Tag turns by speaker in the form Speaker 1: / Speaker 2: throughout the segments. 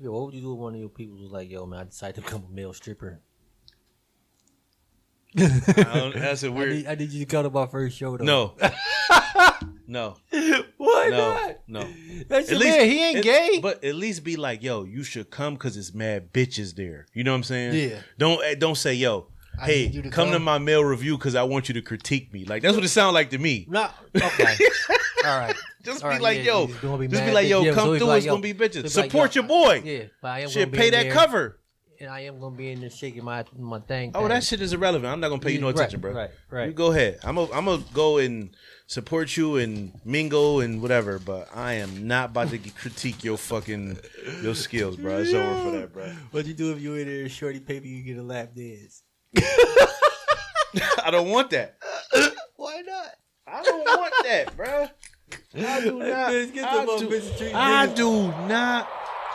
Speaker 1: Yo, what would you do if one of your people was like, "Yo, man, I decided to become a male stripper.
Speaker 2: I don't- that's a
Speaker 1: I
Speaker 2: weird.
Speaker 1: need, I need you to come to my first show." Though.
Speaker 2: No, no,
Speaker 1: why
Speaker 2: no,
Speaker 1: not?
Speaker 2: no.
Speaker 1: That's your man. He ain't
Speaker 2: it-
Speaker 1: gay.
Speaker 2: But at least be like, yo, you should come because it's mad bitches there. You know what I'm saying?
Speaker 3: Yeah.
Speaker 2: Don't eh, don't say, yo,
Speaker 3: I
Speaker 2: hey,
Speaker 3: need you to
Speaker 2: come, to
Speaker 3: come.
Speaker 2: my mail review because I want you to critique me. Like that's what it sounds like to me.
Speaker 1: Not okay. All right.
Speaker 2: Just
Speaker 1: All
Speaker 2: be
Speaker 1: right,
Speaker 2: like,
Speaker 1: yeah,
Speaker 2: yo,
Speaker 1: it's gonna be
Speaker 2: just be
Speaker 1: mad
Speaker 2: like, yo,
Speaker 1: bitches. Yeah, so
Speaker 2: come
Speaker 1: it's
Speaker 2: through.
Speaker 1: like,
Speaker 2: it's
Speaker 1: yo,
Speaker 2: gonna be
Speaker 1: so
Speaker 2: bitches.
Speaker 1: it's like,
Speaker 2: Support
Speaker 1: yo,
Speaker 2: your boy.
Speaker 1: Yeah, but I am
Speaker 2: Shit,
Speaker 1: gonna be
Speaker 2: pay
Speaker 1: in
Speaker 2: that
Speaker 1: there,
Speaker 2: cover.
Speaker 1: and I am gonna be in there shaking my my thing.
Speaker 2: Oh, that shit is irrelevant. I'm not gonna pay you no
Speaker 1: Right,
Speaker 2: attention, bro.
Speaker 1: right, right.
Speaker 2: You go ahead. I'm gonna I'm go and support you and mingle and whatever, but I am not about to critique your fucking your skills, bro. It's over for that, bro.
Speaker 1: What you do if you in there, shorty paper? You get a lap dance.
Speaker 2: I don't want that.
Speaker 1: Why not?
Speaker 2: I don't want that, bro. I do not.
Speaker 1: Bitch, get
Speaker 2: I,
Speaker 1: the motherfucking bitch
Speaker 2: do,
Speaker 1: treat
Speaker 2: I
Speaker 1: niggas.
Speaker 2: do not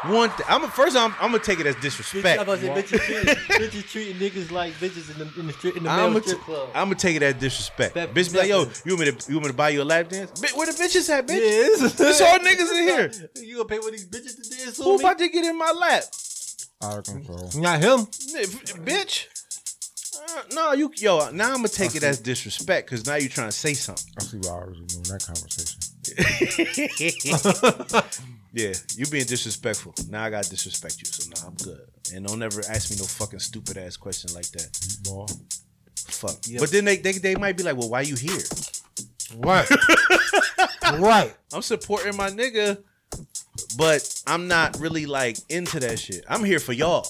Speaker 2: want that. I'm a, first. I'm, I'm gonna take it as
Speaker 1: Bitch,
Speaker 2: disrespect.
Speaker 1: I'm about to say, bitches, treating, bitches treating niggas like bitches in the in the, stri- in the
Speaker 2: I'm
Speaker 1: male
Speaker 2: gonna
Speaker 1: strip club.
Speaker 2: take it as disrespect.
Speaker 1: Step-
Speaker 2: bitch, be like, yo,
Speaker 1: step-
Speaker 2: you want me to you want me to buy you a lap dance? Bitch, where the bitches at, bitch?
Speaker 1: Yes.
Speaker 2: It's all niggas in here.
Speaker 1: You gonna pay for these bitches to dance
Speaker 2: Who
Speaker 1: on me?
Speaker 2: about to get in my lap,
Speaker 4: Out of control.
Speaker 1: Not him.
Speaker 2: N- bitch? Uh, no, you yo. Now I'm gonna take it as disrespect because now you're trying to say something.
Speaker 4: I see why I was doing that conversation.
Speaker 2: Yeah, you being disrespectful. Now I gotta disrespect you. So now I'm good. And don't ever ask me no fucking stupid ass question like that.
Speaker 4: Ball.
Speaker 2: Fuck.
Speaker 1: Yep.
Speaker 2: But then they, they they might be like, well, why you here?
Speaker 4: Right. right.
Speaker 2: I'm supporting my nigga, but I'm not really like into that shit. I'm here for y'all.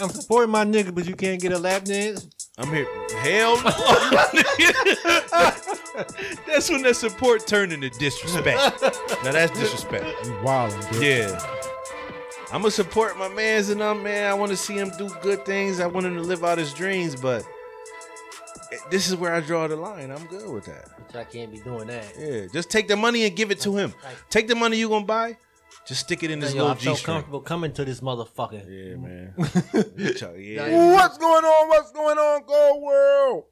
Speaker 1: I'm supporting my nigga, but you can't get a lap dance.
Speaker 2: I'm here. Hell no. that's when that support turned into disrespect. now that's disrespect.
Speaker 4: You wildin', bitch.
Speaker 2: Yeah. I'm gonna support my man's and I'm man. I want to see him do good things. I want him to live out his dreams, but this is where I draw the line. I'm good with that.
Speaker 1: Which I can't be doing that.
Speaker 2: Yeah, just take the money and give it to him.
Speaker 1: Right.
Speaker 2: Take the money you gonna buy, just stick it in this
Speaker 1: Yo,
Speaker 2: little
Speaker 1: I
Speaker 2: G
Speaker 1: felt
Speaker 2: string.
Speaker 1: comfortable coming to this motherfucker.
Speaker 2: Yeah, man.
Speaker 1: Nah,
Speaker 2: yeah.
Speaker 4: What's going on? What's going on, Go World?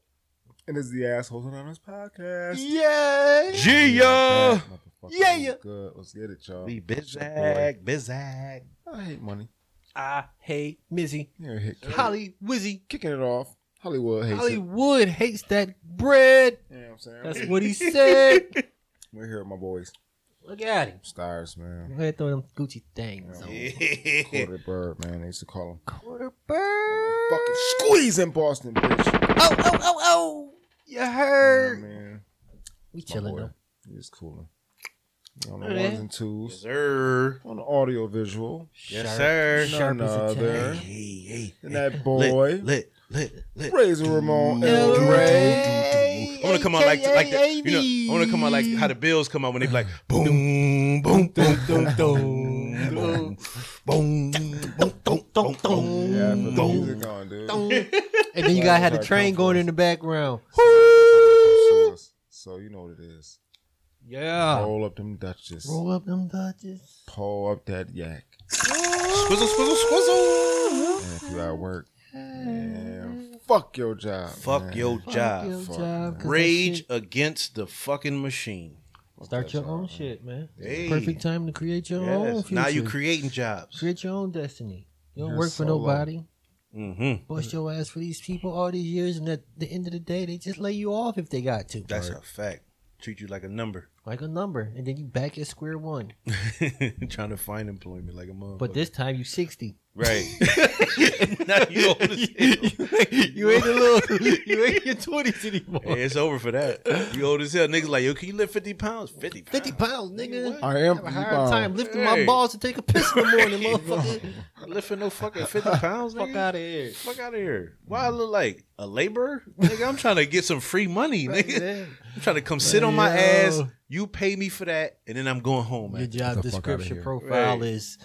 Speaker 4: And it's the Assholes Anonymous podcast.
Speaker 1: Yeah.
Speaker 2: Gia, yeah.
Speaker 4: Yeah,
Speaker 1: yeah.
Speaker 4: Good. Let's get it, y'all.
Speaker 2: We Bizak, Bizak,
Speaker 4: I hate money.
Speaker 1: I hate Mizzy.
Speaker 4: You know, hit kick-
Speaker 1: Holly Wizzy.
Speaker 4: kicking it off. Hollywood hates it.
Speaker 1: Hollywood hates that bread.
Speaker 4: You know what I'm saying?
Speaker 1: That's what he said.
Speaker 4: We're here with my boys.
Speaker 1: Look at him.
Speaker 4: Stars, man.
Speaker 1: Go ahead throw them Gucci things. on.
Speaker 2: Yeah.
Speaker 4: Quarter bird, man. They used to call him
Speaker 1: Quarter bird.
Speaker 4: fucking squeeze in Boston, bitch. You know what
Speaker 1: Oh, oh, oh, oh. You
Speaker 4: I
Speaker 1: heard.
Speaker 4: mean?
Speaker 1: We
Speaker 4: My
Speaker 1: chilling
Speaker 4: boy.
Speaker 1: though. Oh,
Speaker 4: He's cooling. On the
Speaker 1: Yeah.
Speaker 4: ones and
Speaker 2: Yes,
Speaker 4: twos.
Speaker 2: sir.
Speaker 4: On the audio visual.
Speaker 2: Yes, sir.
Speaker 1: Sharp as a
Speaker 2: Hey,
Speaker 4: Another.
Speaker 1: tack.
Speaker 2: hey,
Speaker 4: And
Speaker 2: hey.
Speaker 4: that boy.
Speaker 2: Lit, lit, lit, lit.
Speaker 4: Razor Ramon El
Speaker 1: El
Speaker 4: Rey.
Speaker 2: I want to come out like like that. You know, I want to come out like how the Bills come out when they be like boom, boom, boom, boom, boom, boom, boom, boom, boom, boom, boom.
Speaker 4: Yeah, put the
Speaker 2: Boom.
Speaker 4: music on, dude.
Speaker 1: and then you gotta have the train going in the background.
Speaker 4: So you know what it is.
Speaker 1: Yeah.
Speaker 4: Roll up them Dutches.
Speaker 1: Ah. Roll up them Dutches.
Speaker 4: Pull up that yak.
Speaker 2: Squizzle, squizzle, squizzle.
Speaker 4: And if you at work, man, fuck your job.
Speaker 2: Fuck
Speaker 4: man.
Speaker 2: your job.
Speaker 4: fuck,
Speaker 2: Rage against the fucking machine.
Speaker 1: Start
Speaker 4: that
Speaker 1: your
Speaker 4: job,
Speaker 1: own
Speaker 4: man.
Speaker 1: shit, man.
Speaker 2: Hey.
Speaker 1: Perfect time to create your own
Speaker 2: Yes.
Speaker 1: future.
Speaker 2: Now you creating jobs.
Speaker 1: create your own destiny. You don't
Speaker 4: You're
Speaker 1: work for
Speaker 4: solo.
Speaker 1: nobody.
Speaker 2: hmm
Speaker 1: Bust your ass for these people all these years, and at the end of the day, they just lay you off if they got to.
Speaker 2: That's a fact. Treat you like a number.
Speaker 1: like a number, and then you back at square one.
Speaker 2: Trying to find employment like a motherfucker.
Speaker 1: But this time you sixty.
Speaker 2: right. now you old as hell.
Speaker 1: you ain't a little. You ain't in your twenties anymore.
Speaker 2: Hey, it's over for that. You old as hell. Niggas like, yo, can you lift 50 pounds? 50 pounds.
Speaker 1: Fifty pounds, nigga.
Speaker 4: I am
Speaker 1: I have a hard time lifting my
Speaker 2: Hey.
Speaker 1: balls to take a piss in the morning, motherfucker.
Speaker 2: Lifting no fucking 50 pounds?
Speaker 1: Fuck
Speaker 2: nigga?
Speaker 1: out of here.
Speaker 2: Fuck out of here. Why I look like a laborer? Nigga, I'm trying to get some free money, nigga. I'm trying to come sit on my
Speaker 1: Yo.
Speaker 2: ass. You pay me for that, and then I'm going home,
Speaker 1: Your
Speaker 2: man.
Speaker 1: job
Speaker 4: Get the fuck outta
Speaker 1: description
Speaker 4: here.
Speaker 1: profile
Speaker 2: Right.
Speaker 1: is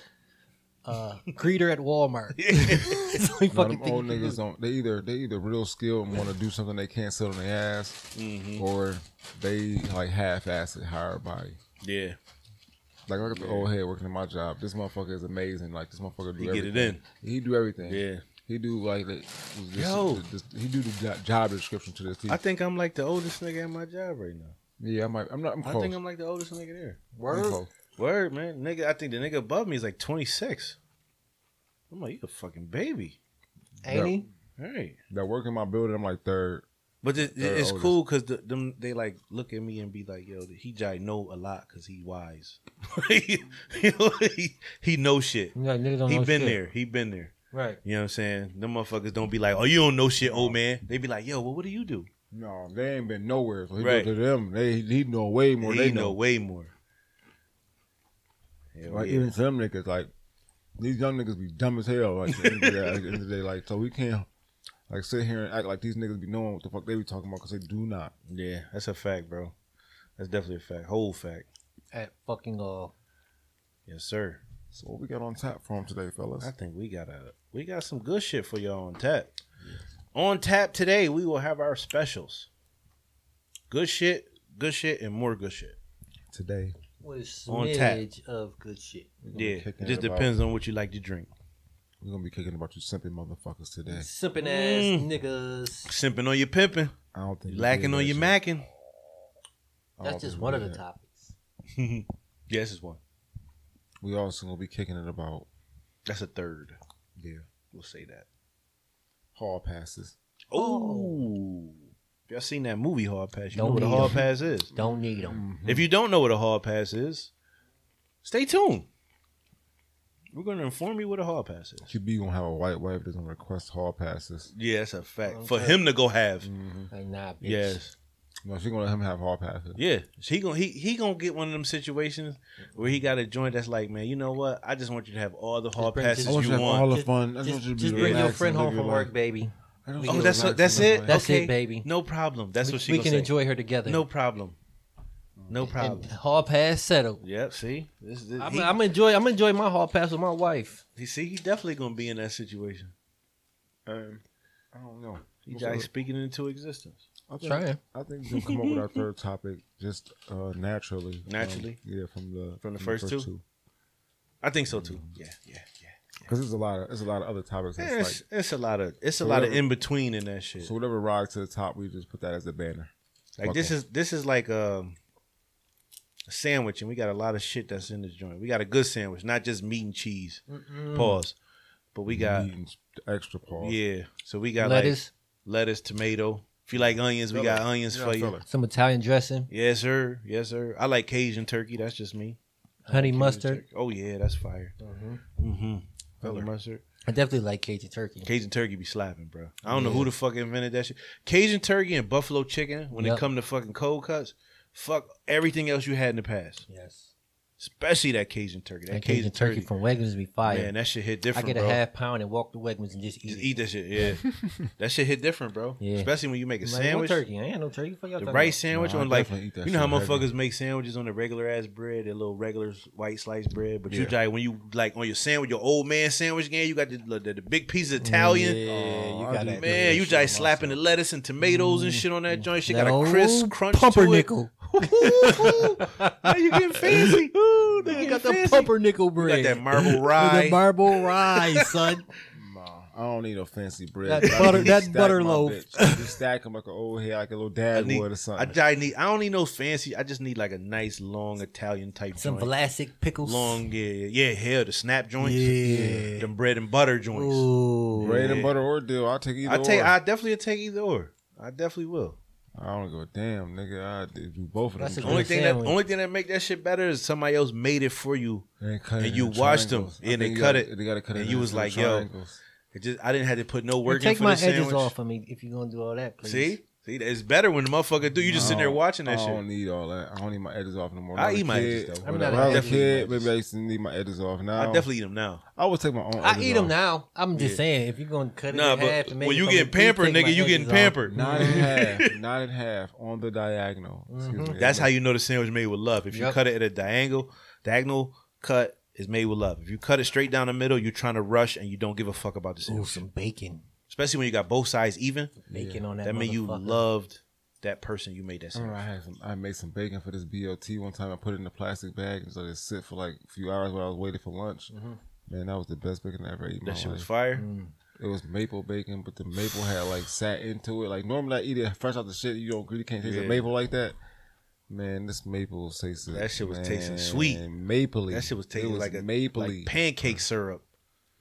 Speaker 1: uh, greeter at Walmart. That's the only
Speaker 4: No, them
Speaker 1: fucking thing
Speaker 4: old
Speaker 1: you can
Speaker 4: niggas
Speaker 1: do.
Speaker 4: don't. They either they either real skilled and want to do something they can't sit on their ass, or they like half-assed hire a body.
Speaker 2: Yeah,
Speaker 4: Like look at the old head working at my job. This motherfucker is amazing. Like this motherfucker do
Speaker 2: you get
Speaker 4: everything.
Speaker 2: it in.
Speaker 4: He do everything.
Speaker 2: Yeah.
Speaker 4: He do like the, this,
Speaker 2: Yo.
Speaker 4: this- this- he do the jo- job description to this. Team.
Speaker 2: I think I'm like the oldest nigga at my job right now.
Speaker 4: yeah, I might. I'm not. I'm
Speaker 2: I
Speaker 4: close.
Speaker 2: think I'm like the oldest nigga there.
Speaker 4: I'm
Speaker 1: Word.
Speaker 4: close.
Speaker 2: Word, man. Nigga, I think the nigga above me is like 26. I'm like, you a fucking baby.
Speaker 1: Ain't he?
Speaker 2: All right.
Speaker 4: That work in my building, I'm like third.
Speaker 2: But it,
Speaker 4: They're
Speaker 2: it- it's
Speaker 4: oldest.
Speaker 2: cool because the, them they like look at me and be like, "Yo, he Jai know a lot because he wise. he, he know shit.
Speaker 1: I'm like, nigga don't
Speaker 2: He
Speaker 1: know
Speaker 2: been
Speaker 1: shit.
Speaker 2: there. He been there.
Speaker 1: Right.
Speaker 2: You know what I'm saying? Them motherfuckers don't be like, "Oh, you don't know shit, old man." They be like, "Yo, well, what do you do?"
Speaker 4: No, they ain't been nowhere. So he
Speaker 2: Right.
Speaker 4: right. to them, they he know way more.
Speaker 2: he
Speaker 4: they
Speaker 2: know.
Speaker 4: know.
Speaker 2: way more. Hell
Speaker 4: Like
Speaker 2: yeah.
Speaker 4: even some niggas, like these young niggas be dumb as hell. Like at the end of the day, like, at the end of the day, like so we can't like sit here and act like these niggas be knowing what the fuck they be talking about because they do not.
Speaker 2: yeah, that's a fact, bro. That's definitely a fact. Whole fact.
Speaker 1: At fucking uh,
Speaker 2: Yes, sir.
Speaker 4: So what we got on tap for 'em today, fellas?
Speaker 2: I think we got a we got some good shit for y'all on tap. On tap today, we will have our specials. Good shit, good shit, and more good shit.
Speaker 4: Today,
Speaker 1: what a
Speaker 2: On tap.
Speaker 1: smidge of good shit.
Speaker 4: we're gonna be
Speaker 2: Yeah,
Speaker 4: kicking
Speaker 2: it just
Speaker 4: it about-
Speaker 2: depends on what you like to drink.
Speaker 4: We're gonna be kicking about you simping motherfuckers today.
Speaker 1: Simping ass
Speaker 2: Mm.
Speaker 1: niggas.
Speaker 2: Simping on your pimping,
Speaker 4: I don't think we did
Speaker 2: lacking
Speaker 4: that
Speaker 2: on your
Speaker 4: shit.
Speaker 2: macking.
Speaker 4: I don't
Speaker 1: That's just
Speaker 4: think we
Speaker 1: one of
Speaker 4: did
Speaker 1: the
Speaker 4: that.
Speaker 1: topics.
Speaker 2: yeah, this is one.
Speaker 4: We also gonna be kicking it about
Speaker 2: That's a third.
Speaker 4: yeah
Speaker 2: We'll say that.
Speaker 4: hall passes.
Speaker 2: Oh, if y'all seen that movie Hard Pass? You know
Speaker 1: Don't
Speaker 2: what a
Speaker 1: need
Speaker 2: hard
Speaker 1: them.
Speaker 2: pass is.
Speaker 1: Don't need them.
Speaker 4: Mm-hmm.
Speaker 2: If you don't know what a hard pass is, stay tuned. We're gonna inform you what a hard pass is.
Speaker 4: QB gonna have a white wife that's gonna request hall passes.
Speaker 2: Yeah, that's a fact.
Speaker 1: Okay.
Speaker 2: For him to go have.
Speaker 1: Like, nah, bitch.
Speaker 2: Yes.
Speaker 4: No, she gonna let him have hall passes.
Speaker 2: Mm-hmm. Yeah. He gonna he he gonna get one of them situations where he got a joint that's like, man, you know what? I just want you to have all the hard
Speaker 1: bring- just-
Speaker 2: passes
Speaker 4: I want
Speaker 2: you
Speaker 4: you to have all
Speaker 2: want.
Speaker 4: the fun. I just,
Speaker 1: Just,
Speaker 4: want you to be
Speaker 1: just bring your
Speaker 4: relaxed
Speaker 1: friend
Speaker 4: and
Speaker 1: home
Speaker 4: live
Speaker 1: from
Speaker 4: your
Speaker 1: work,
Speaker 4: life.
Speaker 1: baby.
Speaker 4: I just want
Speaker 2: Oh,
Speaker 4: you to
Speaker 2: that's what,
Speaker 4: relax
Speaker 2: that's
Speaker 4: and live
Speaker 2: it.
Speaker 4: your life.
Speaker 1: That's
Speaker 2: okay.
Speaker 1: it, baby.
Speaker 2: No problem. That's what she
Speaker 1: we
Speaker 2: gonna
Speaker 1: can
Speaker 2: say.
Speaker 1: enjoy her together.
Speaker 2: No problem. No problem.
Speaker 1: And hall pass settled.
Speaker 2: yep. See, this, this,
Speaker 1: I'm,
Speaker 2: he,
Speaker 1: I'm enjoy. I'm enjoy my hall pass with my wife.
Speaker 2: he- see, he definitely gonna be in that situation.
Speaker 4: Um, I don't know.
Speaker 2: He
Speaker 4: What's
Speaker 2: just
Speaker 4: up?
Speaker 2: speaking into existence.
Speaker 4: I think,
Speaker 1: Trying.
Speaker 4: I think we can come up with our third topic just uh, naturally.
Speaker 2: Naturally?
Speaker 4: Um, yeah, from the
Speaker 2: From the first two? I think so too.
Speaker 4: Mm-hmm.
Speaker 2: Yeah. Yeah. Yeah.
Speaker 4: Because there's a lot of there's a lot of other topics. That's
Speaker 2: It's, it's a lot of it's a
Speaker 4: So
Speaker 2: lot of
Speaker 4: whatever-
Speaker 2: in between in that shit.
Speaker 4: like, so whatever rides to the top, we just put that as the banner.
Speaker 2: Like
Speaker 4: Fuck
Speaker 2: this
Speaker 4: em.
Speaker 2: is this is like um, a sandwich, and we got a lot of shit that's in this joint. We got a good sandwich, not just meat and cheese. Pause. But we got
Speaker 4: Eating extra Mm. pause.
Speaker 2: yeah. So we got
Speaker 1: Lettuce,
Speaker 2: like lettuce, tomato. If you like onions, we got
Speaker 4: Fella.
Speaker 2: onions for you.
Speaker 4: fella.
Speaker 1: some Italian dressing,
Speaker 2: Yes, sir. Yes, sir. I like Cajun turkey. That's just me.
Speaker 1: honey
Speaker 2: Cajun
Speaker 1: mustard.
Speaker 2: turkey. Oh yeah, that's fire. Mm-hmm. Honey mustard.
Speaker 1: I definitely like Cajun turkey.
Speaker 2: Cajun turkey be slapping, bro. I don't know who the fuck invented that shit. Cajun turkey and buffalo chicken. When
Speaker 1: Yep.
Speaker 2: it come to fucking cold cuts, fuck everything else you had in the past.
Speaker 1: Yes,
Speaker 2: especially that Cajun turkey. That,
Speaker 1: that
Speaker 2: Cajun, turkey,
Speaker 1: from Wegmans be fire.
Speaker 2: man, that shit hit
Speaker 1: I
Speaker 2: different.
Speaker 1: get a
Speaker 2: bro.
Speaker 1: half pound and walk to Wegmans and just eat.
Speaker 2: Just
Speaker 1: it.
Speaker 2: eat that shit. Yeah, that shit hit different, bro.
Speaker 1: Yeah.
Speaker 2: Especially when you make a
Speaker 1: Like, what
Speaker 2: sandwich.
Speaker 1: turkey. I ain't no turkey for y'all.
Speaker 2: The
Speaker 1: talking
Speaker 2: rice sandwich
Speaker 4: No, I
Speaker 2: on like
Speaker 4: definitely eat that
Speaker 2: you know how
Speaker 4: shit
Speaker 2: motherfuckers
Speaker 4: heavy.
Speaker 2: make sandwiches on the regular ass bread, their little regular white sliced bread. But you
Speaker 4: Yeah.
Speaker 2: like when you like on your sandwich, your old man sandwich game, you got the the, the big piece of Italian.
Speaker 1: Mm, Yeah,
Speaker 4: Oh,
Speaker 1: you
Speaker 4: I
Speaker 1: got
Speaker 4: do
Speaker 1: that.
Speaker 2: Man, you
Speaker 4: shit on
Speaker 2: just slapping the
Speaker 4: myself.
Speaker 2: lettuce and tomatoes and shit on that joint. She
Speaker 1: Mm. That
Speaker 2: got a
Speaker 1: old
Speaker 2: crisp crunch to
Speaker 1: pumpernickel.
Speaker 2: it. now you getting fancy. Ooh, now
Speaker 1: You
Speaker 2: you
Speaker 1: got the
Speaker 2: fancy.
Speaker 1: pumpernickel
Speaker 2: You
Speaker 1: bread.
Speaker 2: got that marble
Speaker 1: With
Speaker 2: rye.
Speaker 1: the marble rye, son.
Speaker 4: Nah, I don't need a fancy bread.
Speaker 1: That
Speaker 4: I just
Speaker 1: butter- that
Speaker 4: stack
Speaker 1: butter
Speaker 4: my
Speaker 1: loaf.
Speaker 4: bitch. I Just stack 'em like an old head, like a little
Speaker 2: I
Speaker 4: dad
Speaker 2: need,
Speaker 4: would or
Speaker 2: I,
Speaker 4: something.
Speaker 2: I need. I don't need no fancy. I just need like a nice long Italian type
Speaker 1: Some
Speaker 2: joint.
Speaker 1: Vlasic pickles.
Speaker 2: Long, yeah, yeah, yeah, hell, the snap joints,
Speaker 1: Yeah.
Speaker 2: them bread and butter joints.
Speaker 1: Ooh.
Speaker 4: Bread
Speaker 2: Yeah.
Speaker 4: and butter or deal. I'll take either.
Speaker 2: I take.
Speaker 4: or.
Speaker 2: I definitely take either or. I definitely will.
Speaker 4: I don't go damn, nigga. I did do both of
Speaker 1: That's
Speaker 4: them.
Speaker 1: a
Speaker 2: only
Speaker 1: good
Speaker 2: thing
Speaker 1: sandwich.
Speaker 2: that only thing that make that shit better is somebody else made it for you.
Speaker 4: And, cut
Speaker 2: And
Speaker 4: it
Speaker 2: you
Speaker 4: in
Speaker 2: washed 'em,
Speaker 4: triangles. I
Speaker 2: and they
Speaker 4: think you
Speaker 2: cut
Speaker 4: gotta-
Speaker 2: it,
Speaker 4: They gotta cut it.
Speaker 2: and
Speaker 4: in
Speaker 2: you was
Speaker 4: little
Speaker 2: like, yo,
Speaker 4: triangles.
Speaker 2: It just I didn't have to put no
Speaker 1: You
Speaker 2: work in
Speaker 1: take
Speaker 2: for
Speaker 1: my
Speaker 2: the
Speaker 1: edges
Speaker 2: sandwich.
Speaker 1: off of me if you're gonna do all that. Please.
Speaker 2: See, see, it's better when the motherfucker do. You just sitting there watching that
Speaker 4: I don't- I
Speaker 2: shit.
Speaker 4: don't need all that. I don't need my edges off no more.
Speaker 2: I
Speaker 4: When was
Speaker 2: eat
Speaker 4: a
Speaker 2: my
Speaker 4: kid-
Speaker 2: edges, though.
Speaker 1: I'm
Speaker 4: When
Speaker 1: not
Speaker 4: I was a
Speaker 1: an
Speaker 4: kid,
Speaker 2: edges.
Speaker 4: maybe I used to need my edges off. Now
Speaker 2: I definitely eat them now.
Speaker 4: I would take my own.
Speaker 1: I
Speaker 4: edges
Speaker 1: eat
Speaker 4: off.
Speaker 1: them now. I'm just
Speaker 2: Yeah.
Speaker 1: saying, if you're gonna cut it
Speaker 2: Nah,
Speaker 1: in half,
Speaker 2: but
Speaker 1: and make
Speaker 2: when
Speaker 1: it
Speaker 2: you
Speaker 1: for me,
Speaker 2: getting
Speaker 1: please
Speaker 2: pampered,
Speaker 1: take my
Speaker 2: nigga, you
Speaker 1: edges
Speaker 2: getting
Speaker 1: off.
Speaker 2: pampered.
Speaker 4: Not in half. Not in half. On the diagonal. Excuse me.
Speaker 2: Mm-hmm. That's how you know the sandwich made with love. If you
Speaker 1: Yep.
Speaker 2: cut it at a diagonal, diagonal cut is made with love. If you cut it straight down the middle, you're trying to rush and you don't give a fuck about the
Speaker 1: Ooh,
Speaker 2: sandwich.
Speaker 1: some bacon,
Speaker 2: Especially when you got both sides even.
Speaker 1: bacon on that.
Speaker 2: That means you
Speaker 1: motherfucker.
Speaker 2: loved that person you made that
Speaker 4: I remember
Speaker 2: sandwich.
Speaker 4: I had some. I made some bacon for this BLT one time. I put it in a plastic bag and just let it sit for like a few hours while I was waiting for lunch. Man, that was the best bacon I ever ate. in my
Speaker 2: Mm-hmm. That shit was
Speaker 4: life.
Speaker 2: fire.
Speaker 4: It was maple bacon, but the maple had like sat into it. Like normally I eat it fresh out the shit. You don't really can't taste
Speaker 2: Yeah.
Speaker 4: the maple like that. Man, this maple tastes.
Speaker 2: That shit was tasting sweet.
Speaker 4: Mapley.
Speaker 2: That shit was tasting
Speaker 4: It was
Speaker 2: like a
Speaker 4: mapley, Mm.
Speaker 2: like pancake syrup,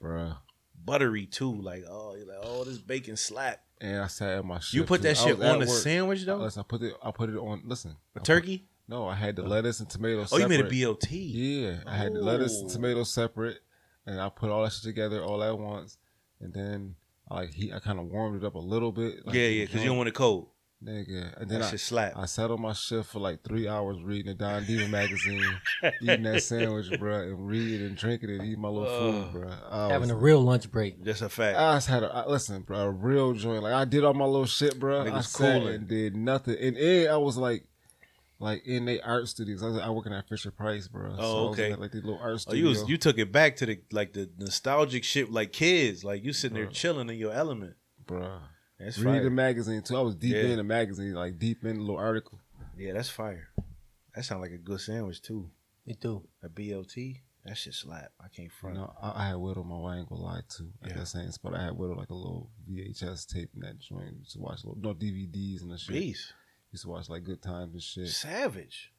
Speaker 4: bruh.
Speaker 2: buttery too. Like oh, you're like oh, this bacon slap.
Speaker 4: And I sat at my shift.
Speaker 2: You put
Speaker 4: too.
Speaker 2: that
Speaker 4: I
Speaker 2: shit
Speaker 4: was at
Speaker 2: on a
Speaker 4: work.
Speaker 2: sandwich though,
Speaker 4: Listen, I put it. I put it on. Listen,
Speaker 2: a turkey.
Speaker 4: no, I had the lettuce and tomato.
Speaker 2: Oh, you made a
Speaker 4: separate.
Speaker 2: BLT.
Speaker 4: Yeah, I had the lettuce and
Speaker 2: Oh.
Speaker 4: tomatoes separate, and I put all that shit together all at once, and then I like heat. I kind of warmed it up a little bit. Like,
Speaker 2: yeah, yeah, because you don't want it cold.
Speaker 4: nigga. And then
Speaker 2: That
Speaker 4: I,
Speaker 2: shit slap.
Speaker 4: I sat on my shift for like three hours reading the Don Diva magazine, eating that sandwich, bruh, and reading and drinking and eating my little
Speaker 2: Ugh.
Speaker 4: food, bruh. I
Speaker 1: Having
Speaker 4: was-
Speaker 1: a real lunch break.
Speaker 2: That's a fact.
Speaker 4: I just had a I, listen, bro, a real joint. Like I did all my little shit, bro. I
Speaker 2: Niggas
Speaker 4: sat
Speaker 2: coolin'.
Speaker 4: and did nothing, and, and I was like, like in they art studios. I was I working at Fisher Price, bro.
Speaker 2: Oh, okay.
Speaker 4: like these little art
Speaker 2: oh,
Speaker 4: studios.
Speaker 2: you was, you took it back to the like the nostalgic shit, like kids. Like you sitting there chilling in your element.
Speaker 4: bro.
Speaker 2: That's
Speaker 4: Read the
Speaker 2: fire.
Speaker 4: magazine too. I was deep
Speaker 2: Yeah.
Speaker 4: in the magazine, like deep in the little article.
Speaker 2: Yeah, that's fire. That sounds like a good sandwich too.
Speaker 1: Me too.
Speaker 2: A BLT. That shit slap. I can't
Speaker 4: You
Speaker 2: front.
Speaker 4: know, I, I had Widow, my wife ain't gonna lie too. At
Speaker 2: Yeah.
Speaker 4: that same spot, I had Widow like a little VHS tape in that joint. Used to watch little no DVDs and the shit.
Speaker 2: Jeez,
Speaker 4: Used to watch like Good Times and shit.
Speaker 2: savage.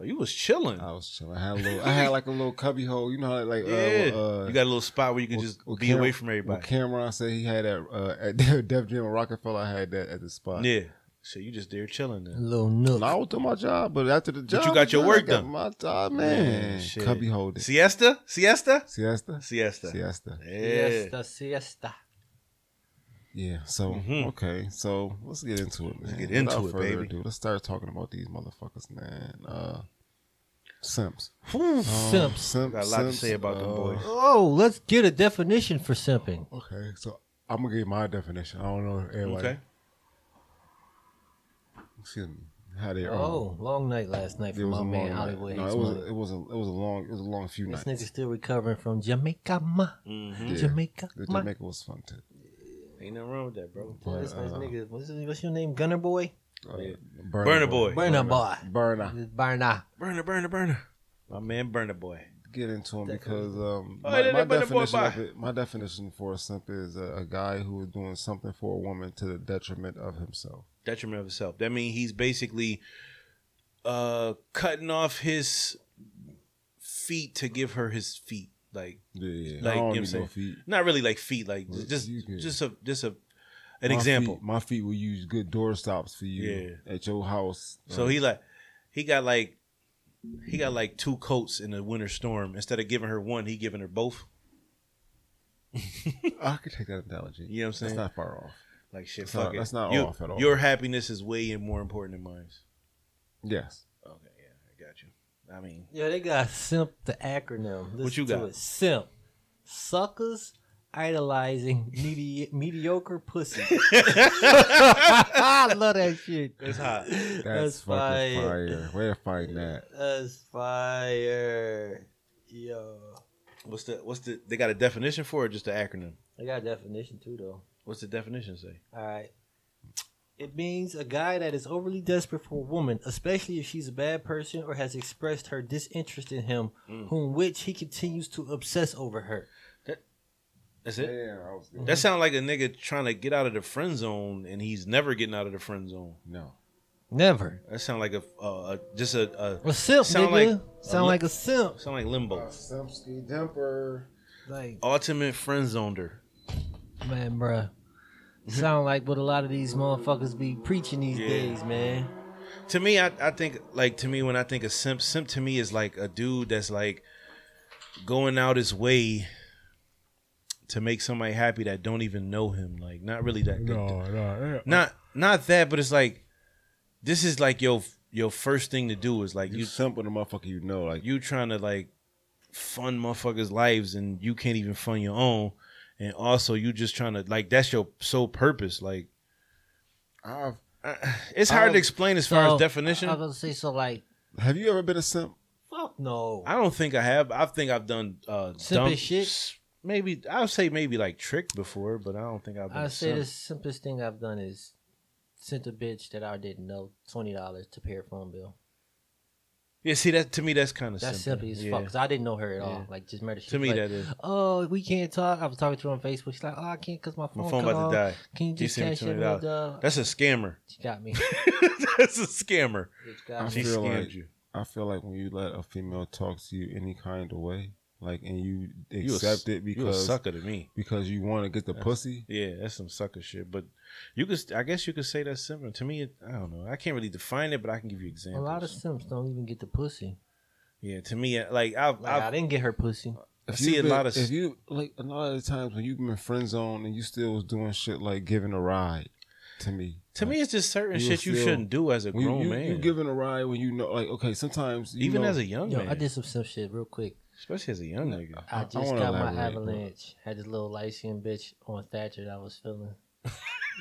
Speaker 2: Oh, you was chilling.
Speaker 4: I was chilling. I had a little. I had like a little cubby hole. You know, how like
Speaker 2: yeah.
Speaker 4: uh, uh,
Speaker 2: you got a little spot where you can
Speaker 4: well,
Speaker 2: just
Speaker 4: well,
Speaker 2: be
Speaker 4: Cam-
Speaker 2: away from
Speaker 4: Well,
Speaker 2: everybody.
Speaker 4: Cameron said he had that uh, at Def Jam and Rockefeller. I had that at the spot.
Speaker 2: yeah. So you just there chilling
Speaker 1: A
Speaker 2: then.
Speaker 1: little
Speaker 4: And I
Speaker 1: nook.
Speaker 4: was doing my job, but after the job,
Speaker 2: you got your
Speaker 4: I
Speaker 2: work
Speaker 4: got
Speaker 2: done.
Speaker 4: My job, man.
Speaker 2: shit.
Speaker 4: Cubby holding.
Speaker 2: Siesta? Siesta?
Speaker 4: Siesta,
Speaker 2: Siesta.
Speaker 4: siesta.
Speaker 2: Yeah.
Speaker 1: Siesta, siesta.
Speaker 4: Yeah. So
Speaker 2: Mhm.
Speaker 4: okay. So let's get into it, man.
Speaker 2: get
Speaker 4: Without
Speaker 2: into it,
Speaker 4: further
Speaker 2: baby.
Speaker 4: ado, let's start talking about these motherfuckers, man. Uh, simps.
Speaker 2: Oh.
Speaker 1: Simps.
Speaker 4: Simps.
Speaker 2: Got a lot to say about them
Speaker 4: uh,
Speaker 2: boys.
Speaker 1: Oh, let's get a definition for simping.
Speaker 4: Okay, so I'm gonna give you my definition. I don't know if everybody.
Speaker 2: Okay.
Speaker 4: Excuse me. How they? um,
Speaker 1: Oh, long night last night
Speaker 4: It
Speaker 1: for
Speaker 4: was
Speaker 1: my
Speaker 4: a
Speaker 1: Oh, man
Speaker 4: long night.
Speaker 1: Hollywood
Speaker 4: No,
Speaker 1: Hicks
Speaker 4: it was
Speaker 1: Mother.
Speaker 4: it was a it was a long it was a long few
Speaker 1: This
Speaker 4: nights.
Speaker 1: nigga still recovering from Jamaica, ma.
Speaker 2: Mm-hmm.
Speaker 4: Yeah.
Speaker 1: Jamaica,
Speaker 4: The
Speaker 1: ma.
Speaker 4: Jamaica was fun too.
Speaker 2: Ain't nothing wrong with that, bro.
Speaker 1: Yeah, this nice
Speaker 4: uh,
Speaker 1: nigga. What's, his- what's your name? Gunner Boy?
Speaker 4: Uh,
Speaker 2: Yeah.
Speaker 4: Burner,
Speaker 2: Burner Boy.
Speaker 1: Burner Boy.
Speaker 4: Burner.
Speaker 1: Barna.
Speaker 2: Burner, burner, burner. My man, burner boy.
Speaker 4: Get into him because um
Speaker 2: Oh,
Speaker 4: my,
Speaker 2: yeah,
Speaker 4: my
Speaker 2: that Burna Boy
Speaker 4: definition of
Speaker 2: boy.
Speaker 4: it, my definition for a simp is a, a guy who is doing something for a woman to the detriment of himself.
Speaker 2: Detriment of himself. That means he's basically uh cutting off his feet to give her his feet. Like
Speaker 4: Yeah,
Speaker 2: Like, you know
Speaker 4: I don't
Speaker 2: what I'm
Speaker 4: need no
Speaker 2: saying?
Speaker 4: feet.
Speaker 2: not really like feet, like
Speaker 4: Well,
Speaker 2: just
Speaker 4: you can-
Speaker 2: just a just a an
Speaker 4: My
Speaker 2: example.
Speaker 4: feet- my feet will use good door stops for you at your house.
Speaker 2: So
Speaker 4: Uh,
Speaker 2: he like he got like he got like two coats in the winter storm. Instead of giving her one, he giving her both.
Speaker 4: Uh, I could take that analogy.
Speaker 2: You know what I'm
Speaker 4: That's
Speaker 2: saying?
Speaker 4: not far off.
Speaker 2: Like shit,
Speaker 4: That's
Speaker 2: fuck
Speaker 4: not-
Speaker 2: it.
Speaker 4: that's not
Speaker 2: You-
Speaker 4: off at all.
Speaker 2: Your happiness is way more important than mine.
Speaker 4: Yes.
Speaker 2: Okay, yeah, I got you. I mean,
Speaker 1: Yeah, they got simp the acronym. Listen
Speaker 2: you
Speaker 1: to
Speaker 2: got?
Speaker 1: It. Simp. Suckers idolizing medi- mediocre pussy. I love that shit.
Speaker 2: it's hot.
Speaker 4: That's,
Speaker 1: That's
Speaker 4: fucking
Speaker 1: fire.
Speaker 4: fire. Where to find that?
Speaker 1: That's fire. Yo.
Speaker 2: What's the what's the they got a definition for it? or Just the acronym.
Speaker 1: I got a definition too, though.
Speaker 2: What's the definition say?
Speaker 1: All right. It means a guy that is overly desperate for a woman, especially if she's a bad person or has expressed her disinterest in him,
Speaker 2: Mm.
Speaker 1: whom which he continues to obsess over her.
Speaker 2: That's
Speaker 4: Yeah,
Speaker 2: it.
Speaker 4: I was good.
Speaker 2: That sounds like a nigga trying to get out of the friend zone, and he's never getting out of the friend zone.
Speaker 4: No.
Speaker 1: Never.
Speaker 2: That sound like a, uh, a just a,
Speaker 1: A simp,
Speaker 2: Sound
Speaker 1: nigga.
Speaker 2: like-
Speaker 1: Sound like a simp.
Speaker 2: a sound like limbo,
Speaker 1: Uh,
Speaker 4: Sumsky Dumper.
Speaker 1: Like
Speaker 2: ultimate friend zoner.
Speaker 1: man, bruh. Sound like what a lot of these motherfuckers be preaching these
Speaker 2: Mm-hmm. Yeah.
Speaker 1: days, man.
Speaker 2: To me, I, I think like to me when I think of simp, simp to me is like a dude that's like going out his way to make somebody happy that don't even know him. Like not really that.
Speaker 4: no.
Speaker 2: Not not that, but it's like this is like your your first thing to do is like
Speaker 4: You
Speaker 2: you
Speaker 4: simp with a motherfucker you know. Like,
Speaker 2: you trying to like fund motherfuckers' lives and you can't even fund your own. And also, you just trying to like that's your sole purpose. Like
Speaker 4: I've,
Speaker 2: it's hard
Speaker 4: Um,
Speaker 2: to explain as far
Speaker 1: So, uh,
Speaker 2: as definition.
Speaker 1: I, I was gonna say so like
Speaker 4: have you ever been a simp?
Speaker 1: fuck no.
Speaker 2: I don't think I have. I think I've done uh
Speaker 1: Simp
Speaker 2: dumb
Speaker 1: as shit?
Speaker 2: s- Maybe I'll say maybe like trick before, but I don't think I've been.
Speaker 1: I
Speaker 2: a
Speaker 1: say
Speaker 2: simp.
Speaker 1: the simplest thing I've done is sent a bitch that I didn't know twenty dollars to pay her phone bill.
Speaker 2: Yeah, see that to me that's kind of
Speaker 1: That's
Speaker 2: simple.
Speaker 1: simple as
Speaker 2: yeah.
Speaker 1: fuck. Cause I didn't know her at all.
Speaker 2: Yeah.
Speaker 1: Like just murder.
Speaker 2: To me that is.
Speaker 1: Oh, we can't talk. I was talking to her on Facebook. She's like, "Oh, I can't because my phone,
Speaker 2: My phone
Speaker 1: cut
Speaker 2: about to
Speaker 1: off.
Speaker 2: die.
Speaker 1: Can you
Speaker 2: You
Speaker 1: just
Speaker 2: sent me
Speaker 1: cash in
Speaker 2: $20.
Speaker 1: with uh?"
Speaker 2: That's a scammer.
Speaker 1: She got me.
Speaker 2: that's a scammer.
Speaker 1: Bitch
Speaker 4: I
Speaker 1: got me.
Speaker 2: She
Speaker 4: feel
Speaker 2: scammed
Speaker 4: like
Speaker 2: you.
Speaker 4: I feel like when you let a female talk to you any kind of way, like and you
Speaker 2: You a
Speaker 4: accept
Speaker 2: s-
Speaker 4: it
Speaker 2: you a
Speaker 4: because
Speaker 2: sucker to me.
Speaker 4: because you want to get the pussy.
Speaker 2: Yeah, that's some sucker shit. But you could, I guess, you could say that's similar to me. It, I don't know. I can't really define it, but I can give you
Speaker 1: A
Speaker 2: examples.
Speaker 1: lot of simps don't even get the pussy.
Speaker 2: yeah, to me, I- like I've,
Speaker 1: Like, I
Speaker 2: I've
Speaker 1: didn't get her pussy.
Speaker 2: I
Speaker 4: If
Speaker 2: see
Speaker 4: you
Speaker 2: a
Speaker 4: been-
Speaker 2: lot of.
Speaker 4: if you like a lot of the times when you've been friend zoned and you still was doing shit like giving a ride to me.
Speaker 2: to me, it's just certain
Speaker 4: you
Speaker 2: shit you
Speaker 4: feel-
Speaker 2: shouldn't do as a
Speaker 4: When you,
Speaker 2: grown
Speaker 4: you,
Speaker 2: man,
Speaker 4: you giving a ride when you know like okay sometimes you
Speaker 2: even
Speaker 4: know-
Speaker 2: as a young
Speaker 1: Yo,
Speaker 2: Oh, man,
Speaker 1: I did some simp shit real quick.
Speaker 2: especially as a young nigga.
Speaker 1: I
Speaker 4: I
Speaker 1: just
Speaker 4: wanna
Speaker 1: got my
Speaker 4: elaborate, bro.
Speaker 1: avalanche. Had this little light skinned bitch on Thatcher that I was feeling.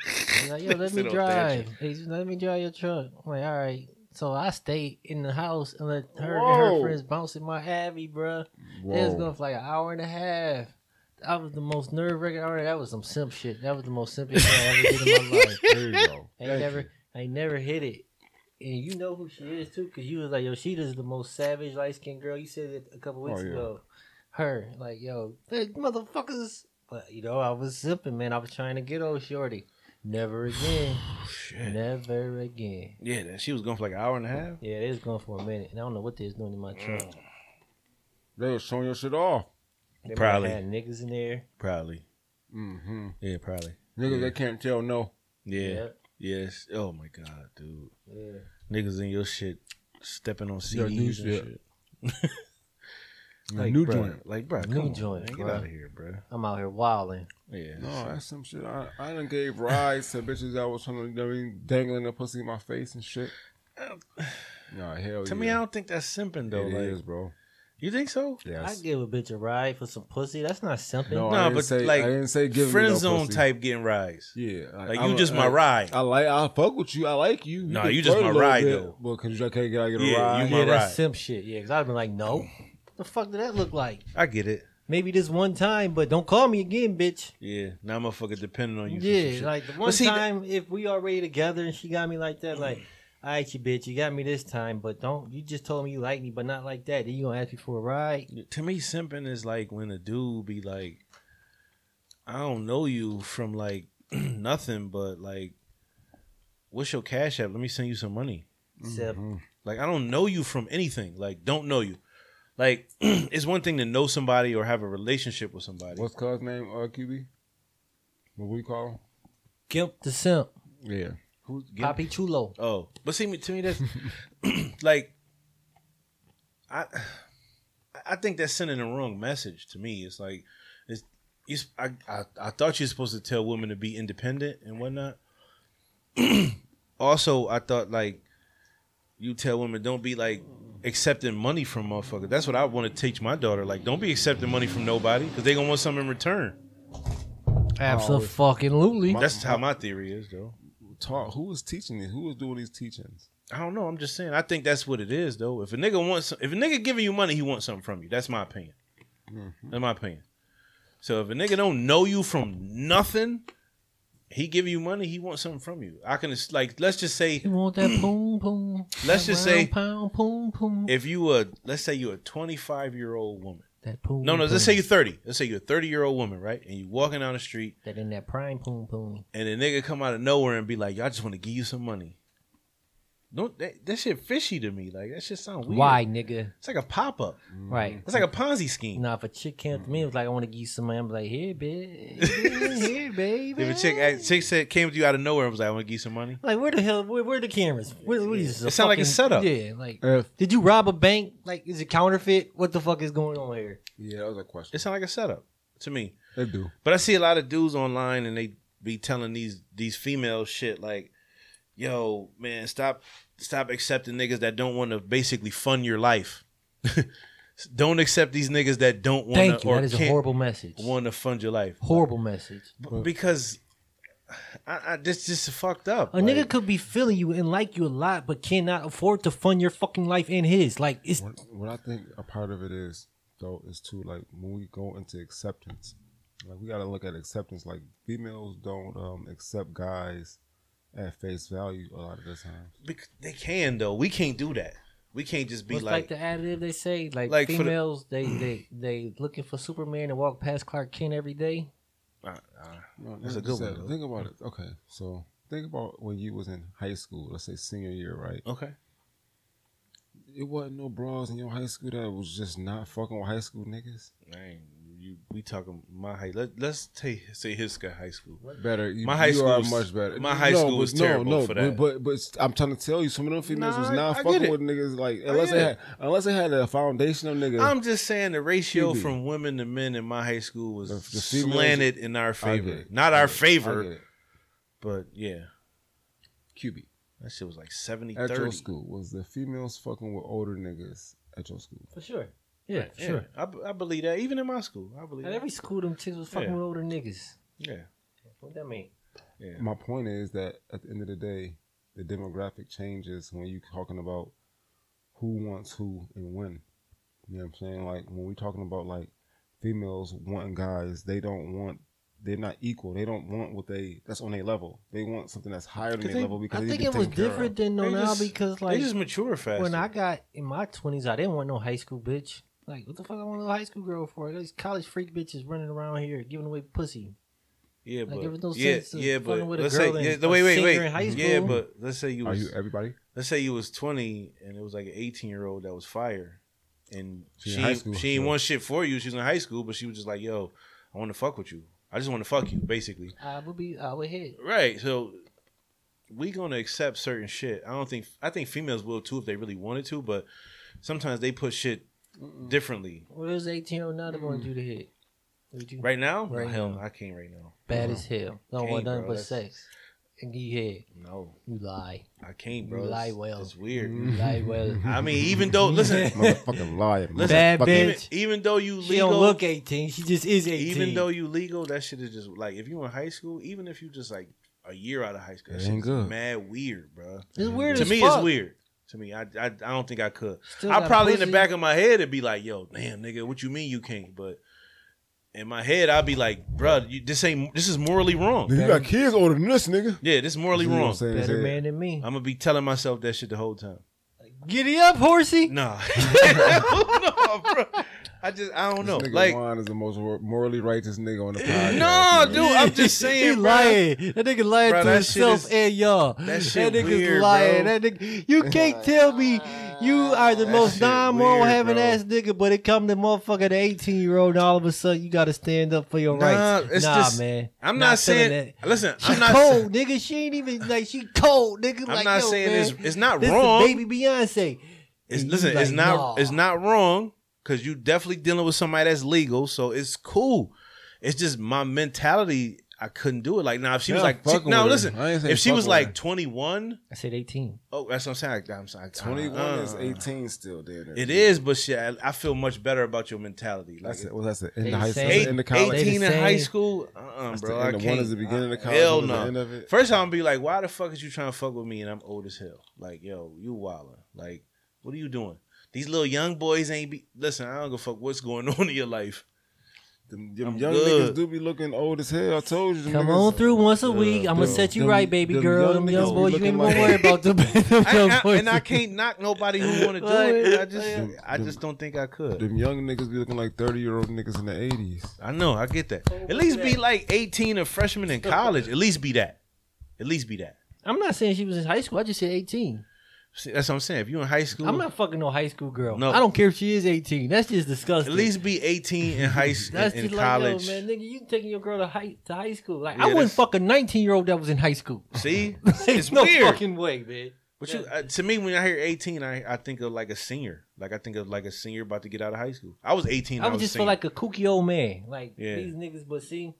Speaker 1: She's like, yo,
Speaker 2: They
Speaker 1: let me
Speaker 2: said on
Speaker 1: drive.
Speaker 2: Thatcher.
Speaker 1: Hey, just let me drive your truck. I'm like, all right. So I stayed in the house and let her and her
Speaker 4: Whoa.
Speaker 1: friends bounce in my Abbey, bruh.
Speaker 4: Whoa.
Speaker 1: It was going for like an hour and a half. That was the most nerve wracking hour. That was some simp shit. That was the most simp shit I ever did in my life.
Speaker 4: there you go.
Speaker 1: I
Speaker 4: Thank
Speaker 1: ain't never,
Speaker 4: you.
Speaker 1: I ain't never hit it. And you know who she is too, because you was like, yo, she is the most savage light skinned girl. You said it a couple weeks
Speaker 4: Oh, yeah.
Speaker 1: ago. Her, like, yo, hey, motherfuckers. But you know, I was zipping, man. I was trying to get old shorty. Never again.
Speaker 2: Shit.
Speaker 1: Never again.
Speaker 2: Yeah, that she was going for like an hour and a half.
Speaker 1: Yeah, they was going for a minute, and I don't know what they was doing in my trunk.
Speaker 4: Mm. They was showing your shit off.
Speaker 1: They might
Speaker 2: Probably.
Speaker 1: have had niggas in there.
Speaker 2: Probably.
Speaker 4: Mm-hmm.
Speaker 2: Yeah, probably.
Speaker 4: Niggas
Speaker 2: Yeah.
Speaker 4: that can't tell no.
Speaker 2: Yeah.
Speaker 1: Yep.
Speaker 2: Yes. Oh my god, dude.
Speaker 1: Yeah.
Speaker 2: Niggas in your shit stepping on CDs
Speaker 4: Yeah,
Speaker 2: and
Speaker 4: new shit.
Speaker 2: shit.
Speaker 4: new
Speaker 2: bruh,
Speaker 4: joint.
Speaker 2: Like, bro,
Speaker 1: New joint,
Speaker 2: Get
Speaker 1: bruh.
Speaker 2: out of here, bro.
Speaker 1: I'm out here wilding.
Speaker 2: Yeah.
Speaker 4: No,
Speaker 2: shit.
Speaker 4: that's some shit. I, I done gave rides to bitches that was trying to you know, what I mean, dangling their pussy in my face and shit. Nah, hell
Speaker 2: To me, I don't think that's simping
Speaker 4: know.
Speaker 2: though. like,
Speaker 4: bro.
Speaker 2: you think so?
Speaker 4: Yes.
Speaker 1: I give a bitch a ride for some pussy. That's not something.
Speaker 4: no,
Speaker 2: Nah,
Speaker 4: I didn't
Speaker 2: but,
Speaker 4: say,
Speaker 2: like,
Speaker 4: I didn't say give
Speaker 2: Friend
Speaker 4: me no
Speaker 2: zone
Speaker 4: pussy.
Speaker 2: type getting rides.
Speaker 4: Yeah,
Speaker 2: Like
Speaker 4: I'm
Speaker 2: you
Speaker 4: a-
Speaker 2: just my
Speaker 4: I-
Speaker 2: ride.
Speaker 4: I like. I fuck with you. I like you.
Speaker 2: Nah,
Speaker 4: can
Speaker 2: you just
Speaker 4: flirt a
Speaker 2: my
Speaker 4: little
Speaker 2: ride,
Speaker 4: bit.
Speaker 2: though.
Speaker 4: Well, cause you okay, gotta get a
Speaker 2: Yeah,
Speaker 4: ride.
Speaker 2: you
Speaker 1: yeah,
Speaker 2: my
Speaker 1: that's
Speaker 2: ride.
Speaker 1: simp shit. Yeah, because I'd been like, no. The fuck did that look like?
Speaker 2: I get it.
Speaker 1: maybe this one time, but don't call me again, bitch.
Speaker 2: Yeah. Now I'm motherfucker depending on you. for some shit.
Speaker 1: Yeah, like the one
Speaker 2: But see,
Speaker 1: time if we already together and she got me like that, like, all right, you bitch, you got me this time, but don't you just told me you like me, but not like that. Then you gonna ask me for a ride?
Speaker 2: to me, simping is like when a dude be like, I don't know you from like nothing, but like, what's your cash app? Let me send you some money.
Speaker 1: Except
Speaker 2: Mm-hmm. Like, I don't know you from anything. Like, don't know you. Like, it's one thing to know somebody or have a relationship with somebody.
Speaker 4: What's cuz name? Uh, QB. What we call? him?
Speaker 1: Gimp the simp,
Speaker 4: Yeah.
Speaker 2: Who's getting-
Speaker 1: Poppy Chulo.
Speaker 2: Oh, but see, me to me that's like, I, I think that's sending the wrong message to me. It's like, it's, you s- I, I, I thought you were supposed to tell women to be independent and whatnot. also, I thought like, you tell women don't be like accepting money from motherfucker. That's what I want to teach my daughter. Like, don't be accepting money from nobody because they gonna want something in return.
Speaker 1: Absolutely.
Speaker 4: My-
Speaker 2: That's how my theory is, though.
Speaker 4: Talk. Who was teaching this? Who was doing these teachings?
Speaker 2: I don't know. I'm just saying. I think that's what it is, though. If a nigga wants, some- if a nigga giving you money, he wants something from you. That's my opinion. That's my opinion. So if a nigga don't know you from nothing, he give you money, he wants something from you. I can like let's just say
Speaker 1: You want that poom poom?
Speaker 2: Let's
Speaker 1: that
Speaker 2: just
Speaker 1: round
Speaker 2: say-
Speaker 1: pound poom poom.
Speaker 2: if you a let's say you a 25 year old woman.
Speaker 1: That poom.
Speaker 2: No, no.
Speaker 1: poom.
Speaker 2: Let's say you're 30. Let's say you're a 30 year old woman, right? And you walking down the street,
Speaker 1: that in that prime poom poom.
Speaker 2: and a nigga come out of nowhere and be like, "Yo, I just want to give you some money." Don't that, that shit fishy to me? Like that shit sound weird.
Speaker 1: Why, nigga?
Speaker 2: It's like a pop up.
Speaker 1: Right.
Speaker 2: It's like a Ponzi scheme.
Speaker 1: Nah, if a chick came to me and was like, I want to give you some money, I'm like, here, bitch. Here, baby.
Speaker 2: If a chick act- chick said came to you out of nowhere and was like, "I want to give you some money,"
Speaker 1: Like, where the hell, where, where the cameras? Where, what is this,
Speaker 2: It sound like a
Speaker 1: fucking-
Speaker 2: setup.
Speaker 1: Yeah, like,
Speaker 4: Mm. If
Speaker 1: did you rob a bank? Like, is it counterfeit? What the fuck is going on here?
Speaker 4: yeah, that was a
Speaker 2: it
Speaker 4: question.
Speaker 2: sound like a setup to me.
Speaker 4: They do.
Speaker 2: But I see a lot of dudes online and they be telling these these females shit like, "Yo, man, stop stop accepting niggas that don't want to basically fund your life. don't accept these niggas that don't want
Speaker 1: Thank
Speaker 2: to
Speaker 1: you. That
Speaker 2: or
Speaker 1: is a
Speaker 2: can't
Speaker 1: horrible message.
Speaker 2: want to fund your life
Speaker 1: horrible message.
Speaker 2: B- because." I, I this just fucked up.
Speaker 1: A
Speaker 2: Like,
Speaker 1: nigga could be feeling you and like you a lot, but cannot afford to fund your fucking life and his. Like, it's
Speaker 4: What, what I think a part of it is though is too like when we go into acceptance, like we gotta look at acceptance. Like females don't um, accept guys at face value a lot of the time.
Speaker 2: bec- they can though. We can't do that. We can't just be
Speaker 1: What's
Speaker 2: like,
Speaker 1: like, the additive they say? Like,
Speaker 2: Like, for the-
Speaker 1: females, they they they looking for Superman to walk past Clark Kent every day.
Speaker 2: uh, uh,
Speaker 4: No,
Speaker 2: That's a
Speaker 4: just
Speaker 2: good
Speaker 4: that-
Speaker 2: one, though.
Speaker 4: Think about it. Okay, so think about when you was in high school. Let's say senior year, right?
Speaker 2: okay.
Speaker 4: It wasn't no bras in your high school that was just not fucking with high school niggas.
Speaker 2: Dang, you, we talking my high. Let, let's take say his guy high school.
Speaker 4: Better. You,
Speaker 2: My high
Speaker 4: you are
Speaker 2: school's-
Speaker 4: much better.
Speaker 2: my high school was terrible for that.
Speaker 4: But, but but I'm trying to tell you, some of them females
Speaker 2: Nah,
Speaker 4: was
Speaker 2: I-
Speaker 4: not
Speaker 2: I get
Speaker 4: fucking
Speaker 2: it.
Speaker 4: with niggas like unless
Speaker 2: get
Speaker 4: they
Speaker 2: it.
Speaker 4: had unless they had a foundation of niggas.
Speaker 2: I'm just saying the ratio
Speaker 4: Phoebe.
Speaker 2: from women to men in my high school was
Speaker 4: The- the females-
Speaker 2: slanted in our favor.
Speaker 4: it.
Speaker 2: Not
Speaker 4: I
Speaker 2: our
Speaker 4: get it. I get
Speaker 2: favor,
Speaker 4: it.
Speaker 2: but yeah,
Speaker 4: QB
Speaker 2: that shit was like 70
Speaker 4: at
Speaker 2: 30.
Speaker 4: your school was the females fucking with older niggas at your school.
Speaker 1: For sure. Yeah, for
Speaker 2: Yeah,
Speaker 1: sure.
Speaker 2: I, b- I believe that. Even in my school, I believe
Speaker 1: At
Speaker 2: that.
Speaker 1: every school, them chicks was fucking
Speaker 2: Yeah.
Speaker 1: with older niggas.
Speaker 2: Yeah.
Speaker 1: What that mean?
Speaker 2: yeah.
Speaker 4: My point is that at the end of the day, the demographic changes when you're talking about who wants who and when. You know what I'm saying? Like when we're talking about like females wanting guys, they don't want. They're not equal. They don't want what they that's on their level. They want something that's higher than
Speaker 2: 'Cause
Speaker 4: their
Speaker 2: they-
Speaker 4: level because
Speaker 1: I
Speaker 4: they
Speaker 1: think
Speaker 4: need
Speaker 1: it
Speaker 4: to
Speaker 1: was
Speaker 4: take care of.
Speaker 1: different than no
Speaker 2: They
Speaker 1: now
Speaker 2: just-
Speaker 1: because
Speaker 2: they
Speaker 1: like
Speaker 2: just mature faster.
Speaker 1: when I got in my twenties, I didn't want no high school bitch. Like, what the fuck I want a high school girl for? These college freak bitches running around here giving away pussy.
Speaker 2: yeah,
Speaker 1: like,
Speaker 2: but
Speaker 1: there was no
Speaker 2: yeah,
Speaker 1: sense to
Speaker 2: yeah, but
Speaker 1: fucking with a
Speaker 2: let's
Speaker 1: girl
Speaker 2: say
Speaker 1: in-
Speaker 2: yeah, the
Speaker 1: a
Speaker 2: wait, wait,
Speaker 1: senior
Speaker 2: wait.
Speaker 1: in high
Speaker 2: Yeah,
Speaker 1: school.
Speaker 2: but let's say you
Speaker 4: Are
Speaker 2: was
Speaker 4: you everybody?
Speaker 2: let's say you was 20 and it was like an 18 year old that was fire and
Speaker 4: She
Speaker 2: she
Speaker 4: in
Speaker 2: she,
Speaker 4: high school,
Speaker 2: ain't
Speaker 4: so-
Speaker 2: want shit for you she was in high school but she was just like yo i want to fuck with you i just want to fuck you basically
Speaker 1: I would be, I would hit.
Speaker 2: right so we gonna accept certain shit i don't think i think females will too if they really wanted to but sometimes they put shit differently
Speaker 1: Where's eighteen oh year old now that want you to hit? Would you
Speaker 2: right now
Speaker 1: Right
Speaker 2: hell
Speaker 1: now.
Speaker 2: no, i can't right now
Speaker 1: bad as hell? Don't want
Speaker 2: Ain't,
Speaker 1: nothing
Speaker 2: bro,
Speaker 1: but
Speaker 2: that's-
Speaker 1: sex. And you head.
Speaker 2: no
Speaker 1: You lie.
Speaker 2: i can't
Speaker 1: You
Speaker 2: bro
Speaker 1: lie
Speaker 2: It's-
Speaker 1: well. Mm-hmm.
Speaker 2: it's weird
Speaker 1: You lie well.
Speaker 2: i mean even though listen
Speaker 4: Motherfucking liar.
Speaker 2: Listen,
Speaker 1: Bad
Speaker 4: motherfucking-
Speaker 1: bitch.
Speaker 2: even, even though you legal
Speaker 1: She don't look eighteen. She just is eighteen.
Speaker 2: even though you legal, that shit is just like if you in high school, even if you just like a year out of high school, that
Speaker 4: It ain't
Speaker 2: shit's
Speaker 4: good.
Speaker 2: mad weird, bro.
Speaker 1: it's weird
Speaker 2: To
Speaker 1: as
Speaker 2: me,
Speaker 1: fuck.
Speaker 2: it's weird. To me, I, I I don't think I could.
Speaker 1: Still
Speaker 2: I
Speaker 1: got
Speaker 2: probably in the
Speaker 1: pussy.
Speaker 2: back of my head it'd be like, yo, damn nigga, what you mean you can't? But in my head, I'd be like, bro, you, this ain't this is morally wrong.
Speaker 4: Nigga, you got kids older than this, nigga.
Speaker 2: Yeah, this is morally
Speaker 4: You know what I'm
Speaker 2: wrong.
Speaker 4: saying?
Speaker 1: better
Speaker 4: Said,
Speaker 1: man than me.
Speaker 2: I'm gonna be telling myself that shit the whole time.
Speaker 1: Giddy up, horsey.
Speaker 2: Nah, no, bro. I just I don't
Speaker 4: this
Speaker 2: know.
Speaker 4: nigga
Speaker 2: Like,
Speaker 4: Juan is the most morally righteous nigga on the podcast.
Speaker 2: no,
Speaker 4: man.
Speaker 2: dude, I'm just
Speaker 1: he
Speaker 2: saying, bro.
Speaker 1: lying. That nigga lying
Speaker 2: Bruh,
Speaker 1: to
Speaker 2: that shit
Speaker 1: himself
Speaker 2: is-
Speaker 1: and y'all.
Speaker 2: that shit
Speaker 1: nigga's
Speaker 2: weird,
Speaker 1: lying.
Speaker 2: bro.
Speaker 1: That nigga, you can't tell me you are the
Speaker 2: That
Speaker 1: most
Speaker 2: shit
Speaker 1: non-moral
Speaker 2: weird,
Speaker 1: having
Speaker 2: bro.
Speaker 1: ass nigga, but it come to motherfucker the eighteen year old, and all of a sudden you got to stand up for your
Speaker 2: Nah,
Speaker 1: rights.
Speaker 2: it's
Speaker 1: nah,
Speaker 2: just-
Speaker 1: man.
Speaker 2: I'm not,
Speaker 1: feeling
Speaker 2: saying.
Speaker 1: that.
Speaker 2: Listen,
Speaker 1: She
Speaker 2: I'm not.
Speaker 1: cold, nigga. She ain't even like she cold, nigga.
Speaker 2: I'm
Speaker 1: like,
Speaker 2: not
Speaker 1: yo,
Speaker 2: saying
Speaker 1: man,
Speaker 2: it's it's not
Speaker 1: this is
Speaker 2: wrong.
Speaker 1: baby Beyonce. And
Speaker 2: It's,
Speaker 1: you
Speaker 2: listen, it's
Speaker 1: like,
Speaker 2: not
Speaker 1: nah.
Speaker 2: it's not wrong because you definitely dealing with somebody that's legal, so it's cool. It's just my mentality. I couldn't do it. Like now, if she was
Speaker 4: Yeah,
Speaker 2: like,
Speaker 4: fuck
Speaker 2: now
Speaker 4: with her.
Speaker 2: listen,
Speaker 4: I ain't saying
Speaker 2: if she
Speaker 4: fuck
Speaker 2: was
Speaker 4: with her.
Speaker 2: like 21,
Speaker 1: I said eighteen.
Speaker 2: oh, that's what I'm saying. I'm sorry,
Speaker 4: 21
Speaker 2: uh,
Speaker 4: is 18 still, there.
Speaker 2: It is, but shit, I, I feel much better about your mentality. Like
Speaker 4: That's it. Well, that's it.
Speaker 1: They
Speaker 4: In the high school,
Speaker 1: say-
Speaker 2: eight-
Speaker 4: in the college.
Speaker 2: 18
Speaker 1: They
Speaker 2: in
Speaker 1: the
Speaker 2: high
Speaker 1: same.
Speaker 2: school, uh-uh,
Speaker 4: That's
Speaker 2: bro.
Speaker 4: the
Speaker 2: I
Speaker 4: end.
Speaker 2: can't.
Speaker 4: One is the beginning of the college,
Speaker 2: Hell
Speaker 4: one is the
Speaker 2: no.
Speaker 4: end of it.
Speaker 2: First, I'm gonna be like, why the fuck is you trying to fuck with me and I'm old as hell? Like, yo, you wildin'. Like, what are you doing? These little young boys ain't be. Listen, I don't give a fuck what's going on in your life.
Speaker 4: Them, them
Speaker 2: I'm
Speaker 4: young
Speaker 2: good.
Speaker 4: niggas do be looking old as hell. I told you. them
Speaker 1: Come
Speaker 4: niggas-
Speaker 1: on through once a
Speaker 2: Yeah,
Speaker 1: week. I'm gonna
Speaker 2: them-
Speaker 1: set you
Speaker 4: them-
Speaker 1: right, baby
Speaker 4: them
Speaker 1: girl.
Speaker 4: young
Speaker 1: Them
Speaker 4: niggas
Speaker 1: young
Speaker 4: be
Speaker 1: boys, you ain't
Speaker 4: looking
Speaker 1: even
Speaker 4: like-
Speaker 1: gonna worry about them. them
Speaker 2: I,
Speaker 1: young
Speaker 2: I-
Speaker 1: boys.
Speaker 2: and I can't knock nobody who want to do it. I just, I just don't think I could.
Speaker 4: Them young niggas be looking like 30 year old niggas in the 80s.
Speaker 2: I know, I get that. At least be like 18 a freshman in college. At least be that. At least be that.
Speaker 1: I'm not saying she was in high school. I just said 18.
Speaker 2: See, that's what I'm saying. If you in high school,
Speaker 1: I'm not fucking no high school girl.
Speaker 2: No.
Speaker 1: I don't care if she is 18. That's just disgusting.
Speaker 2: at least be 18 in high s-
Speaker 1: that's
Speaker 2: in, in
Speaker 1: just
Speaker 2: college.
Speaker 1: like, yo, man, nigga, you taking your girl to high to high school. Like
Speaker 2: Yeah,
Speaker 1: I wouldn't
Speaker 2: that's-
Speaker 1: fuck a 19 year old that was in high school.
Speaker 2: See,
Speaker 1: There's
Speaker 2: it's
Speaker 1: no
Speaker 2: weird.
Speaker 1: fucking way, man.
Speaker 2: But you, uh, to me, when I hear eighteen, I, I think of like a senior. Like I think of like a senior about to get out of high school. I was eighteen.
Speaker 1: I would just feel like a kooky old man. Like
Speaker 2: Yeah.
Speaker 1: these niggas, but see,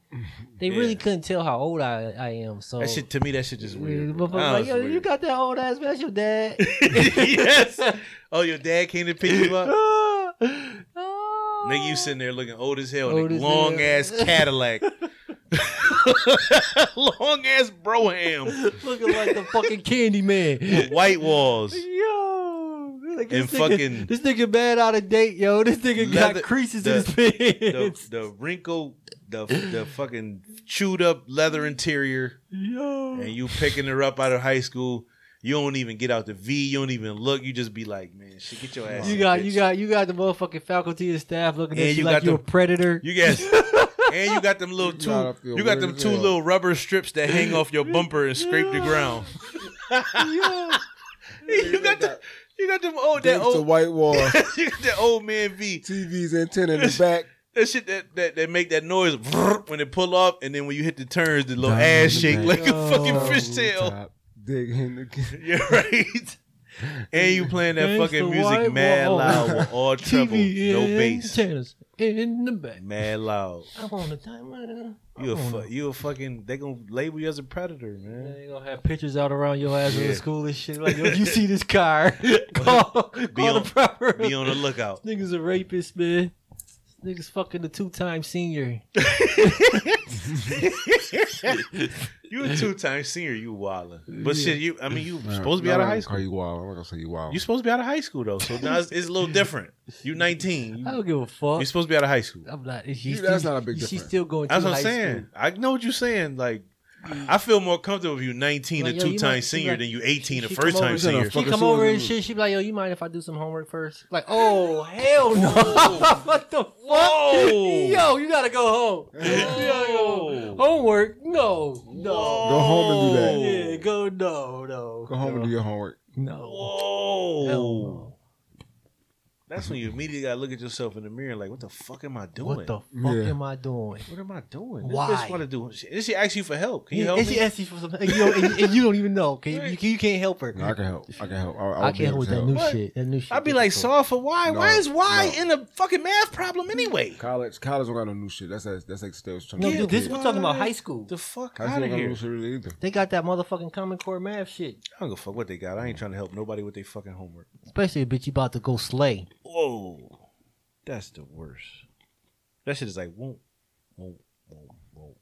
Speaker 1: they
Speaker 2: Yeah.
Speaker 1: really couldn't tell how old I, I am. So
Speaker 2: that shit. To me, that shit just
Speaker 1: oh. Yeah,
Speaker 2: weird.
Speaker 1: the motherfucker
Speaker 2: Oh,
Speaker 1: like,
Speaker 2: it's
Speaker 1: yo, you
Speaker 2: weird.
Speaker 1: got that old ass special, dad.
Speaker 2: yes. Oh, your dad came to pick you up.
Speaker 1: Ah.
Speaker 2: Nigga,
Speaker 1: Nigga,
Speaker 2: you sitting there looking old as hell, in
Speaker 1: Old
Speaker 2: a
Speaker 1: as
Speaker 2: long
Speaker 1: hell.
Speaker 2: ass Cadillac, long ass Broham,
Speaker 1: looking like the fucking candy man.
Speaker 2: with white walls.
Speaker 1: Yo, like, this
Speaker 2: And
Speaker 1: nigga,
Speaker 2: fucking-
Speaker 1: this nigga bad out of date, yo. This nigga
Speaker 2: Leather-
Speaker 1: got creases
Speaker 2: the-
Speaker 1: in his pants.
Speaker 2: The, the wrinkled, the the fucking chewed up leather interior.
Speaker 1: yo, Mm.
Speaker 2: and you picking her up out of high school You don't even get out the V. You don't even look. You just be like, man, shit, get your ass.
Speaker 1: You
Speaker 2: in,
Speaker 1: got
Speaker 2: bitch.
Speaker 1: you got you got the motherfucking faculty and staff looking at
Speaker 2: And
Speaker 1: you,
Speaker 2: you
Speaker 1: like
Speaker 2: got
Speaker 1: you're
Speaker 2: the-
Speaker 1: a predator.
Speaker 2: You guess. and you got them little two.
Speaker 4: Nah, I feel
Speaker 2: you got
Speaker 4: weird
Speaker 2: them
Speaker 4: as
Speaker 2: two
Speaker 4: hell.
Speaker 2: little rubber strips that hang off your bumper and scrape the ground.
Speaker 1: Yeah.
Speaker 2: you got the, you got them old that
Speaker 4: It's a
Speaker 2: old
Speaker 4: white wall.
Speaker 2: you got that old man V.
Speaker 4: TV's antenna in the back.
Speaker 2: That shit that, that, that make that noise when it pull up, and then when you hit the turns, the little
Speaker 4: Down in
Speaker 2: ass
Speaker 4: the
Speaker 2: shake
Speaker 4: back.
Speaker 2: like a fucking
Speaker 1: Oh,
Speaker 2: fish tail.
Speaker 4: Top, Dig in the
Speaker 2: You're right. And you playing that
Speaker 1: Thanks
Speaker 2: fucking
Speaker 1: to
Speaker 2: music
Speaker 1: white
Speaker 2: mad
Speaker 1: wall.
Speaker 2: loud with all treble,
Speaker 1: TV
Speaker 2: no
Speaker 1: and
Speaker 2: bass,
Speaker 1: Tennis in the back.
Speaker 2: mad loud.
Speaker 1: I want a diamond.
Speaker 2: You a
Speaker 1: I
Speaker 2: fu-
Speaker 1: want
Speaker 2: you a fucking they gonna label you as a predator,
Speaker 1: a-
Speaker 2: man.
Speaker 1: They gonna have pictures out around your ass in
Speaker 2: Yeah.
Speaker 1: the school and shit. Like, yo, you see this car? call call
Speaker 2: on-
Speaker 1: the proper.
Speaker 2: Be on the lookout.
Speaker 1: This nigga's a rapist, man. This nigga's fucking the two time senior.
Speaker 2: you a two time senior, you wildin'. But
Speaker 1: Yeah.
Speaker 2: shit, you I mean you
Speaker 4: Nah,
Speaker 2: supposed to be
Speaker 4: nah,
Speaker 2: out of
Speaker 4: I'm
Speaker 2: high
Speaker 4: gonna
Speaker 2: school.
Speaker 4: Call you wild. I'm not gonna say you wild.
Speaker 2: You supposed to be out of high school though, so now it's, it's a little different. You 19.
Speaker 1: I
Speaker 2: You,
Speaker 1: don't give a fuck.
Speaker 2: are supposed to be out of high school.
Speaker 1: I'm not. She's
Speaker 4: You-
Speaker 1: still,
Speaker 4: that's not a big
Speaker 1: She's
Speaker 4: difference.
Speaker 1: still going.
Speaker 2: That's
Speaker 1: to
Speaker 2: what I'm
Speaker 1: high
Speaker 2: saying.
Speaker 1: School.
Speaker 2: I know what you're saying. Like, I feel more comfortable if you 19
Speaker 1: Like,
Speaker 2: and
Speaker 1: yo, you
Speaker 2: two time
Speaker 1: might-
Speaker 2: senior
Speaker 1: like,
Speaker 2: than you 18 the
Speaker 1: she
Speaker 2: first
Speaker 1: come
Speaker 2: time
Speaker 1: over-
Speaker 2: senior.
Speaker 1: She
Speaker 4: Fucking
Speaker 1: come
Speaker 4: sooner
Speaker 1: over
Speaker 4: than
Speaker 1: and
Speaker 4: you.
Speaker 1: shit. She be like, "Yo, you mind if I do some homework first? Like, "Oh hell no! what the fuck?
Speaker 2: Whoa.
Speaker 1: Yo, you gotta go home. You gotta go home. Homework? No, no.
Speaker 4: Go home and do
Speaker 1: Yeah, go no, no.
Speaker 4: Go home
Speaker 1: no.
Speaker 4: and do your homework.
Speaker 1: no.
Speaker 2: Whoa.
Speaker 1: Hell no.
Speaker 2: That's when you immediately gotta look at yourself in the mirror like, what the fuck am I doing?
Speaker 1: What the fuck
Speaker 4: Yeah.
Speaker 1: am I doing?
Speaker 2: What am I doing? This
Speaker 1: Why?
Speaker 2: bitch wanna do shit. And she asks you for help. Can you
Speaker 1: Yeah,
Speaker 2: help
Speaker 1: and
Speaker 2: me?
Speaker 1: she asks you for something, and you don't, and, and you don't even know. Can you, you, you can't help her.
Speaker 4: No, I can help. I can help. I, I,
Speaker 1: I can't help with that new
Speaker 2: What?
Speaker 1: shit. That new shit.
Speaker 2: I'd be like,
Speaker 1: difficult.
Speaker 2: solve for why?
Speaker 4: No,
Speaker 2: why is why
Speaker 4: no.
Speaker 2: in a fucking math problem anyway?
Speaker 4: College, college don't got no new shit. That's that's, that's like still trying
Speaker 1: No,
Speaker 4: to
Speaker 1: dude, this we're talking about
Speaker 2: What?
Speaker 1: high school.
Speaker 2: The fuck
Speaker 4: I
Speaker 2: out
Speaker 4: don't
Speaker 2: of
Speaker 4: got no
Speaker 2: here.
Speaker 4: new shit really either.
Speaker 1: They got that motherfucking Common Core math shit.
Speaker 2: I don't give a fuck what they got. I ain't trying to help nobody with their fucking homework.
Speaker 1: Especially a bitch you about to go slay.
Speaker 2: Whoa. That's the worst. That shit is like, whoop, whoop, whoop, whoop.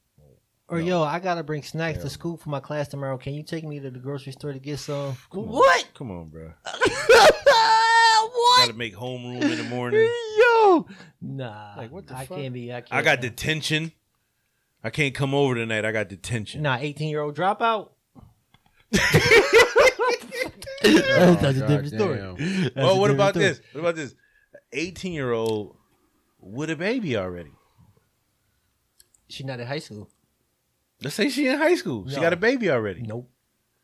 Speaker 1: Or
Speaker 2: No.
Speaker 1: yo, I gotta bring snacks
Speaker 2: Yeah.
Speaker 1: to school for my class tomorrow. Can you take me to the grocery store to get some? What?
Speaker 2: Come on, bro.
Speaker 1: what?
Speaker 2: Gotta make homeroom in the morning.
Speaker 1: Yo, nah.
Speaker 2: Like, what the
Speaker 1: I
Speaker 2: fuck?
Speaker 1: can't be. I, can't
Speaker 2: I got detention. I can't come over tonight. I got detention.
Speaker 1: Nah, eighteen year old dropout.
Speaker 4: Oh,
Speaker 1: That's a
Speaker 4: God
Speaker 1: different story.
Speaker 4: damn.
Speaker 1: That's
Speaker 2: Oh,
Speaker 1: a
Speaker 2: what
Speaker 1: different
Speaker 2: about
Speaker 1: story.
Speaker 2: this? What about this? 18 year old with a baby already.
Speaker 1: She not in high school.
Speaker 2: Let's say she in high school. She
Speaker 1: No.
Speaker 2: got a baby already.
Speaker 1: Nope.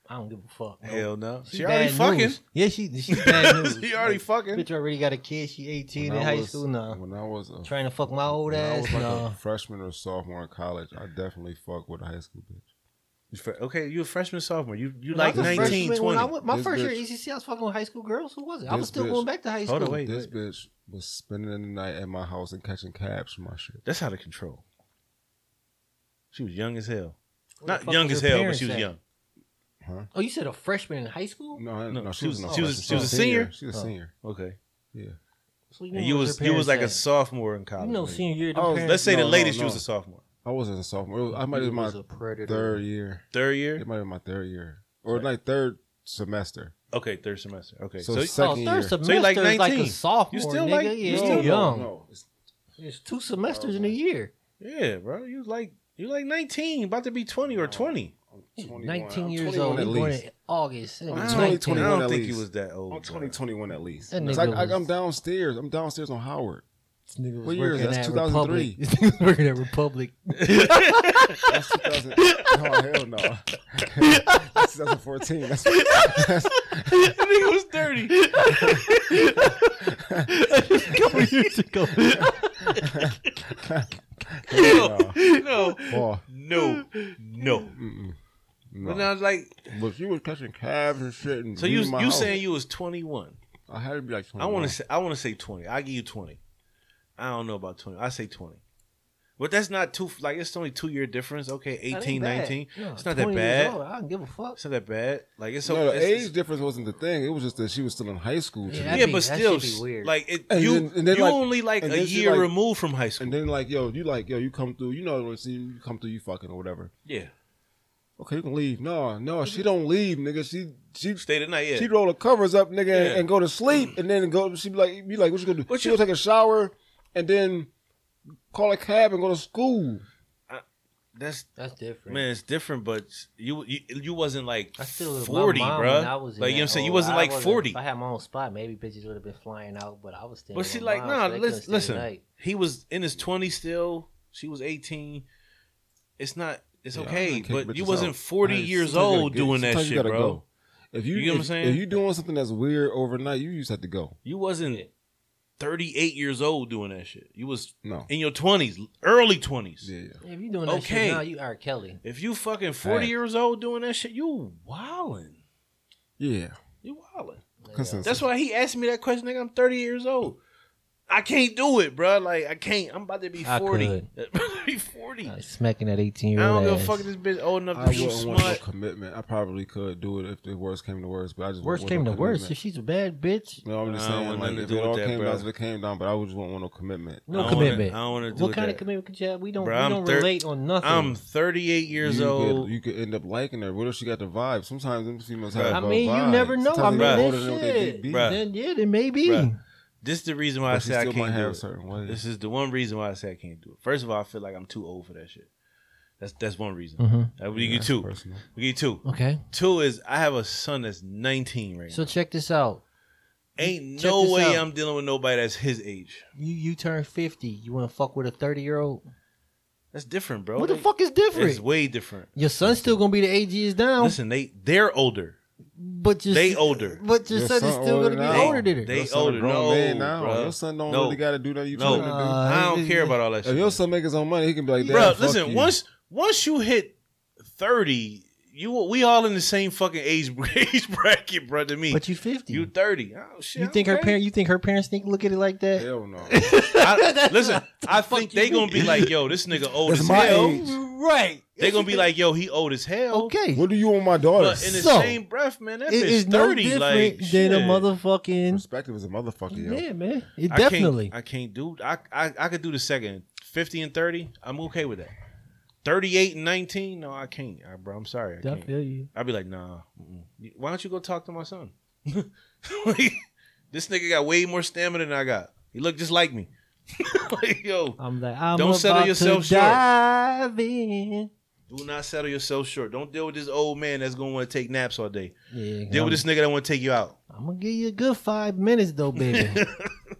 Speaker 1: I don't give a fuck. Nope.
Speaker 2: Hell no. She,
Speaker 1: bad
Speaker 2: already fucking.
Speaker 1: news. Yeah, she she's bad news.
Speaker 2: she already
Speaker 1: Like,
Speaker 2: fucking.
Speaker 1: Bitch already got a kid. She eighteen
Speaker 4: When
Speaker 1: in
Speaker 4: I
Speaker 1: high
Speaker 4: was-
Speaker 1: school. Nah.
Speaker 4: When I was a
Speaker 1: Trying to fuck my old
Speaker 4: when I
Speaker 1: ass.
Speaker 4: was like
Speaker 1: nah.
Speaker 4: a freshman or sophomore in college, I definitely fucked with a high school bitch.
Speaker 2: Okay, you a freshman, sophomore. You you
Speaker 1: When
Speaker 2: like
Speaker 1: I was a
Speaker 2: 19,
Speaker 1: freshman,
Speaker 2: 20.
Speaker 1: when I went, my
Speaker 4: This
Speaker 1: first year
Speaker 4: bitch-
Speaker 1: at ECC, I was fucking with high school girls. Who was it? I
Speaker 4: This
Speaker 1: was still
Speaker 4: bitch-
Speaker 1: going back to high school.
Speaker 2: Hold on, wait.
Speaker 4: this bitch was spending the night at my house and catching cabs from my shit.
Speaker 2: That's out of control. She was young as hell.
Speaker 1: Where the
Speaker 2: Not
Speaker 1: fuck
Speaker 2: young
Speaker 1: was
Speaker 2: as
Speaker 1: her
Speaker 2: hell, but
Speaker 1: parents
Speaker 2: she was
Speaker 1: at?
Speaker 2: young.
Speaker 1: Oh, you said a freshman in high school?
Speaker 4: No, I-
Speaker 2: No,
Speaker 4: no, she was, no
Speaker 1: she was-
Speaker 4: freshman.
Speaker 1: she was a
Speaker 2: senior?
Speaker 4: She was a
Speaker 1: Oh.
Speaker 4: senior.
Speaker 2: Okay.
Speaker 1: So
Speaker 2: And
Speaker 1: know
Speaker 2: you
Speaker 1: where
Speaker 2: was
Speaker 1: her
Speaker 2: you was
Speaker 1: parents
Speaker 2: like a
Speaker 1: at.
Speaker 2: sophomore in college.
Speaker 1: You know,
Speaker 2: right?
Speaker 1: senior year.
Speaker 4: I
Speaker 1: them
Speaker 4: was-
Speaker 1: parents-
Speaker 2: Let's say the
Speaker 4: No, no,
Speaker 2: latest
Speaker 4: no.
Speaker 2: she was a sophomore.
Speaker 4: I wasn't a sophomore. It was, I might have
Speaker 1: You
Speaker 4: been my
Speaker 1: was a predator.
Speaker 4: third year.
Speaker 2: Third year?
Speaker 4: It might have been my third year or like third semester.
Speaker 2: Okay, third semester. Okay.
Speaker 4: So
Speaker 2: So,
Speaker 4: s-
Speaker 1: Oh,
Speaker 4: second year.
Speaker 1: third
Speaker 4: So
Speaker 1: semester
Speaker 2: you're like
Speaker 1: is like a
Speaker 2: 19.
Speaker 1: sophomore.
Speaker 2: You still
Speaker 1: nigga.
Speaker 2: like-
Speaker 1: yeah,
Speaker 2: you
Speaker 1: you
Speaker 2: still
Speaker 1: young.
Speaker 4: No, it's-
Speaker 1: It's two semesters in a year.
Speaker 2: yeah, bro. You was like you like 19, about to be 20 or 20.
Speaker 4: I'm 21.
Speaker 1: 19
Speaker 4: I'm
Speaker 1: years
Speaker 4: 21
Speaker 1: old.
Speaker 4: At
Speaker 1: You going
Speaker 4: least.
Speaker 1: in August.
Speaker 4: I'm
Speaker 1: Nigga,
Speaker 4: 20,
Speaker 1: 19.
Speaker 2: I
Speaker 4: 21
Speaker 2: don't
Speaker 4: at
Speaker 2: think
Speaker 4: least.
Speaker 2: he was that old.
Speaker 1: Oh,
Speaker 4: I'm
Speaker 2: bro.
Speaker 4: 20, 21 at least.
Speaker 1: That
Speaker 4: 'Cause
Speaker 1: nigga
Speaker 4: I, I, I'm
Speaker 1: was-
Speaker 4: downstairs. I'm downstairs on Howard.
Speaker 1: This nigga was
Speaker 4: What year is
Speaker 1: working
Speaker 4: that?
Speaker 1: at
Speaker 4: 2003.
Speaker 1: Republic. This nigga was working at Republic.
Speaker 4: That's 2000. oh, hell no. that's 2014. That's, that's,
Speaker 2: that nigga was 30.
Speaker 1: a couple years ago.
Speaker 4: hell
Speaker 2: no.
Speaker 4: no. Oh,
Speaker 2: No. No.
Speaker 4: no.
Speaker 2: But now it's like
Speaker 4: But you was catching calves and shit. And
Speaker 2: so you
Speaker 4: leaving my
Speaker 2: you
Speaker 4: house. Mm-hmm.
Speaker 2: saying you was 21.
Speaker 4: I had to be like 20.
Speaker 2: I want to say I want to say 20. I give you 20. I don't know about 20. I say 20. But that's not too like it's only 2 year difference. Okay, 18, 19. it's not that bad.
Speaker 1: I don't give a fuck.
Speaker 2: It's not that bad. Like it's
Speaker 4: no,
Speaker 2: so
Speaker 4: the
Speaker 2: it's,
Speaker 4: age difference wasn't the thing. It was just that she was still in high school. to
Speaker 1: Yeah,
Speaker 4: me.
Speaker 1: That'd
Speaker 2: yeah,
Speaker 1: be-
Speaker 2: but
Speaker 1: that
Speaker 2: still,
Speaker 1: should be weird.
Speaker 2: like it,
Speaker 4: And
Speaker 2: you,
Speaker 4: then- and then,
Speaker 2: you
Speaker 4: like-
Speaker 2: only like
Speaker 4: and
Speaker 2: a
Speaker 4: then she,
Speaker 2: year
Speaker 4: like-
Speaker 2: removed from high school.
Speaker 4: And then like, yo, you like, yo, you come through. You know, when she- you come through, you fucking or whatever.
Speaker 2: yeah,
Speaker 4: Okay, you can leave. No, no, she don't leave, nigga. She she
Speaker 2: stay the night. Yeah,
Speaker 4: she roll the covers up, nigga,
Speaker 2: Yeah. Mm.
Speaker 4: and go to sleep, and then go. She be like, be like, what you gonna do?
Speaker 2: What
Speaker 4: she
Speaker 2: you-
Speaker 4: gonna take a shower and then call a cab and go to school.
Speaker 2: that's
Speaker 1: That's different.
Speaker 2: man, it's different. But you you, you wasn't like
Speaker 1: I still live with my
Speaker 2: forty,
Speaker 1: mom
Speaker 2: bro.
Speaker 1: when I was in
Speaker 2: Like you know, what I'm
Speaker 1: that
Speaker 2: saying you
Speaker 1: hole.
Speaker 2: wasn't
Speaker 1: I
Speaker 2: like forty.
Speaker 1: If I had my own spot, maybe bitches would have been flying out, but I was staying.
Speaker 2: But
Speaker 1: with
Speaker 2: she
Speaker 1: my
Speaker 2: like,
Speaker 1: mom,
Speaker 2: nah,
Speaker 1: so they couldn't
Speaker 2: listen,
Speaker 1: stay
Speaker 2: listen.
Speaker 1: the night.
Speaker 2: He was in his twenties still. She was eighteen. It's not. It's
Speaker 4: Yeah, I
Speaker 2: okay.
Speaker 4: done kicked
Speaker 2: But you
Speaker 4: bitches
Speaker 2: wasn't
Speaker 4: out.
Speaker 2: forty
Speaker 4: Hey,
Speaker 2: years
Speaker 4: sometimes you
Speaker 2: old
Speaker 4: gotta get-
Speaker 2: doing that
Speaker 4: sometimes you
Speaker 2: shit,
Speaker 4: gotta
Speaker 2: bro.
Speaker 4: go. If you,
Speaker 2: You get what
Speaker 4: if,
Speaker 2: I'm saying?
Speaker 4: if you doing something that's weird overnight, you just have to go.
Speaker 2: You wasn't thirty eight years old doing that shit. You was
Speaker 4: No.
Speaker 2: in your twenties, early twenties.
Speaker 4: Yeah, yeah.
Speaker 1: If you doing that
Speaker 2: Okay.
Speaker 1: shit now, you are Kelly.
Speaker 2: If you fucking forty
Speaker 4: Facts.
Speaker 2: years old doing that shit, you wildin'.
Speaker 4: Yeah.
Speaker 2: You wildin'.
Speaker 4: Consensus.
Speaker 2: That's why he asked me that question. Nigga, I'm 30 years old. I can't do it, bro. Like I can't. I'm about to be
Speaker 1: I
Speaker 2: 40.
Speaker 1: could.
Speaker 2: I'm about to be 40.
Speaker 1: Like
Speaker 2: I
Speaker 1: smacking that eighteen year old.
Speaker 2: don't give a fuck if this bitch old enough
Speaker 4: I
Speaker 2: to be
Speaker 4: wouldn't want no
Speaker 2: smart.
Speaker 4: commitment. I probably could do it if the worst came to worst, but I just
Speaker 1: Worst
Speaker 4: wouldn't
Speaker 1: came to
Speaker 4: want no
Speaker 1: worst, if
Speaker 4: commitment.
Speaker 1: she's a bad bitch,
Speaker 4: No, I'm just
Speaker 2: I don't
Speaker 4: saying,
Speaker 2: want
Speaker 4: like,
Speaker 2: nothing to
Speaker 4: if
Speaker 2: do
Speaker 4: it
Speaker 2: with
Speaker 4: all
Speaker 2: that,
Speaker 4: came
Speaker 2: bro.
Speaker 4: down, if it came down, but I would just want no commitment.
Speaker 1: no
Speaker 2: I don't wanna-
Speaker 1: commitment.
Speaker 2: I don't want to do
Speaker 1: what kind
Speaker 2: that.
Speaker 1: of commitment could you have? We don't. we
Speaker 2: Bruh, I'm
Speaker 1: don't
Speaker 2: thir-
Speaker 1: relate on nothing.
Speaker 2: I'm 38 years
Speaker 4: you
Speaker 2: old.
Speaker 4: Could, you could end up liking her. What if she got the vibe? Sometimes them females have.
Speaker 2: Bruh.
Speaker 1: I
Speaker 4: a
Speaker 1: mean,
Speaker 4: vibe.
Speaker 1: you never know. I
Speaker 4: Sometimes
Speaker 1: mean,
Speaker 4: they
Speaker 2: Bruh.
Speaker 4: older
Speaker 1: that
Speaker 4: than what they
Speaker 1: shit.
Speaker 4: be.
Speaker 2: Bruh.
Speaker 1: Then yeah, it may be.
Speaker 2: Bruh. this is the reason why I
Speaker 4: But she
Speaker 2: say I
Speaker 4: still might
Speaker 2: can't do
Speaker 4: have
Speaker 2: it.
Speaker 4: certain ways.
Speaker 2: This is the one reason why I say I can't do it. First of all, I feel like I'm too old for that shit. That's that's one reason.
Speaker 1: Mhm.
Speaker 2: I will give
Speaker 4: Yeah,
Speaker 2: you
Speaker 4: that's
Speaker 2: two.
Speaker 4: personal.
Speaker 2: We give you two.
Speaker 1: Okay,
Speaker 2: Two is I have a son that's 19 right now.
Speaker 1: so check this out.
Speaker 2: Ain't
Speaker 1: check
Speaker 2: no
Speaker 1: this
Speaker 2: way
Speaker 1: out.
Speaker 2: I'm dealing with nobody that's his age.
Speaker 1: You you turn fifty. You want to fuck with a thirty year old?
Speaker 2: That's different, bro.
Speaker 1: What the
Speaker 2: Like,
Speaker 1: fuck is
Speaker 2: It's
Speaker 1: different?
Speaker 2: way different.
Speaker 1: Your son's still gonna be the age he is now,
Speaker 2: Listen, they they're older.
Speaker 1: but your
Speaker 2: They older.
Speaker 1: But your,
Speaker 4: Your
Speaker 1: son,
Speaker 4: son
Speaker 1: is still
Speaker 4: older
Speaker 1: gonna be
Speaker 4: now.
Speaker 1: older than it.
Speaker 2: They
Speaker 4: Your son a
Speaker 2: older.
Speaker 4: grown
Speaker 2: No,
Speaker 4: man now.
Speaker 2: bruh.
Speaker 4: Your son don't
Speaker 2: No.
Speaker 4: really got to do that. You
Speaker 2: No.
Speaker 4: trying to do.
Speaker 1: Nah. Uh,
Speaker 2: I don't
Speaker 1: it-
Speaker 2: care about all that
Speaker 4: if your
Speaker 2: shit.
Speaker 4: son make his own money, he can be like,
Speaker 2: Bro,
Speaker 4: "Dad, fuck
Speaker 2: listen,
Speaker 4: you."
Speaker 2: once once you hit 30, you we all in the same fucking age, age bracket, bro, to me.
Speaker 1: But you fifty.
Speaker 2: you
Speaker 1: You,
Speaker 2: 30. Oh shit.
Speaker 1: think her
Speaker 2: okay.
Speaker 1: parent? You think her parents think look at it like that?
Speaker 4: hell no.
Speaker 2: I, listen, I
Speaker 1: fuck
Speaker 2: think
Speaker 1: you
Speaker 2: they going to be
Speaker 1: mean?
Speaker 2: like, "Yo, this nigga old
Speaker 4: That's
Speaker 2: as
Speaker 4: my
Speaker 2: hell."
Speaker 4: age.
Speaker 1: Right.
Speaker 2: They going to be like, "Yo, he old as hell."
Speaker 1: okay.
Speaker 4: What do you want my daughter?
Speaker 2: But in the
Speaker 1: So,
Speaker 2: same breath, man, that
Speaker 1: it
Speaker 2: bitch
Speaker 1: is
Speaker 2: 30
Speaker 1: no different
Speaker 2: like
Speaker 1: than a
Speaker 2: shit.
Speaker 1: motherfucking.
Speaker 4: Perspective is a motherfucker, yo.
Speaker 1: Yeah, man. It
Speaker 2: I can't-
Speaker 1: definitely.
Speaker 2: I can't, do. I, I I could do the second fifty and thirty. I'm okay with that. Thirty eight and nineteen. No, I can't, I, bro. I'm sorry. I
Speaker 1: I,
Speaker 2: can't.
Speaker 1: feel you.
Speaker 2: I'd be like, nah. mm-mm. Why don't you go talk to my son? Like, this nigga got way more stamina than I got. He look just like me. like yo,
Speaker 1: I'm like, I'm
Speaker 2: Don't
Speaker 1: about
Speaker 2: settle yourself
Speaker 1: to
Speaker 2: short.
Speaker 1: dive in.
Speaker 2: do not settle yourself short. Don't deal with this old man that's gonna want to take naps all day.
Speaker 1: Yeah,
Speaker 2: Deal
Speaker 1: I'm,
Speaker 2: with this nigga that want to take you out.
Speaker 1: I'm gonna give you a good five minutes though, baby.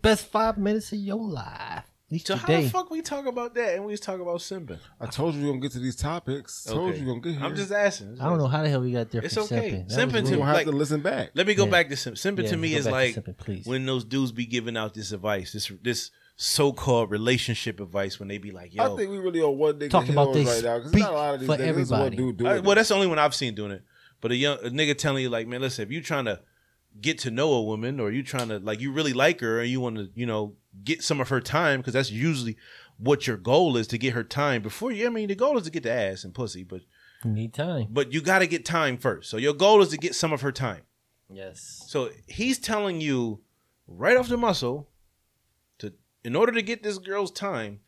Speaker 1: Best five minutes of your life. At least
Speaker 2: So how
Speaker 1: today.
Speaker 2: the fuck we talk about that and we just talk about Simba?
Speaker 4: I told you we gonna get to these topics. Told
Speaker 2: Okay.
Speaker 4: you we gonna get here.
Speaker 2: I'm just asking.
Speaker 1: I don't know how the hell we got there.
Speaker 2: It's
Speaker 1: from
Speaker 2: okay.
Speaker 1: Simping. That was
Speaker 2: Simping
Speaker 4: we
Speaker 2: to-
Speaker 1: weird.
Speaker 4: gonna have
Speaker 2: like-
Speaker 4: to listen back.
Speaker 2: Let me go
Speaker 1: Yeah.
Speaker 2: back to Simp. Simping
Speaker 1: Yeah,
Speaker 2: to
Speaker 1: go
Speaker 2: me
Speaker 1: back
Speaker 2: is
Speaker 1: to
Speaker 2: like
Speaker 1: Simping, please.
Speaker 2: when those dudes be giving out this advice, this this so called relationship advice, when they be like,
Speaker 4: I
Speaker 2: "Yo,
Speaker 4: think we really on one nigga
Speaker 1: Talk
Speaker 4: hit
Speaker 1: about
Speaker 4: on
Speaker 1: this
Speaker 4: right now because not a
Speaker 1: beat
Speaker 4: lot of these
Speaker 1: for
Speaker 4: niggas. This is what
Speaker 1: everybody.
Speaker 4: dude do.
Speaker 2: I-
Speaker 4: it.
Speaker 2: well, that's the only one I've seen doing it." But a young a nigga telling you like, "Man, listen, if you trying to get to know a woman, or you trying to like you really like her, and you want to you know get some of her time, because that's usually what your goal is to get her time before you. I mean, the goal is to get the ass and pussy, but
Speaker 1: You need time.
Speaker 2: but you got to get time first. So your goal is to get some of her time.
Speaker 1: Yes.
Speaker 2: So he's telling you right off the muscle to in order to get this girl's time,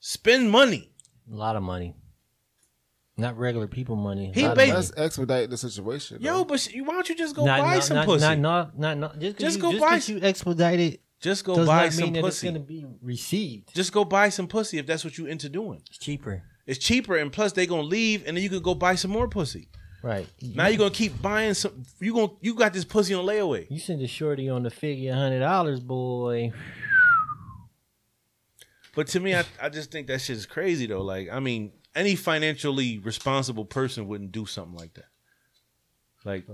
Speaker 2: spend money.
Speaker 1: A lot of money. Not regular people money. a
Speaker 2: He
Speaker 1: lot of
Speaker 2: ba-
Speaker 1: money.
Speaker 4: Let's expedite the situation.
Speaker 2: Yo,
Speaker 4: though.
Speaker 2: but sh- why don't you just go
Speaker 1: not,
Speaker 2: buy
Speaker 1: not,
Speaker 2: some
Speaker 1: not,
Speaker 2: pussy?
Speaker 1: Not, not, not, not, just, 'cause
Speaker 2: Just
Speaker 1: you,
Speaker 2: go
Speaker 1: just
Speaker 2: buy
Speaker 1: 'cause you expedited
Speaker 2: just go
Speaker 1: does
Speaker 2: buy
Speaker 1: not
Speaker 2: some
Speaker 1: mean that it's
Speaker 2: pussy.
Speaker 1: going to be received.
Speaker 2: Just go buy some pussy if that's what you into doing.
Speaker 1: It's cheaper.
Speaker 2: It's cheaper, and plus they gonna leave, and then you can go buy some more pussy.
Speaker 1: Right.
Speaker 2: Now you're gonna keep buying some. You gonna you got this pussy on layaway.
Speaker 1: You send a shorty on the figure hundred dollars, boy.
Speaker 2: But to me, I, I just think that shit is crazy though. Like, I mean, any financially responsible person wouldn't do something like that. Like,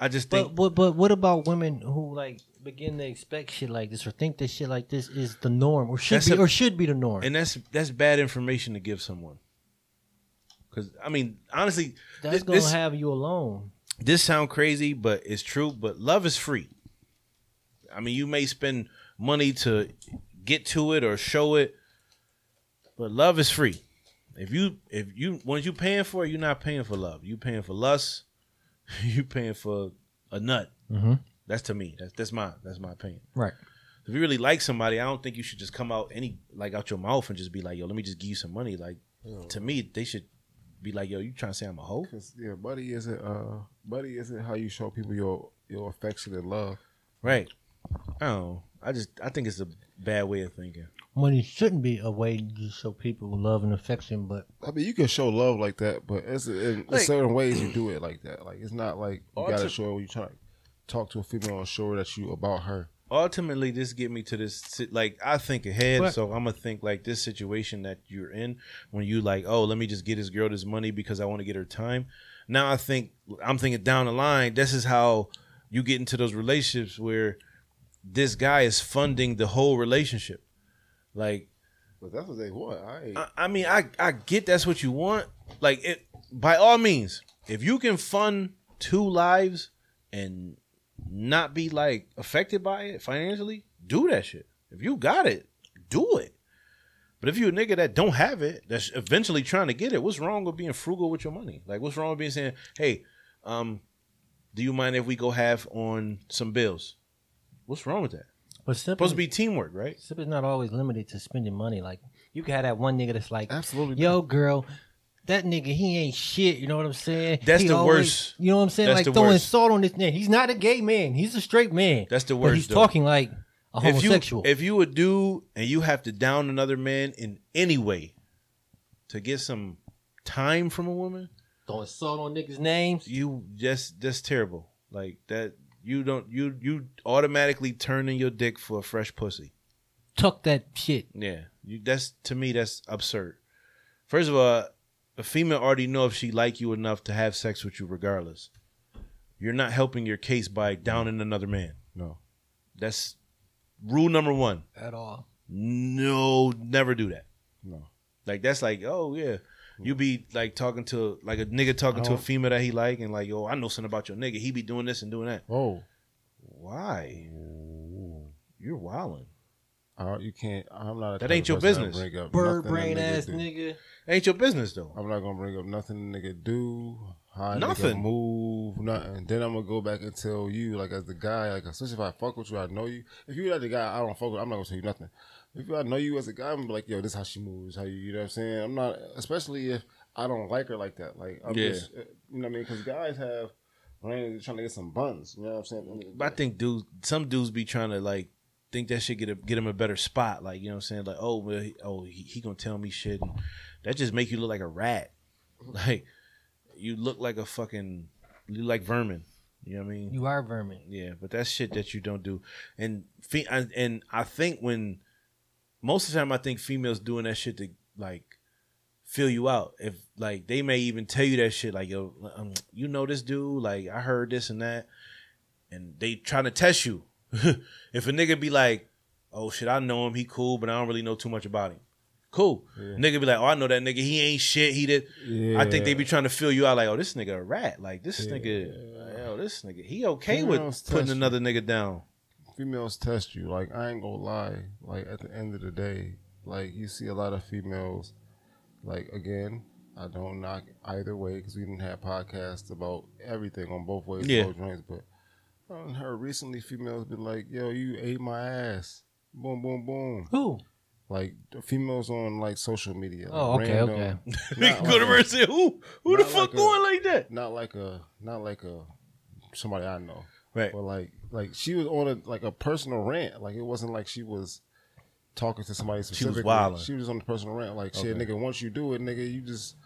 Speaker 2: I just think
Speaker 1: But, but but what about women who like begin to expect shit like this or think that shit like this is the norm or should
Speaker 2: That's
Speaker 1: be
Speaker 2: a-
Speaker 1: or should be the norm?
Speaker 2: and that's that's bad information to give someone. Because I mean, honestly,
Speaker 1: That's
Speaker 2: this
Speaker 1: gonna
Speaker 2: this,
Speaker 1: have you alone.
Speaker 2: this sound crazy, but it's true. But love is free. I mean, you may spend money to get to it or show it, but love is free. If you if you once you paying for it, you're not paying for love. You paying for lust. You paying for a nut.
Speaker 1: Mhm.
Speaker 2: That's to me. That's that's my that's my opinion.
Speaker 1: Right.
Speaker 2: if you really like somebody, I don't think you should just come out any like out your mouth and just be like, "Yo, let me just give you some money." Like, to me, they should be like, "Yo, you trying to say I'm a hoe?"
Speaker 4: 'Cause, yeah, buddy isn't uh, buddy isn't how you show people your your affection and love.
Speaker 2: Right? I don't. Know. I just I think it's a bad way of thinking.
Speaker 1: money shouldn't be a way to show people love and affection, but
Speaker 4: I mean, you can show love like that, but it's in,
Speaker 2: Like-
Speaker 4: in certain ways you do it like that. Like it's not like you
Speaker 2: Or
Speaker 4: gotta
Speaker 2: to-
Speaker 4: show her you trying to talk to a female and show her that you about her.
Speaker 2: ultimately this get me to this si- like i think ahead
Speaker 1: But-
Speaker 2: so i'm gonna think like this situation that you're in when you like oh let me just get this girl this money because i want to get her time now i think i'm thinking down the line this is how you get into those relationships where this guy is funding the whole relationship like
Speaker 4: But that's what they want. I ain't.
Speaker 2: I, I mean, I I get that's what you want. Like it by all means, if you can fund two lives and not be like affected by it financially, do that shit. If you got it, do it. But if you a nigga that don't have it, that's eventually trying to get it, what's wrong with being frugal with your money? Like what's wrong with being saying, hey, um, do you mind if we go have on some bills? What's wrong with that?
Speaker 1: but simple
Speaker 2: Supposed to be teamwork, right?
Speaker 1: simple is not always limited to spending money. Like you can have that one nigga that's
Speaker 2: Ah.
Speaker 1: like,
Speaker 4: Absolutely.
Speaker 1: yo girl. That nigga, he ain't shit. You know what I'm saying?
Speaker 2: That's
Speaker 1: He
Speaker 2: the
Speaker 1: always-
Speaker 2: worst.
Speaker 1: You know what I'm saying?
Speaker 2: That's the
Speaker 1: like throwing
Speaker 2: worst.
Speaker 1: salt on this nigga. He's not a gay man. He's a straight man.
Speaker 2: That's the
Speaker 1: But
Speaker 2: worst,
Speaker 1: he's
Speaker 2: though.
Speaker 1: talking like a
Speaker 2: if you
Speaker 1: homosexual.
Speaker 2: if you a dude and you have to down another man in any way to get some time from a woman,
Speaker 1: throwing salt on niggas' names.
Speaker 2: you just that's terrible. Like that you don't you you automatically turn in your dick for a fresh pussy.
Speaker 1: Tuck that shit.
Speaker 2: Yeah. You that's to me that's absurd. First of all, a female already know if she like you enough to have sex with you regardless. You're not helping your case by downing another man.
Speaker 4: No.
Speaker 2: That's rule number 1.
Speaker 1: at all.
Speaker 2: No, never do that.
Speaker 4: No.
Speaker 2: Like that's like, oh yeah. You be like talking to like a nigga talking to a
Speaker 4: Oh.
Speaker 2: female that he like and like, yo, I know something about your nigga. He be doing this and doing that.
Speaker 4: Oh.
Speaker 2: Why? You're wildin'.
Speaker 4: I, you can't. I'm not. a
Speaker 2: That
Speaker 4: type
Speaker 2: ain't
Speaker 4: of
Speaker 2: your
Speaker 4: person to
Speaker 2: business.
Speaker 4: Bring up
Speaker 1: Bird
Speaker 4: nothing a
Speaker 1: brain
Speaker 4: nigga
Speaker 1: ass
Speaker 4: do.
Speaker 1: nigga.
Speaker 2: Ain't your business though.
Speaker 4: I'm not gonna bring up nothing a nigga do. How nothing.
Speaker 2: Nothing.
Speaker 4: Nigga move nothing. Then I'm gonna go back and tell you, like as the guy, like especially if I fuck with you, I know you. If you like the guy, I don't fuck with. I'm not gonna tell you nothing. If I know you as a guy, I'm gonna be like, yo, this how she moves, how you, you know what I'm saying. I'm not, especially if I don't like her like that. Like, I'm
Speaker 2: Yeah.
Speaker 4: just, uh, you know what I mean? Because guys have range trying to get some buns. You know what I'm saying?
Speaker 2: But I think dudes some dudes be trying to like think that shit get a, get him a better spot. Like, you know what I'm saying? Like, oh well, he, oh he, he gonna tell me shit and that just make you look like a rat. Like you look like a fucking you look like vermin. You know what I mean?
Speaker 1: You are vermin.
Speaker 2: Yeah, but that's shit that you don't do. And fe- and- and I think when most of the time I think females doing that shit to like feel you out. If like they may even tell you that shit like yo, um, you know this dude, like I heard this and that, and they trying to test you. if a nigga be like, oh shit, I know him, he cool, but I don't really know too much about him. Cool.
Speaker 4: Yeah.
Speaker 2: Nigga be like, oh I know that nigga, he ain't shit, he did. I think they
Speaker 4: Yeah.
Speaker 2: be trying to feel you out like, oh, this nigga a rat. Like this
Speaker 4: Yeah.
Speaker 2: nigga, yo, this nigga, he okay
Speaker 4: Females
Speaker 2: with putting
Speaker 4: touch
Speaker 2: another nigga down.
Speaker 4: females test you. Like I ain't gonna lie. Like at the end of the day, like you see a lot of females. Like again, I don't knock either way because we didn't have podcasts about everything on both ways,
Speaker 2: Yeah.
Speaker 4: both joints. But I done heard recently females been like, "Yo, you ate my ass." Boom, boom, boom.
Speaker 1: Who?
Speaker 4: Like the females on like social media. like,
Speaker 1: Oh, okay,
Speaker 4: random-
Speaker 1: okay.
Speaker 4: Not
Speaker 2: Go to
Speaker 4: like-
Speaker 2: her and say, who, who the
Speaker 4: not
Speaker 2: fuck
Speaker 4: like a-
Speaker 2: going like that?
Speaker 4: Not like a, not like a, somebody I know.
Speaker 2: Right.
Speaker 4: But like, like she was on a like a personal rant. Like it wasn't like she was talking to somebody specifically.
Speaker 2: wildin'.
Speaker 4: She was on a personal rant. Like shit,
Speaker 2: Okay.
Speaker 4: nigga. Once you do it, nigga, you just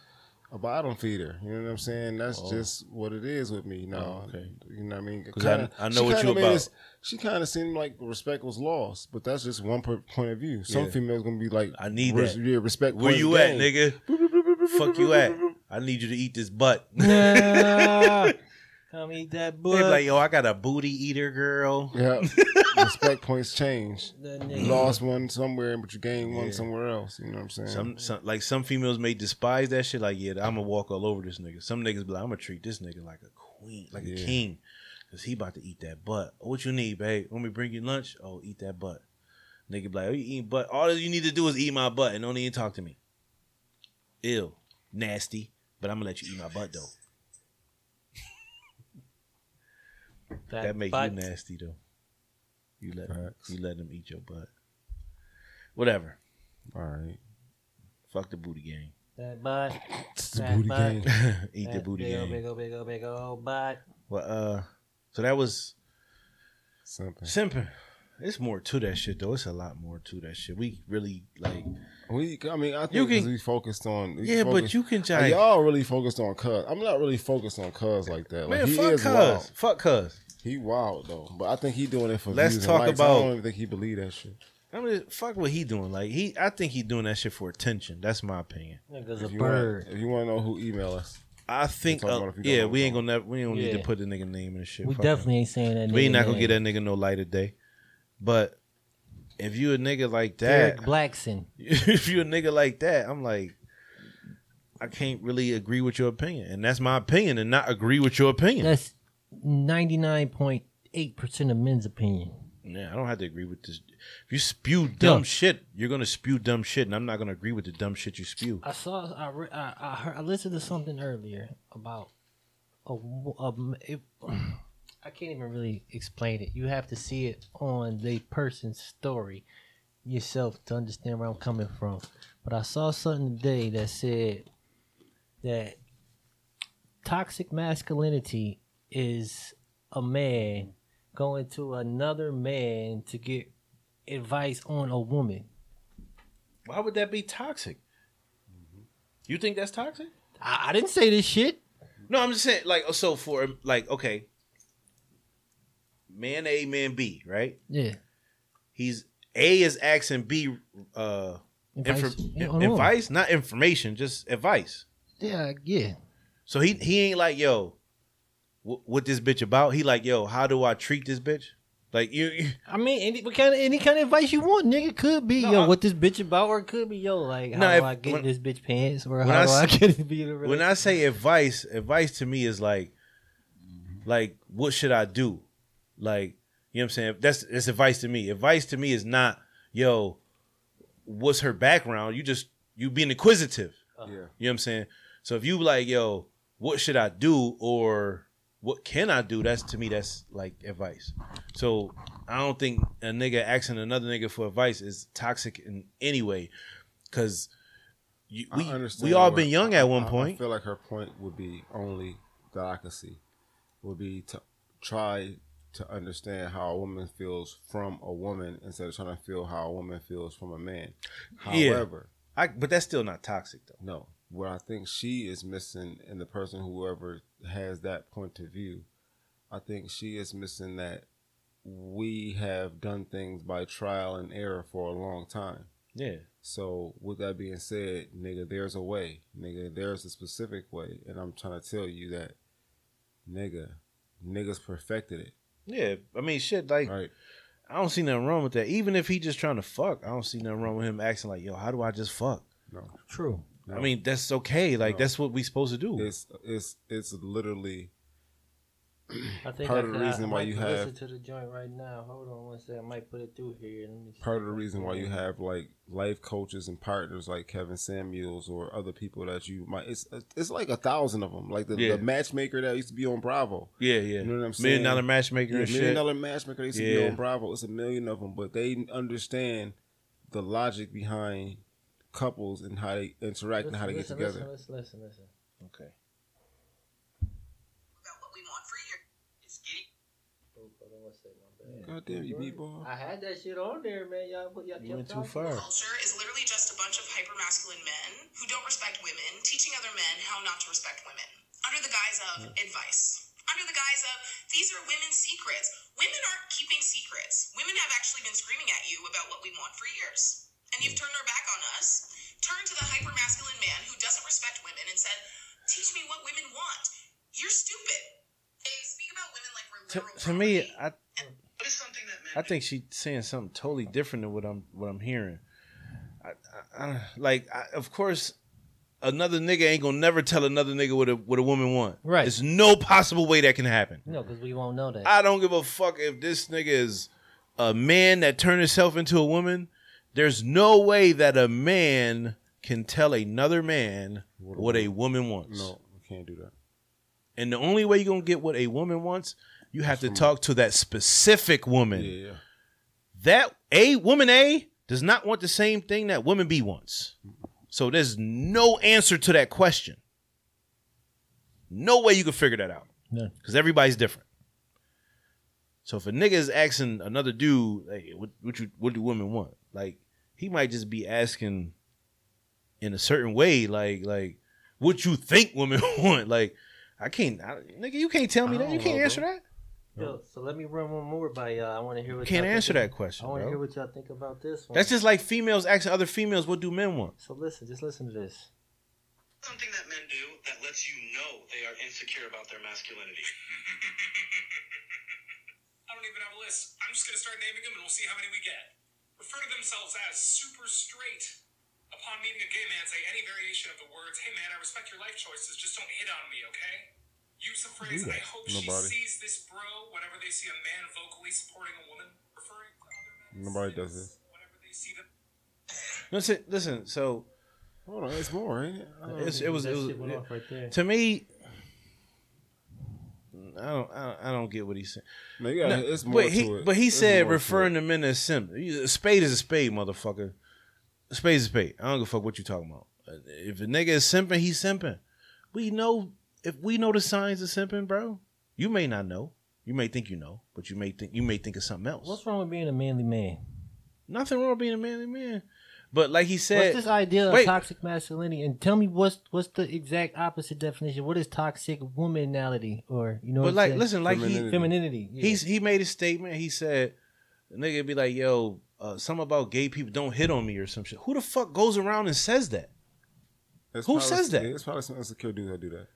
Speaker 4: a bottom feeder. You know what I'm saying? That's
Speaker 2: Oh.
Speaker 4: just what it is with me now.
Speaker 2: Oh, okay.
Speaker 4: You know what I mean?
Speaker 2: 'Cause I-
Speaker 4: Kinda-
Speaker 2: I know
Speaker 4: she
Speaker 2: what
Speaker 4: kinda
Speaker 2: you
Speaker 4: made
Speaker 2: about.
Speaker 4: us- she kind of seemed like respect was lost, but that's just one per- point of view. Some
Speaker 2: Yeah.
Speaker 4: females gonna be like,
Speaker 2: I need
Speaker 4: res-
Speaker 2: that.
Speaker 4: Yeah, respect.
Speaker 2: Where
Speaker 4: points
Speaker 2: you at,
Speaker 4: gained.
Speaker 2: nigga? fuck you at? I need you to eat this butt. they
Speaker 1: Nah. Come eat that
Speaker 2: be
Speaker 1: book.
Speaker 2: like, yo, I got a booty eater girl.
Speaker 4: Yeah. Respect points change.
Speaker 1: That
Speaker 4: You
Speaker 1: nigga.
Speaker 4: lost one somewhere, but you gained one
Speaker 2: Yeah.
Speaker 4: somewhere else. You know what I'm saying?
Speaker 2: Some, some like some females may despise that shit. Like, yeah, I'm gonna walk all over this nigga. Some niggas be like, I'm gonna treat this nigga like a queen, like a
Speaker 4: Yeah.
Speaker 2: king, cause he about to eat that butt. "Oh, What you need, babe? Let me bring you lunch. Oh, eat that butt. Nigga be like, oh, you eating butt? All you need to do is eat my butt and don't even talk to me. Ew, nasty. But I'm gonna let you eat my butt though.
Speaker 1: that
Speaker 2: That make
Speaker 1: butt.
Speaker 2: you nasty though. You let
Speaker 4: Facts.
Speaker 2: you let them eat your butt. Whatever.
Speaker 4: All right.
Speaker 2: Fuck the booty game.
Speaker 1: That butt.
Speaker 4: It's the
Speaker 1: That
Speaker 4: booty
Speaker 1: butt.
Speaker 4: game.
Speaker 2: eat the
Speaker 1: That
Speaker 2: booty
Speaker 1: big
Speaker 2: game.
Speaker 1: Old, big old, big old, big old butt.
Speaker 2: Well, uh, so that was
Speaker 4: Something.
Speaker 2: Simping. It's more to that shit though. It's a lot more to that shit. We really like
Speaker 4: We, I mean, I
Speaker 2: You
Speaker 4: think
Speaker 2: can-
Speaker 4: 'cause we focused on. we
Speaker 2: Yeah, but
Speaker 4: focused-
Speaker 2: you can
Speaker 4: Like,
Speaker 2: just
Speaker 4: y'all really focused on Cuz. I'm not really focused on Cuz like that. Like,
Speaker 2: Man,
Speaker 4: he
Speaker 2: fuck
Speaker 4: is
Speaker 2: cuz.
Speaker 4: wild.
Speaker 2: Fuck cuz.
Speaker 4: He wild though, but I think he doing it for
Speaker 2: Let's
Speaker 4: views
Speaker 2: talk
Speaker 4: and likes.
Speaker 2: about-
Speaker 4: I don't even think he believe that shit.
Speaker 2: I mean fuck what he doing. Like he I think he doing that shit for attention. That's my opinion.
Speaker 1: Nigga's a
Speaker 4: If you,
Speaker 1: bird.
Speaker 4: want, if you want to know who email us,
Speaker 2: I think
Speaker 4: talking
Speaker 2: uh,
Speaker 4: about if you don't
Speaker 2: yeah,
Speaker 4: know
Speaker 2: we ain't
Speaker 4: what's
Speaker 2: gonna never, we don't need to
Speaker 1: Yeah.
Speaker 2: put the nigga name in the shit.
Speaker 1: We
Speaker 2: Fuck him.
Speaker 1: definitely ain't saying that.
Speaker 2: we
Speaker 1: nigga
Speaker 2: ain't not gonna
Speaker 1: name.
Speaker 2: get that nigga no light of day. But if you a nigga like that
Speaker 1: Derek Blackson.
Speaker 2: if you a nigga like that, I'm like, I can't really agree with your opinion, and that's my opinion, and not agree with your opinion.
Speaker 1: That's ninety nine point eight percent of men's opinion.
Speaker 2: yeah, I don't have to agree with this. If you spew dumb
Speaker 1: Yeah.
Speaker 2: shit, you're gonna spew dumb shit, and I'm not gonna agree with the dumb shit you spew.
Speaker 1: I saw. I re- I, I heard. I listened to something earlier about a. wo- a m- it, I can't even really explain it. You have to see it on the person's story yourself to understand where I'm coming from. But I saw something today that said that toxic masculinity is a man going to another man to get advice on a woman.
Speaker 2: Why would that be toxic? You think that's toxic?
Speaker 1: I, I didn't say this shit.
Speaker 2: No, I'm just saying, like, so for like, okay, man A, man B, right?
Speaker 1: Yeah.
Speaker 2: He's A is asking B uh,
Speaker 1: Advice.
Speaker 2: infor-
Speaker 1: Yeah, on a woman.
Speaker 2: advice, not information, just advice.
Speaker 1: Yeah, yeah.
Speaker 2: So he he ain't like yo, wh- what this bitch about? He like yo, how do I treat this bitch? Like you, you
Speaker 1: I mean, any what kind of any kind of advice you want, nigga, could be
Speaker 2: No,
Speaker 1: yo
Speaker 2: I-
Speaker 1: what this bitch about, or it could be yo like how
Speaker 2: No,
Speaker 1: do
Speaker 2: if-
Speaker 1: I get
Speaker 2: when-
Speaker 1: this bitch pants, or
Speaker 2: when
Speaker 1: how
Speaker 2: I
Speaker 1: do I
Speaker 2: s-
Speaker 1: get to be in a
Speaker 2: when
Speaker 1: relationship.
Speaker 2: I say advice, advice to me is like, like what should I do? Like you know what I'm saying? That's that's advice to me. Advice to me is not yo, what's her background? You just you being inquisitive.
Speaker 4: yeah,
Speaker 2: You know what I'm saying? So if you like yo, what should I do or what can I do? That's to me, that's like advice. So I don't think a nigga asking another nigga for advice is toxic in any way, because we
Speaker 4: I understand
Speaker 2: we all
Speaker 4: what-
Speaker 2: been young at one
Speaker 4: I- I
Speaker 2: point.
Speaker 4: feel like her point would be only that I could see would be to try to understand how a woman feels from a woman instead of trying to feel how a woman feels from a man.
Speaker 2: Yeah.
Speaker 4: However,
Speaker 2: I, but that's still not toxic though.
Speaker 4: No. What I think she is missing in the person whoever has that point of view, I think she is missing that we have done things by trial and error for a long time.
Speaker 2: Yeah,
Speaker 4: So with that being said, nigga, there's a way. Nigga, there's a specific way. And I'm trying to tell you that nigga, niggas perfected it.
Speaker 2: yeah. I mean, shit. Like
Speaker 4: Right.
Speaker 2: I don't see nothing wrong with that. Even if he just trying to fuck, I don't see nothing wrong with him asking like, yo, how do I just fuck?
Speaker 4: No.
Speaker 1: True.
Speaker 4: no.
Speaker 2: I mean, that's okay. Like
Speaker 4: No.
Speaker 2: that's what we supposed to do.
Speaker 4: it's it's it's literally
Speaker 1: I think I
Speaker 4: Part of the
Speaker 1: could- I-
Speaker 4: reason
Speaker 1: I
Speaker 4: why
Speaker 1: might
Speaker 4: you
Speaker 1: could
Speaker 4: have-
Speaker 1: listen to the joint right now. Hold on one second. I might put it through here. Let me see
Speaker 4: part of
Speaker 1: if
Speaker 4: the
Speaker 1: I
Speaker 4: reason
Speaker 1: can-
Speaker 4: why you have like life coaches and partners like Kevin Samuels or other people that you might it's it's like a thousand of them like the,
Speaker 2: Yeah.
Speaker 4: the matchmaker that used to be on Bravo
Speaker 2: yeah, yeah.
Speaker 4: You know what I'm
Speaker 2: Million
Speaker 4: saying?
Speaker 2: dollar matchmaker
Speaker 4: yeah,
Speaker 2: and shit.
Speaker 4: million dollar matchmaker they used to be
Speaker 2: Yeah.
Speaker 4: on Bravo it's a million of them but they understand the logic behind couples and how they interact and how they get together
Speaker 1: Listen, listen, listen.
Speaker 2: Okay.
Speaker 3: about what we want for you. It's getting
Speaker 1: Hold on one second, my bad.
Speaker 4: God damn you meatball
Speaker 1: I had that shit on there, man. Y'all, put- y'all
Speaker 2: You
Speaker 1: y'all
Speaker 2: went too
Speaker 1: talking.
Speaker 2: far.
Speaker 3: culture is literally just a bunch of hypermasculine men who don't respect women, teaching other men how not to respect women under the guise of advice. Under the guise of these are women's secrets. Women aren't keeping secrets. Women have actually been screaming at you about what we want for years, and you've
Speaker 2: Hmm.
Speaker 3: turned our back on us. Turned to the hypermasculine man who doesn't respect women and said, "Teach me what women want." You're stupid. They speak about women like we're
Speaker 2: to,
Speaker 3: literal
Speaker 2: to me,
Speaker 3: property.
Speaker 2: I
Speaker 3: what is something that men
Speaker 2: I think she's saying something totally different than what I'm what I'm hearing. I, I, I, like, I, of course, another nigga ain't gonna never tell another nigga what a what a woman want.
Speaker 1: Right.
Speaker 2: There's no possible way that can happen.
Speaker 1: No, because we won't know that.
Speaker 2: I don't give a fuck if this nigga is a man that turned himself into a woman. There's no way that a man can tell another man
Speaker 4: What a
Speaker 2: what a woman wants.
Speaker 4: no we can't do that
Speaker 2: And the only way you're gonna get what a woman wants, you have to talk to that specific woman.
Speaker 4: yeah yeah
Speaker 2: that a woman a does not want the same thing that woman b wants so there's no answer to that question no way you can figure that out
Speaker 1: No.
Speaker 2: because everybody's different So if a nigga is asking another dude, like, what, what you what do women want? Like he might just be asking in a certain way, like like what you think women want. Like I can't, I, nigga, you can't tell me
Speaker 1: I
Speaker 2: that. You
Speaker 1: don't
Speaker 2: can't
Speaker 1: know,
Speaker 2: answer
Speaker 1: bro.
Speaker 2: that.
Speaker 1: Yo, so let me run one more by y'all. I want to hear what
Speaker 2: You can't
Speaker 1: y'all think
Speaker 2: answer
Speaker 1: of-
Speaker 2: that
Speaker 1: I
Speaker 2: question.
Speaker 1: want to
Speaker 2: bro.
Speaker 1: hear what y'all think about this one.
Speaker 2: That's just like females asking other females, what do men want?
Speaker 1: so listen, just listen to this.
Speaker 5: Something that men do that lets you know they are insecure about their masculinity.
Speaker 3: I don't even have a list. I'm just gonna start naming them and we'll see how many we get. Refer to themselves as super straight. Upon meeting a gay man, say any variation of the words, hey man, I respect your life choices, just don't hit on me, okay? Use the phrase,
Speaker 4: Do that.
Speaker 3: I hope
Speaker 4: Nobody.
Speaker 3: she sees this bro whenever they see a man vocally supporting a woman. Referring to other men.
Speaker 4: Nobody does this.
Speaker 3: Whenever they see them.
Speaker 2: Listen, listen. So
Speaker 4: Hold on, it's more, ain't it? I don't-
Speaker 2: it's, it was
Speaker 1: that
Speaker 2: it was
Speaker 1: shit went
Speaker 2: it-
Speaker 1: off right there.
Speaker 2: to me. I don't, I don't I don't get what he's saying.
Speaker 4: no, you gotta,
Speaker 2: No,
Speaker 4: it's more
Speaker 2: but he
Speaker 4: to it.
Speaker 2: but he
Speaker 4: It's
Speaker 2: said
Speaker 4: more to
Speaker 2: referring
Speaker 4: it.
Speaker 2: to men as simp. A spade is a spade, motherfucker. A spade is a spade. I don't give a fuck what you talking about. Uh, If a nigga is simping, he's simping. We know if we know the signs of simping, bro. You may not know. You may think you know, but you may think you may think of something else.
Speaker 1: What's wrong with being a manly man?
Speaker 2: Nothing wrong with being a manly man. But like he
Speaker 1: What's
Speaker 2: said,
Speaker 1: this idea of
Speaker 2: wait.
Speaker 1: toxic masculinity? And tell me what's what's the exact opposite definition? What is toxic womanality? Or you know, what
Speaker 2: but
Speaker 1: I'm
Speaker 2: like
Speaker 1: saying?
Speaker 2: listen, like he
Speaker 4: Femininity.
Speaker 1: femininity. yeah.
Speaker 2: he's he made a statement. He said, the "Nigga, be like, yo, uh, something about gay people don't hit on me or some shit." Who the fuck goes around and says that?
Speaker 4: It's
Speaker 2: Who
Speaker 4: probably-
Speaker 2: says that?
Speaker 4: It's probably some insecure dudes that do that.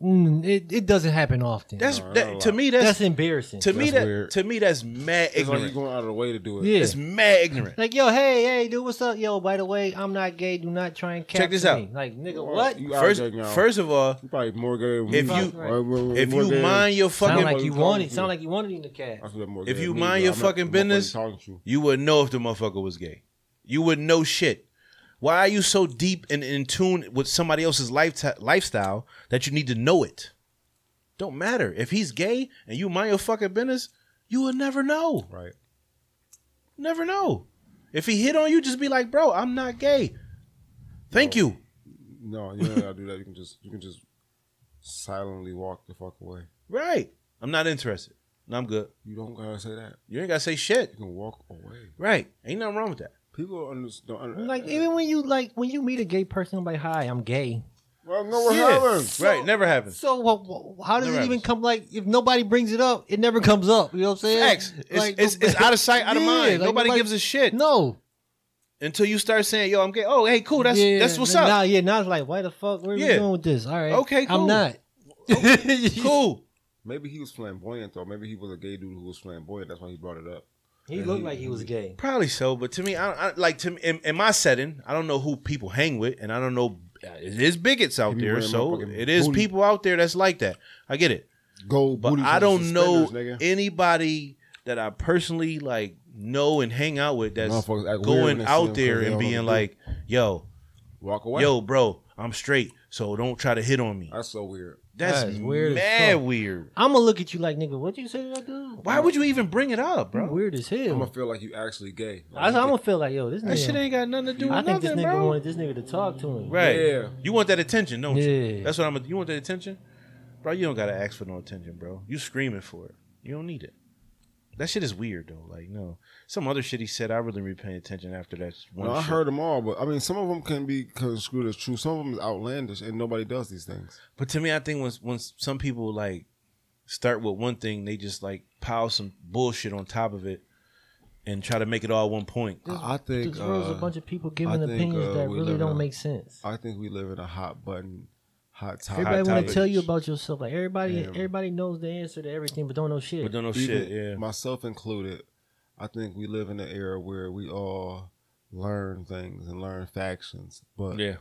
Speaker 1: Mm, it, it doesn't happen often.
Speaker 2: That's
Speaker 4: No, I know
Speaker 2: that,
Speaker 4: a
Speaker 2: to
Speaker 4: lot.
Speaker 2: me.
Speaker 1: that's,
Speaker 2: That's,
Speaker 1: embarrassing.
Speaker 2: to me
Speaker 4: That's
Speaker 2: that
Speaker 4: weird.
Speaker 2: to me that's mad
Speaker 4: It's like you
Speaker 2: ignorant.
Speaker 4: going out of the way to do it.
Speaker 1: Yeah.
Speaker 2: It's mad ignorant.
Speaker 1: like yo, hey, hey, dude, what's up? Yo, by the way, I'm not gay. Do not try and
Speaker 2: Check
Speaker 1: capture
Speaker 2: this
Speaker 1: me.
Speaker 2: out.
Speaker 1: Like nigga,
Speaker 4: Or
Speaker 1: what?
Speaker 4: You out
Speaker 2: First,
Speaker 4: there now.
Speaker 2: first of all,
Speaker 4: you probably more gay. than
Speaker 2: if
Speaker 4: me.
Speaker 2: you-
Speaker 4: Or- or- or
Speaker 2: if
Speaker 4: more
Speaker 2: you
Speaker 4: gay-
Speaker 2: mind your
Speaker 1: Sound
Speaker 2: fucking,
Speaker 1: like you
Speaker 4: Fucking-
Speaker 1: wanted. Uh, Sound like you wanted in the cat.
Speaker 4: I feel more
Speaker 2: If
Speaker 4: gay
Speaker 2: you
Speaker 4: than me,
Speaker 2: mind
Speaker 4: but
Speaker 2: your
Speaker 4: I'm not-
Speaker 2: fucking
Speaker 4: I'm not
Speaker 2: business-
Speaker 4: talking to you.
Speaker 2: you would know if the motherfucker was gay. You would know shit. Why are you so deep and in tune with somebody else's lifeti- lifestyle that you need to know it? Don't matter if he's gay and you mind your fucking business. You will never know.
Speaker 4: Right.
Speaker 2: Never know. If he hit on you, just be like, bro, I'm not gay. Thank you.
Speaker 4: No, you don't gotta do that. You can just you can just silently walk the fuck away.
Speaker 2: Right. I'm not interested. And I'm good.
Speaker 4: You don't gotta say that.
Speaker 2: You ain't gotta say shit.
Speaker 4: You can walk away.
Speaker 2: Right. Ain't nothing wrong with that.
Speaker 4: People under, don't under,
Speaker 1: Like even when you like when you meet a gay person, I'm like, hi, I'm gay.
Speaker 4: well, no, what
Speaker 2: Yeah.
Speaker 4: happens?
Speaker 2: right. Never happens.
Speaker 1: So wha- wha- how does
Speaker 2: Never
Speaker 1: it even
Speaker 2: happens.
Speaker 1: come? Like if nobody brings it up, it never comes up. You know what I'm saying?
Speaker 2: Facts. It's,
Speaker 1: Like,
Speaker 2: it's, it's out of sight, out of
Speaker 1: Yeah,
Speaker 2: mind.
Speaker 1: like,
Speaker 2: nobody, gives a shit
Speaker 1: No,
Speaker 2: until you start saying, "Yo, I'm gay." Oh, hey, cool. That's
Speaker 1: Yeah,
Speaker 2: that's what's
Speaker 1: nah,
Speaker 2: up.
Speaker 1: Nah, yeah, now it's like, why the fuck? Where are
Speaker 2: Yeah.
Speaker 1: we going with this? All right,
Speaker 2: Okay, cool.
Speaker 1: I'm not.
Speaker 2: Cool.
Speaker 4: Maybe he was flamboyant though. Maybe he was a gay dude who was flamboyant. That's why he brought it up.
Speaker 1: He looked like he was gay.
Speaker 2: Probably so, but to me, I, I like to me, in, in my setting, I don't know who people hang with, and I don't know. It is bigots out
Speaker 4: He be
Speaker 2: there,
Speaker 4: wearing
Speaker 2: so
Speaker 4: motherfucking
Speaker 2: it is
Speaker 4: booty-
Speaker 2: people out there that's like that. I get it,
Speaker 4: Gold
Speaker 2: but
Speaker 4: booties
Speaker 2: I
Speaker 4: and
Speaker 2: don't know
Speaker 4: suspenders, nigga.
Speaker 2: anybody that I personally like know and hang out with that's
Speaker 4: Motherfuckers act weird when
Speaker 2: going
Speaker 4: they see them
Speaker 2: out
Speaker 4: 'cause
Speaker 2: there and
Speaker 4: they don't know
Speaker 2: being
Speaker 4: what to
Speaker 2: like, "Yo,
Speaker 4: Walk away.
Speaker 2: yo, bro, I'm straight, so don't try to hit on me."
Speaker 4: that's so weird.
Speaker 2: That's
Speaker 1: That's weird
Speaker 2: weird
Speaker 1: as
Speaker 2: mad
Speaker 1: fuck.
Speaker 2: weird.
Speaker 1: I'm gonna look at you like, nigga, what you say to that dude?
Speaker 2: Why would you even bring it up,
Speaker 1: You
Speaker 2: bro?
Speaker 1: weird as
Speaker 4: I'm
Speaker 1: hell.
Speaker 4: gonna feel like you actually gay.
Speaker 1: I,
Speaker 4: Like,
Speaker 1: am gonna feel like, yo, this
Speaker 2: That shit
Speaker 1: nigga.
Speaker 2: ain't got nothing to do with
Speaker 1: I think this
Speaker 2: nothing,
Speaker 1: nigga
Speaker 2: bro.
Speaker 1: wanted this nigga to talk to him.
Speaker 2: Right.
Speaker 4: Yeah.
Speaker 2: You want that attention, don't you?
Speaker 1: Yeah.
Speaker 2: That's what I'm. You want that attention, bro? You don't gotta ask for no attention, bro. You screaming for it. You don't need it. That shit is weird though. Like no, some other shit he said. I really been paying attention after that one.
Speaker 4: No, I
Speaker 2: shit.
Speaker 4: heard them all, but I mean, some of them can be construed as true. Some of them is outlandish, and nobody does these things.
Speaker 2: But to me, I think once once some people like start with one thing, they just like pile some bullshit on top of it and try to make it all one point.
Speaker 4: I I think
Speaker 1: This world's
Speaker 4: uh,
Speaker 1: a bunch of people giving
Speaker 4: think,
Speaker 1: opinions
Speaker 4: uh,
Speaker 1: that
Speaker 4: we
Speaker 1: really
Speaker 4: live in
Speaker 1: don't
Speaker 4: a-
Speaker 1: make sense.
Speaker 4: I think we live in a hot button, hot topic.
Speaker 1: Everybody want
Speaker 2: topics.
Speaker 1: to tell you about yourself. Like everybody,
Speaker 4: Yeah.
Speaker 1: everybody knows the answer to everything, but don't know shit.
Speaker 2: But don't know
Speaker 4: Even
Speaker 2: Oh, shit. Yeah.
Speaker 4: myself included. I think we live in an era where we all learn things and learn factions, but
Speaker 2: Yeah.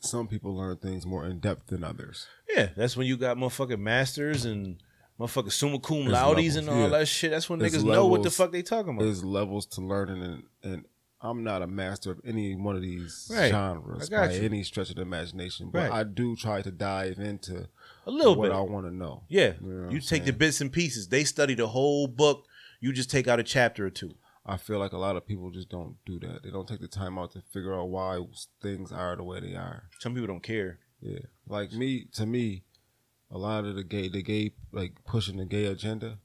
Speaker 4: some people learn things more in depth than others.
Speaker 2: Yeah. That's when you got motherfucking masters and motherfucking summa cum
Speaker 4: There's
Speaker 2: laudes
Speaker 4: levels,
Speaker 2: and all
Speaker 4: yeah.
Speaker 2: that shit. That's when
Speaker 4: There's
Speaker 2: niggas know what the
Speaker 4: levels.
Speaker 2: fuck they talking about.
Speaker 4: There's levels to learning, and, and I'm not a master of any one of these
Speaker 2: Right.
Speaker 4: genres
Speaker 2: I got
Speaker 4: by
Speaker 2: you.
Speaker 4: any stretch of the imagination, but
Speaker 2: Right.
Speaker 4: I do try to dive into
Speaker 2: A little
Speaker 4: what
Speaker 2: bit.
Speaker 4: I want to know.
Speaker 2: Yeah.
Speaker 4: You know what
Speaker 2: you
Speaker 4: I'm
Speaker 2: take the
Speaker 4: saying?
Speaker 2: bits and pieces. They study the whole book. You just take out a chapter or two.
Speaker 4: I feel like a lot of people just don't do that. They don't take the time out to figure out why things are the way they are.
Speaker 2: Some people don't care.
Speaker 4: Yeah, like me to me, a lot of the gay, the gay, like pushing the gay agenda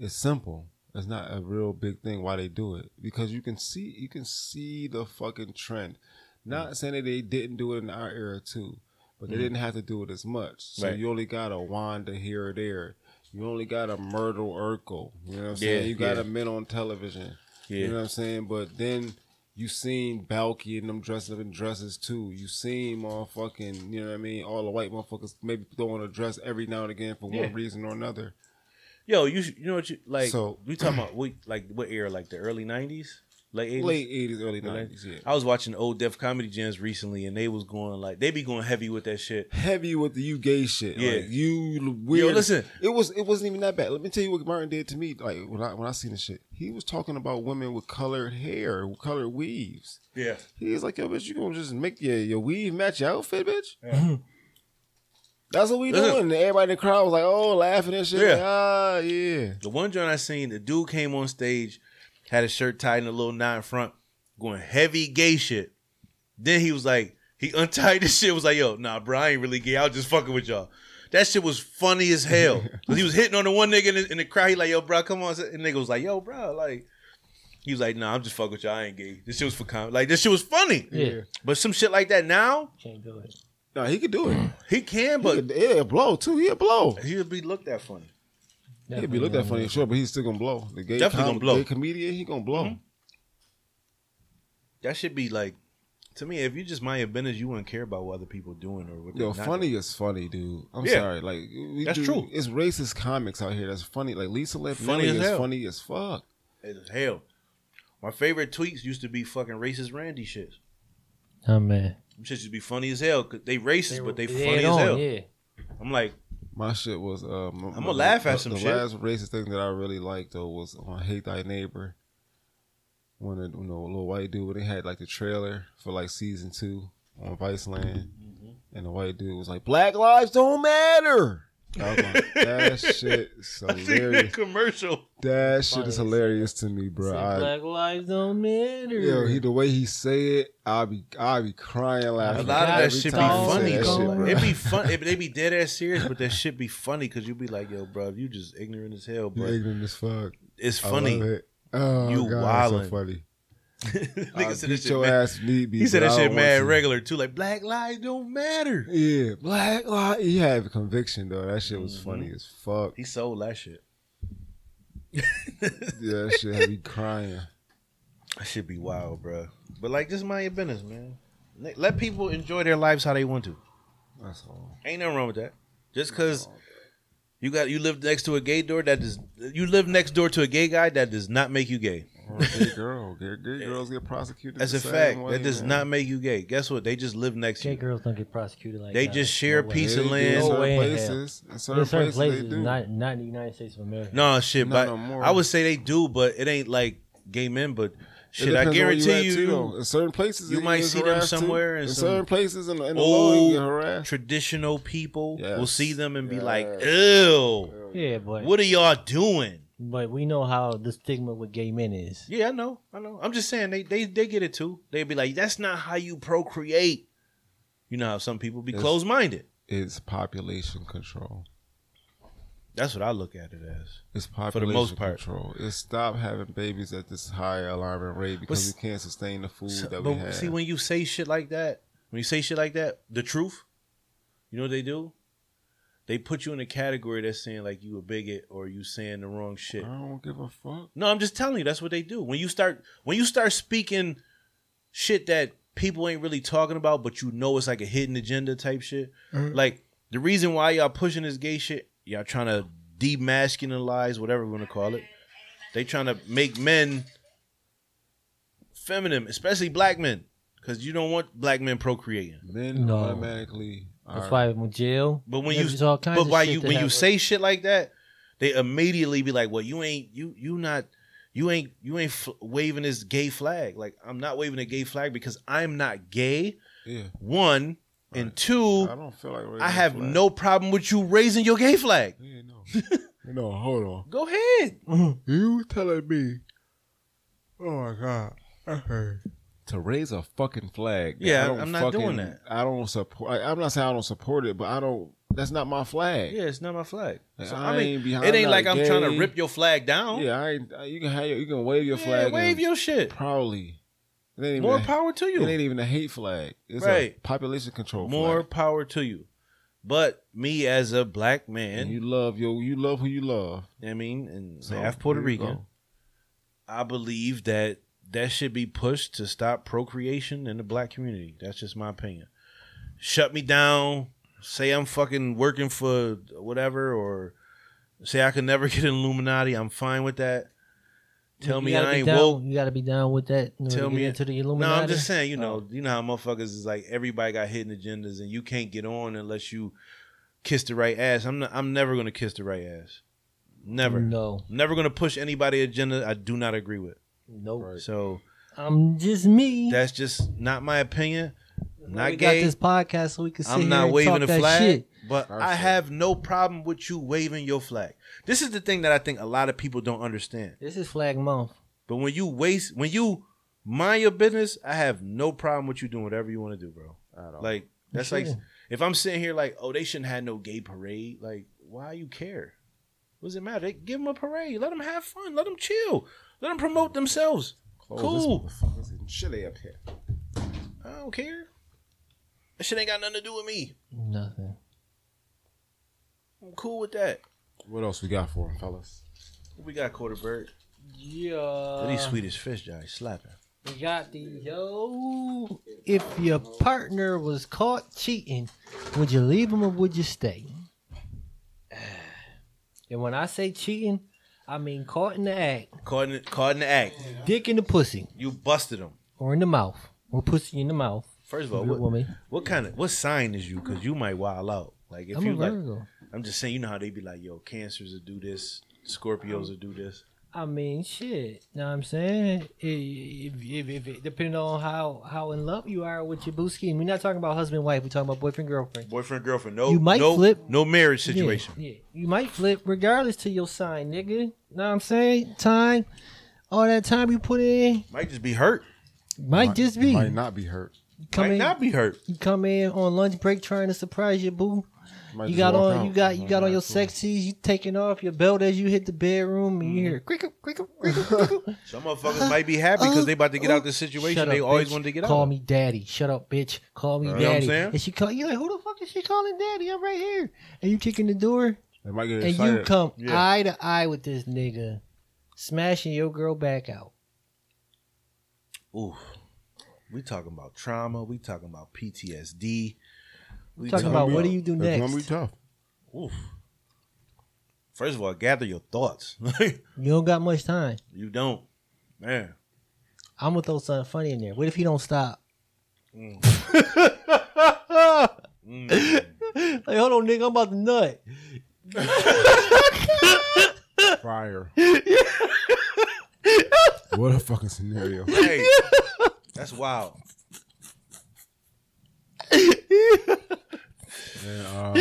Speaker 4: It's simple. It's not a real big thing why they do it because you can see you can see the fucking trend.
Speaker 2: Mm.
Speaker 4: Not saying that they didn't do it in our era too, but they didn't have to do it as much. So
Speaker 2: Right.
Speaker 4: you only got a Wanda here or there. You only got a Myrtle Urkel. You know what I'm saying?
Speaker 2: Yeah,
Speaker 4: you got
Speaker 2: yeah.
Speaker 4: a men on television.
Speaker 2: Yeah.
Speaker 4: You know what I'm saying? But then you seen Balky and them dressing up in dresses too. You seen motherfucking, you know what I mean? All the white motherfuckers maybe throwing a dress every now and again for
Speaker 2: Yeah.
Speaker 4: one reason or another.
Speaker 2: Yo, you sh- you know what you like?
Speaker 4: So-
Speaker 2: we talking about we like what era? Like the early nineties, late eighties.
Speaker 4: Late 80s, early 90s, yeah.
Speaker 2: I was watching old Def Comedy Jams recently, and they was going like they be going heavy with that shit.
Speaker 4: heavy with the you gay shit.
Speaker 2: Yeah.
Speaker 4: Yeah, like, you weird.
Speaker 2: listen.
Speaker 4: it was it wasn't even that bad. Let me tell you what Martin did to me. Like when I when I seen this shit, he was talking about women with colored hair, with colored weaves.
Speaker 2: Yeah,
Speaker 4: He's like, yo, bitch, you gonna just make your your weave match your outfit, bitch? That's what we
Speaker 2: Listen.
Speaker 4: doing. And everybody in the crowd was like, oh, laughing and shit.
Speaker 2: Yeah.
Speaker 4: Like, ah, yeah.
Speaker 2: the one joint I seen, the dude came on stage, had a shirt tied and a little knot in front, going heavy gay shit. Then he was like, he untied this shit. Was like, yo, nah, bro, I ain't really gay. I was just fucking with y'all. That shit was funny as hell. 'Cause he was hitting on the one nigga in the, in the crowd. He like, yo, bro, come on. And nigga was like, yo, bro, like. He was like, nah, I'm just fucking with y'all. I ain't gay. This shit was for comedy. Like, this shit was funny.
Speaker 1: Yeah.
Speaker 2: But some shit like that now,
Speaker 1: Can't do it.
Speaker 4: No, he could do it.
Speaker 2: he can,
Speaker 4: But
Speaker 2: but
Speaker 4: he could, yeah, blow too. He'll blow.
Speaker 2: he'll be looked at funny.
Speaker 4: He'll be looked at funny, sure, but he's still gonna blow. The gay,
Speaker 2: Definitely
Speaker 4: com-
Speaker 2: gonna blow.
Speaker 4: gay comedian, he gonna blow.
Speaker 2: That should be like, to me, if you just mind your business, you wouldn't care about what other people doing or what.
Speaker 4: Yo,
Speaker 2: they're not
Speaker 4: funny
Speaker 2: doing.
Speaker 4: is funny, dude. I'm
Speaker 2: Yeah.
Speaker 4: sorry. Like we
Speaker 2: That's
Speaker 4: do-
Speaker 2: true.
Speaker 4: It's racist comics out here that's funny. Like Lisa Left
Speaker 2: Funny
Speaker 4: funny
Speaker 2: as
Speaker 4: is
Speaker 2: hell.
Speaker 4: funny as fuck.
Speaker 2: as hell. My favorite tweets used to be fucking racist Randy shits.
Speaker 1: Oh man,
Speaker 2: Them shits used to be funny as hell. 'cause they racist, but they funny
Speaker 1: had
Speaker 2: as
Speaker 1: on,
Speaker 2: hell.
Speaker 1: Yeah,
Speaker 2: I'm like,
Speaker 4: My shit was. Uh, I'm
Speaker 2: gonna laugh at some
Speaker 4: the
Speaker 2: shit.
Speaker 4: last racist thing that I really liked though was on Hate Thy Neighbor. When a you know, little white dude, they had like the trailer for like season two on Viceland,
Speaker 2: Mm-hmm.
Speaker 4: and the white dude was like, "Black lives don't matter." I was like, that shit is
Speaker 2: I seen that
Speaker 4: hilarious.
Speaker 2: commercial.
Speaker 4: That shit
Speaker 1: Funny
Speaker 4: is
Speaker 1: as
Speaker 4: hilarious to me, bro.
Speaker 1: Say
Speaker 4: I,
Speaker 1: black lives don't matter.
Speaker 4: Yo, he the way he say it, I be I be crying
Speaker 2: A
Speaker 4: laughing.
Speaker 2: lot of
Speaker 1: Every
Speaker 2: that shit be
Speaker 1: time you
Speaker 2: funny
Speaker 1: say that
Speaker 2: though.
Speaker 1: shit, bro.
Speaker 2: it be fun. It, they be dead ass serious, but that shit be funny because you be like, yo, bro, you just ignorant as hell,
Speaker 4: You
Speaker 2: bro.
Speaker 4: ignorant as fuck.
Speaker 2: It's
Speaker 4: I
Speaker 2: funny.
Speaker 4: love it. Oh
Speaker 2: You
Speaker 4: you God,
Speaker 2: wildin'.
Speaker 4: it's so funny.
Speaker 2: Nigga
Speaker 4: I
Speaker 2: said that
Speaker 4: beat
Speaker 2: shit.
Speaker 4: your
Speaker 2: Mad.
Speaker 4: ass if need be.
Speaker 2: He said
Speaker 4: but
Speaker 2: that
Speaker 4: I
Speaker 2: shit
Speaker 4: don't
Speaker 2: mad
Speaker 4: want
Speaker 2: regular too. Like black lives don't matter.
Speaker 4: to. Yeah, black lie. He had conviction though. That shit was
Speaker 2: Mm-hmm.
Speaker 4: funny as fuck.
Speaker 2: He sold that shit.
Speaker 4: Yeah, that shit had me crying.
Speaker 2: That should be wild, bro. But like, just mind your business, man. Let- Let people enjoy their lives how they want to.
Speaker 4: That's all.
Speaker 2: Ain't nothing wrong with that. Just cause you got you live next to a gay door that does you live next door to a gay guy that does not make you gay.
Speaker 4: Or a gay girl, gay, gay girls get prosecuted.
Speaker 2: That's
Speaker 4: the
Speaker 2: a
Speaker 4: same
Speaker 2: fact.
Speaker 4: way,
Speaker 2: That does
Speaker 4: man.
Speaker 2: not make you gay. Guess what? They just live next to
Speaker 1: gay
Speaker 2: you.
Speaker 1: girls don't get prosecuted like
Speaker 2: They
Speaker 1: that.
Speaker 2: just share a
Speaker 1: way.
Speaker 2: piece
Speaker 4: They
Speaker 2: of
Speaker 4: do
Speaker 2: land.
Speaker 4: in
Speaker 1: No
Speaker 4: certain
Speaker 1: way in hell.
Speaker 4: places. In certain,
Speaker 1: In certain
Speaker 4: places,
Speaker 1: places,
Speaker 4: they do.
Speaker 1: not not in the United States of America.
Speaker 2: No shit,
Speaker 4: Not
Speaker 2: but
Speaker 4: no more.
Speaker 2: I would say they do, but it ain't like gay men. But
Speaker 4: It
Speaker 2: shit, I
Speaker 4: depends on where
Speaker 2: guarantee
Speaker 4: at,
Speaker 2: you,
Speaker 4: too, though. in certain places
Speaker 2: you
Speaker 4: it
Speaker 2: might
Speaker 4: is
Speaker 2: see them
Speaker 4: harassed, too.
Speaker 2: somewhere in
Speaker 4: in,
Speaker 2: some
Speaker 4: certain places in, the- in the
Speaker 2: old
Speaker 4: law you get harassed.
Speaker 2: traditional people will
Speaker 4: Yes.
Speaker 2: see them and be like,
Speaker 4: Yes.
Speaker 2: "Ew,
Speaker 1: Yeah, but
Speaker 2: what are y'all doing?"
Speaker 1: but we know how the stigma with gay men is.
Speaker 2: Yeah, I know, I know. I'm just saying they they they get it too. They'd be like, "That's not how you procreate." You know how some people be
Speaker 4: Yes.
Speaker 2: closed minded.
Speaker 4: It's population control.
Speaker 2: That's what I look at it as.
Speaker 4: It's population
Speaker 2: the most part.
Speaker 4: control. It's stop having babies at this high alarming rate because
Speaker 2: But s-
Speaker 4: we can't sustain the food
Speaker 2: So-
Speaker 4: that
Speaker 2: but
Speaker 4: we have.
Speaker 2: see, when you say shit like that, when you say shit like that, the truth, you know what they do? They put you in a category that's saying like you a bigot or you saying the wrong shit.
Speaker 4: I don't give a fuck.
Speaker 2: No, I'm just telling you, that's what they do. When you start when you start speaking shit that people ain't really talking about, but you know it's like a hidden agenda type shit. Like the reason why y'all pushing this gay shit, y'all trying to demasculinize whatever we want to call it. They trying to make men feminine, especially black men, because you don't want black men procreating.
Speaker 4: Men
Speaker 1: No.
Speaker 4: automatically are.
Speaker 1: That's why with jail.
Speaker 2: But when
Speaker 1: there's
Speaker 2: you
Speaker 1: all kinds
Speaker 2: but
Speaker 1: of
Speaker 2: why
Speaker 1: shit
Speaker 2: you
Speaker 1: that
Speaker 2: when you
Speaker 1: happens.
Speaker 2: say shit like that, they immediately be like, "Well, you ain't you you not you ain't you ain't f- waving this gay flag." Like I'm not waving a gay flag because I'm not gay.
Speaker 4: yeah,
Speaker 2: One and
Speaker 4: I
Speaker 2: two,
Speaker 4: don't feel like. raising
Speaker 2: I
Speaker 4: a
Speaker 2: have
Speaker 4: flag.
Speaker 2: no problem with you raising your gay flag.
Speaker 4: Yeah, no. no, hold on.
Speaker 2: Go ahead.
Speaker 4: You telling me? Oh my god! I heard to raise a fucking flag.
Speaker 2: Yeah,
Speaker 4: I don't
Speaker 2: I'm not doing that.
Speaker 4: I don't support. I, I'm not saying I don't support it, but I don't.
Speaker 6: That's not my flag.
Speaker 2: Yeah, it's not my flag.
Speaker 6: Like,
Speaker 2: So,
Speaker 6: I
Speaker 2: I, mean,
Speaker 6: ain't behind
Speaker 2: it ain't
Speaker 6: that
Speaker 2: like I'm trying to
Speaker 6: gay.
Speaker 2: rip your flag down.
Speaker 6: Yeah, I ain't, I- you can have your, you can wave your
Speaker 2: Yeah,
Speaker 6: flag.
Speaker 2: wave
Speaker 6: and
Speaker 2: your shit.
Speaker 6: proudly. It ain't even
Speaker 2: More
Speaker 6: a-
Speaker 2: power to
Speaker 6: It ain't
Speaker 2: you.
Speaker 6: even a hate flag. It's a
Speaker 2: Right.
Speaker 6: population control.
Speaker 2: More
Speaker 6: flag.
Speaker 2: power to you. But me as a black man,
Speaker 6: And you love your you love who you love.
Speaker 2: I mean, and
Speaker 6: So,
Speaker 2: half Puerto
Speaker 6: there you
Speaker 2: Rican,
Speaker 6: go.
Speaker 2: I believe that that should be pushed to stop procreation in the black community. That's just my opinion. Shut me down. Say I'm fucking working for whatever, or say I can never get an Illuminati. I'm fine with that. Tell
Speaker 1: You
Speaker 2: me
Speaker 1: gotta
Speaker 2: I
Speaker 1: be
Speaker 2: ain't
Speaker 1: down,
Speaker 2: woke.
Speaker 1: You gotta be down with that. In order
Speaker 2: Tell
Speaker 1: to
Speaker 2: me-
Speaker 1: get into the
Speaker 2: No,
Speaker 1: Illuminati. Oh.
Speaker 2: I'm just saying, you know, you know how motherfuckers is like everybody got hidden agendas, and you can't get on unless you kiss the right ass. I'm not, I'm never gonna kiss the right ass. Never.
Speaker 1: No,
Speaker 2: Never gonna push anybody agenda I do not agree with.
Speaker 1: no.
Speaker 4: Right.
Speaker 2: So
Speaker 1: I'm just me.
Speaker 2: that's just not my opinion.
Speaker 1: That's why
Speaker 2: Not
Speaker 1: we
Speaker 2: gay.
Speaker 1: Got this podcast so we can sit
Speaker 2: I'm
Speaker 1: here
Speaker 2: not
Speaker 1: and
Speaker 2: waving
Speaker 1: talk
Speaker 2: the
Speaker 1: that
Speaker 2: flag,
Speaker 1: shit.
Speaker 2: but
Speaker 4: Our
Speaker 2: I
Speaker 4: shit.
Speaker 2: have no problem with you waving your flag. This is the thing that I think a lot of people don't understand.
Speaker 1: This is Flag Month.
Speaker 2: But when you waste, when you mind your business, I have no problem with you doing whatever you want to do, bro.
Speaker 4: At all.
Speaker 2: Like that's
Speaker 1: Sure.
Speaker 2: like if I'm sitting here like, oh, they shouldn't have no gay parade. Like, why you care? What does it matter? They, give them a parade. Let them have fun. Let them chill. Let them promote themselves.
Speaker 4: Oh,
Speaker 2: cool.
Speaker 4: this motherfucker's in Chile up here.
Speaker 2: I don't care. That shit ain't got nothing to do with me.
Speaker 1: Nothing.
Speaker 2: I'm cool with that.
Speaker 4: What else we got for him, fellas?
Speaker 2: What we got, quarter bird? Uh,
Speaker 1: Yeah.
Speaker 2: These Swedish fish, Johnny, slapping.
Speaker 1: We got the yo. If your partner was caught cheating, would you leave him or would you stay? And when I say cheating, I mean caught in the act,
Speaker 2: Caught in, caught in the act.
Speaker 1: dick in the pussy,
Speaker 2: You busted him.
Speaker 1: or in the mouth, or pussy in the mouth.
Speaker 2: First of all,
Speaker 1: Good
Speaker 2: what,
Speaker 1: woman.
Speaker 2: what kind of what sign is you? Because you might wild out. Like if
Speaker 1: I'm a
Speaker 2: you like,
Speaker 1: Virgo.
Speaker 2: I'm just saying. You know how they be like, yo, cancers will do this, Scorpios will do this.
Speaker 1: I mean, shit. Know what I'm saying? If, if, if, if depending on how how in love you are with your boo scheme, we're not talking about husband and wife. We're talking about boyfriend girlfriend.
Speaker 2: Boyfriend, girlfriend, no,
Speaker 1: You might
Speaker 2: no,
Speaker 1: flip.
Speaker 2: no marriage situation.
Speaker 1: Yeah, yeah. you might flip regardless to your sign, nigga. Know what I'm saying? Time, all that time you put in
Speaker 2: Might just be hurt.
Speaker 1: might, just be
Speaker 4: Might not be hurt.
Speaker 1: You come
Speaker 2: might
Speaker 1: in.
Speaker 2: not be hurt.
Speaker 1: You come in on lunch break trying to surprise your boo.
Speaker 4: Might
Speaker 1: You
Speaker 4: just
Speaker 1: got
Speaker 4: walk
Speaker 1: on,
Speaker 4: out.
Speaker 1: you got, you
Speaker 4: Might
Speaker 1: got on
Speaker 4: not
Speaker 1: your
Speaker 4: cool.
Speaker 1: sexies. You taking off your belt as you hit the bedroom,
Speaker 4: Mm-hmm.
Speaker 1: and you hear crickle, crickle, crickle, crickle.
Speaker 2: Some motherfuckers might be happy because they about to get out the situation
Speaker 1: Shut
Speaker 2: they
Speaker 1: up,
Speaker 2: always
Speaker 1: bitch.
Speaker 2: wanted to get
Speaker 1: Call
Speaker 2: out. of.
Speaker 1: me daddy. Shut up, bitch. Call me
Speaker 2: Right.
Speaker 1: daddy.
Speaker 2: You know what I'm saying?
Speaker 1: And she call you like, who the fuck is she calling daddy? I'm right here. And you kicking the door,
Speaker 4: They might get
Speaker 1: and
Speaker 4: excited.
Speaker 1: you come
Speaker 2: Yeah.
Speaker 1: eye to eye with this nigga, smashing your girl back out.
Speaker 2: Oof. We talking about trauma. We talking about PTSD. We
Speaker 1: Talking about what do you do
Speaker 4: It's gonna be
Speaker 1: next?
Speaker 4: tough.
Speaker 2: Oof. First of all, gather your thoughts.
Speaker 1: You don't got much time.
Speaker 2: you don't, man.
Speaker 1: I'm gonna throw something funny in there. What if he don't stop?
Speaker 2: Mm.
Speaker 1: Like, hold on, nigga, I'm about to nut.
Speaker 4: Fire. what a fucking scenario.
Speaker 2: hey, that's wild.
Speaker 4: Man, uh,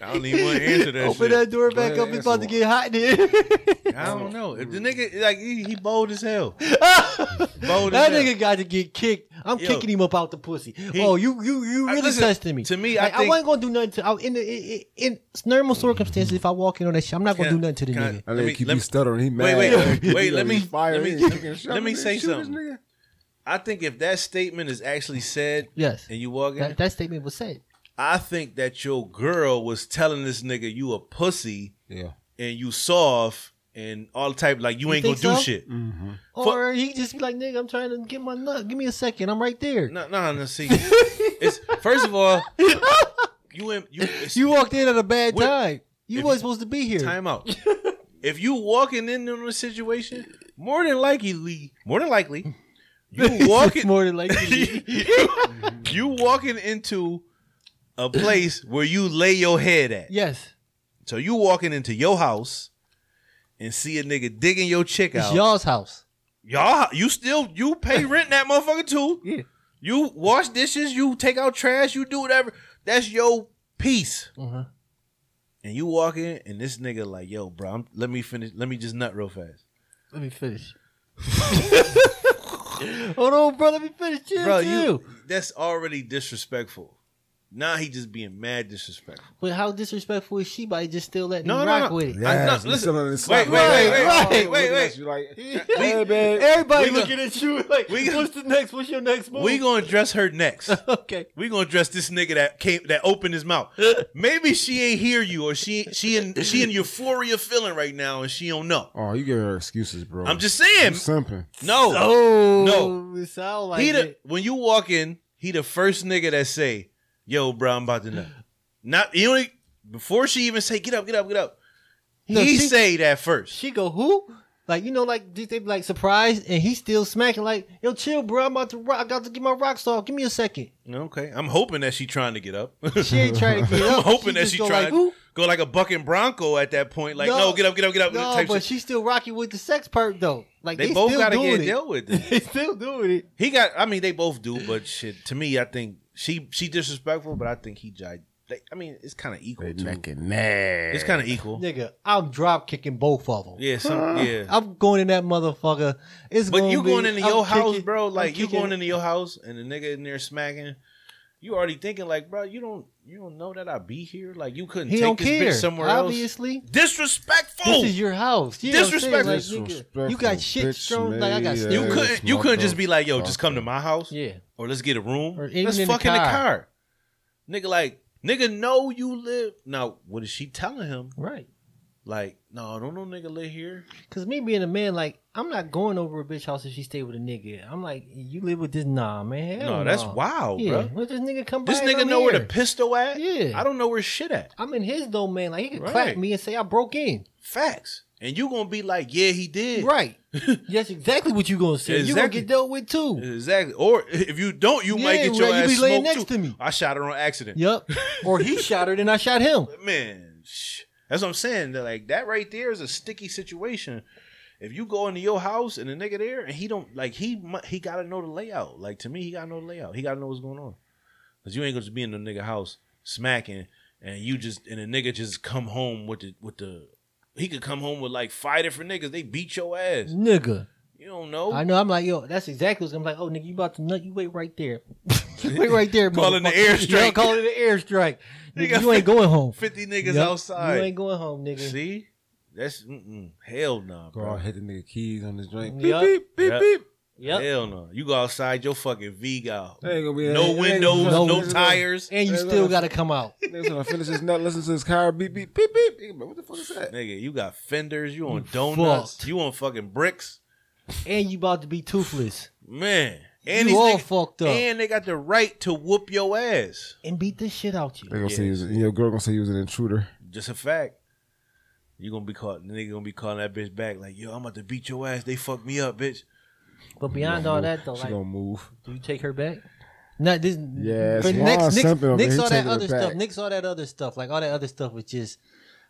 Speaker 2: I don't even want to answer that.
Speaker 1: Open
Speaker 2: shit.
Speaker 1: that door
Speaker 4: Go
Speaker 1: back
Speaker 4: ahead,
Speaker 1: up. It's
Speaker 4: answer
Speaker 1: about to
Speaker 4: one.
Speaker 1: get hot in here.
Speaker 2: I don't know. If the nigga like he, he bold as hell. bold
Speaker 1: That
Speaker 2: as
Speaker 1: nigga got to get kicked. I'm
Speaker 2: Yo.
Speaker 1: kicking him up out the pussy. oh, you you you
Speaker 2: I-
Speaker 1: really
Speaker 2: listen,
Speaker 1: testing me.
Speaker 2: to me, I
Speaker 1: like,
Speaker 2: think-
Speaker 1: wasn't gonna do nothing to. I, in, the, in in normal circumstances, if I walk in on that shit, I'm not gonna
Speaker 2: Can
Speaker 1: do nothing to the
Speaker 2: can
Speaker 1: nigga.
Speaker 4: I
Speaker 2: Let
Speaker 4: let
Speaker 2: me-
Speaker 4: keep
Speaker 2: let
Speaker 4: you
Speaker 2: me-
Speaker 4: stuttering. He mad.
Speaker 2: wait, wait,
Speaker 4: He
Speaker 2: wait,
Speaker 4: know
Speaker 2: let me-
Speaker 4: he's
Speaker 2: let
Speaker 4: fired.
Speaker 2: me-
Speaker 4: He
Speaker 2: let
Speaker 4: taking
Speaker 2: me-
Speaker 4: shots.
Speaker 2: let me
Speaker 4: He
Speaker 2: say
Speaker 4: shoot this
Speaker 2: something.
Speaker 4: nigga.
Speaker 2: I think if that statement is actually said
Speaker 1: yes,
Speaker 2: and you walk in,
Speaker 1: that, that statement was said.
Speaker 2: I think that your girl was telling this nigga you a pussy
Speaker 4: Yeah.
Speaker 2: and you soft and all type like you,
Speaker 1: You
Speaker 2: ain't gonna
Speaker 1: think
Speaker 2: do
Speaker 1: so?
Speaker 2: shit.
Speaker 4: Mm-hmm.
Speaker 2: Fu-
Speaker 1: Or he just be like, nigga, I'm trying to get my nut. Give me a second. I'm right there.
Speaker 2: No, no, no. See, it's first of all, you in you, it's,
Speaker 1: You walked in at a bad
Speaker 2: What-
Speaker 1: time. You
Speaker 2: if-
Speaker 1: wasn't supposed to be here.
Speaker 2: time out. If you walking in on a situation, more than likely, more than likely, you walking
Speaker 1: more than likely.
Speaker 2: you, you walking into a place where you lay your head at.
Speaker 1: yes,
Speaker 2: So you walking into your house and see a nigga digging your chick
Speaker 1: it's
Speaker 2: out.
Speaker 1: y'all's house.
Speaker 2: Y'all, you still you pay rent in that motherfucker too.
Speaker 1: Yeah.
Speaker 2: You wash dishes, you take out trash, you do whatever. That's your piece.
Speaker 1: Uh-huh.
Speaker 2: And you walk in, and this nigga like, yo, bro, I'm, let me finish. Let me just nut real fast,
Speaker 1: Let me finish. Hold on, bro. Let me finish. Chill,
Speaker 2: bro.
Speaker 1: chill.
Speaker 2: You that's already disrespectful. Now he just being mad disrespectful.
Speaker 1: But how disrespectful is she by just still letting
Speaker 2: No,
Speaker 1: him
Speaker 2: no,
Speaker 1: rock
Speaker 2: no.
Speaker 1: with it?
Speaker 2: Yeah. I- no,
Speaker 4: you
Speaker 2: listen.
Speaker 4: selling this
Speaker 2: Wait,
Speaker 4: stuff.
Speaker 2: wait, wait,
Speaker 1: Right,
Speaker 2: wait, wait, wait, wait.
Speaker 4: Looking at You like,
Speaker 2: We-
Speaker 4: hey, babe.
Speaker 1: Everybody
Speaker 2: We go-
Speaker 1: looking at you like,
Speaker 2: we go-
Speaker 1: what's the next? What's your next move?
Speaker 2: We gonna dress her next.
Speaker 1: okay.
Speaker 2: We gonna dress this nigga that came that opened his mouth. Maybe she ain't hear you, or she she in she in euphoria feeling right now, and she don't know.
Speaker 4: Oh, you give her excuses, bro.
Speaker 2: I'm just
Speaker 4: You
Speaker 2: saying,
Speaker 4: simping.
Speaker 2: no.
Speaker 1: Oh
Speaker 2: No.
Speaker 1: It sound like
Speaker 2: He the,
Speaker 1: it.
Speaker 2: when you walk in, he the first nigga that say, "Yo, bro, I'm about to nut." Not you only before she even say, "Get up, get up, get up."
Speaker 1: No,
Speaker 2: he
Speaker 1: she-
Speaker 2: say that first.
Speaker 1: She go who? Like you know, like they they be like surprised, and he still smacking. Like yo, chill, bro. I'm about to rock. I got to get my rocks off. Give me a second.
Speaker 2: Okay, I'm hoping that she trying to get up.
Speaker 1: She ain't trying to get
Speaker 2: I'm
Speaker 1: up.
Speaker 2: hoping that
Speaker 1: just
Speaker 2: she
Speaker 1: go
Speaker 2: trying
Speaker 1: like, "Ooh."
Speaker 2: go like a bucking bronco at that point. Like, no,
Speaker 1: No.
Speaker 2: get up, get up, get up.
Speaker 1: No,
Speaker 2: type
Speaker 1: but
Speaker 2: shit.
Speaker 1: she's still rocking with the sex perp though. Like
Speaker 2: they,
Speaker 1: they,
Speaker 2: both
Speaker 1: still
Speaker 2: gotta
Speaker 1: doing
Speaker 2: get
Speaker 1: it.
Speaker 2: dealt with. This.
Speaker 1: they still doing it.
Speaker 2: He got. I mean, they both do, but shit. To me, I think she she disrespectful, but I think he jive. They, I mean, it's kind of equal. too.
Speaker 6: mad.
Speaker 2: It's kind of equal. Yeah.
Speaker 1: Nigga, I'm drop kicking both of them.
Speaker 2: some, yeah.
Speaker 1: I'm going in that motherfucker. It's
Speaker 2: but
Speaker 1: gonna
Speaker 2: you
Speaker 1: be-
Speaker 2: going into
Speaker 1: I'm
Speaker 2: your house,
Speaker 1: kicking-
Speaker 2: bro?
Speaker 1: I'm
Speaker 2: Like you
Speaker 1: kicking-
Speaker 2: going into your house and the nigga in there smacking. You already thinking like, bro, you don't you don't know that I be here. Like you couldn't
Speaker 1: He
Speaker 2: take
Speaker 1: don't
Speaker 2: this
Speaker 1: care.
Speaker 2: bitch somewhere else.
Speaker 1: Obviously,
Speaker 2: Disrespectful.
Speaker 1: this is your house. You know what I'm saying? Like,
Speaker 2: Disrespectful.
Speaker 1: nigga,
Speaker 4: Disrespectful,
Speaker 1: you got shit
Speaker 4: bitch,
Speaker 1: thrown. Like I got
Speaker 4: man.
Speaker 1: stuff.
Speaker 2: you
Speaker 4: Yeah,
Speaker 2: couldn't
Speaker 4: it's
Speaker 2: you
Speaker 4: my
Speaker 2: couldn't just
Speaker 4: fault.
Speaker 2: be like, yo, just come to
Speaker 4: fault.
Speaker 2: my house.
Speaker 1: Yeah,
Speaker 2: or let's get a room.
Speaker 1: Or even
Speaker 2: let's
Speaker 1: in the
Speaker 2: fuck in the
Speaker 1: car.
Speaker 2: car. Nigga, like, nigga, know you live. Now, what is she telling him?
Speaker 1: right.
Speaker 2: Like, no, don't no nigga live here.
Speaker 1: Cause me being a man, like I'm not going over a bitch house if she stay with a nigga. I'm like, you live with this? Nah, man. hell
Speaker 2: no, that's
Speaker 1: nah.
Speaker 2: wild,
Speaker 1: Yeah,
Speaker 2: bro.
Speaker 1: let this nigga come
Speaker 2: This
Speaker 1: by.
Speaker 2: nigga know where the pistol at.
Speaker 1: Yeah.
Speaker 2: I don't know where shit at.
Speaker 1: I'm in his domain. Like he could
Speaker 2: Right.
Speaker 1: clap me and say I broke in.
Speaker 2: Facts. And you gonna be like, yeah, he did.
Speaker 1: Right. yes, exactly what you gonna say. You gonna
Speaker 2: Exactly.
Speaker 1: get dealt with too.
Speaker 2: Exactly. Or if you don't, you might
Speaker 1: Yeah,
Speaker 2: get your
Speaker 1: right, you
Speaker 2: ass
Speaker 1: be laying
Speaker 2: smoked
Speaker 1: next
Speaker 2: too.
Speaker 1: to me.
Speaker 2: I shot her on accident.
Speaker 1: Yup. or he shot her, then I shot him.
Speaker 2: man, sh- that's what I'm saying. That, Like that right there is a sticky situation. If you go into your house and the nigga there and he don't like he mu- he gotta know the layout. Like to me, he gotta know the layout. He gotta know what's going on. Cause you ain't gonna just be in the nigga house smacking and you just and the nigga just come home with the with the he could come home with like five different niggas. They beat your ass.
Speaker 1: Nigga.
Speaker 2: You don't know.
Speaker 1: Mm. I know. I'm like, yo, that's exactly what I'm like. Oh, nigga, you about to nut? You wait right there. You wait right there.
Speaker 2: Call it an
Speaker 1: motherfucker.
Speaker 2: airstrike.
Speaker 1: Yeah, call it an airstrike.
Speaker 2: Nigga,
Speaker 1: Nigga, you ain't going home.
Speaker 2: Fifty niggas
Speaker 1: Yup. You
Speaker 2: outside.
Speaker 1: ain't going home, nigga.
Speaker 2: See, that's mm-mm. hell no,
Speaker 4: Bro,
Speaker 2: bro.
Speaker 4: I hit the nigga keys on this drink.
Speaker 1: Yup.
Speaker 4: Beep, beep,
Speaker 2: Yup.
Speaker 4: beep, beep.
Speaker 1: Yep.
Speaker 2: Hell no. You go outside, your fucking V got
Speaker 4: They ain't gonna be-
Speaker 2: no
Speaker 4: they ain't
Speaker 2: windows,
Speaker 4: gonna-
Speaker 2: no,
Speaker 1: no
Speaker 2: tires.
Speaker 1: And you
Speaker 4: There's
Speaker 1: still
Speaker 4: a-
Speaker 1: got to come out.
Speaker 4: Niggas gonna finish this nut, listen to this car, beep, beep, beep, beep. Nigga, What the fuck is that?
Speaker 2: Nigga, you got fenders, you on donuts,
Speaker 1: fucked.
Speaker 2: you on fucking bricks.
Speaker 1: And you about to be toothless
Speaker 2: Man.
Speaker 1: You
Speaker 2: And these
Speaker 1: all
Speaker 2: niggas-
Speaker 1: fucked up.
Speaker 2: And they got the right to whoop your ass.
Speaker 1: and beat the shit out you.
Speaker 4: They gonna say you was, your girl gonna say you was an intruder.
Speaker 2: Just a fact. You gonna be caught the nigga gonna be calling that bitch back like, yo, I'm about to beat your ass. They fucked me up, bitch.
Speaker 1: But beyond all that, though,
Speaker 4: she
Speaker 1: like,
Speaker 4: gonna move.
Speaker 1: do you take her back? Not this.
Speaker 4: Yes,
Speaker 1: but
Speaker 4: Juan
Speaker 1: Nick's, Nick's,
Speaker 4: something over
Speaker 1: Nick's
Speaker 4: here
Speaker 1: all that
Speaker 4: taking her
Speaker 1: other stuff.
Speaker 4: back.
Speaker 1: Nick's all that other stuff. Like all that other stuff was just.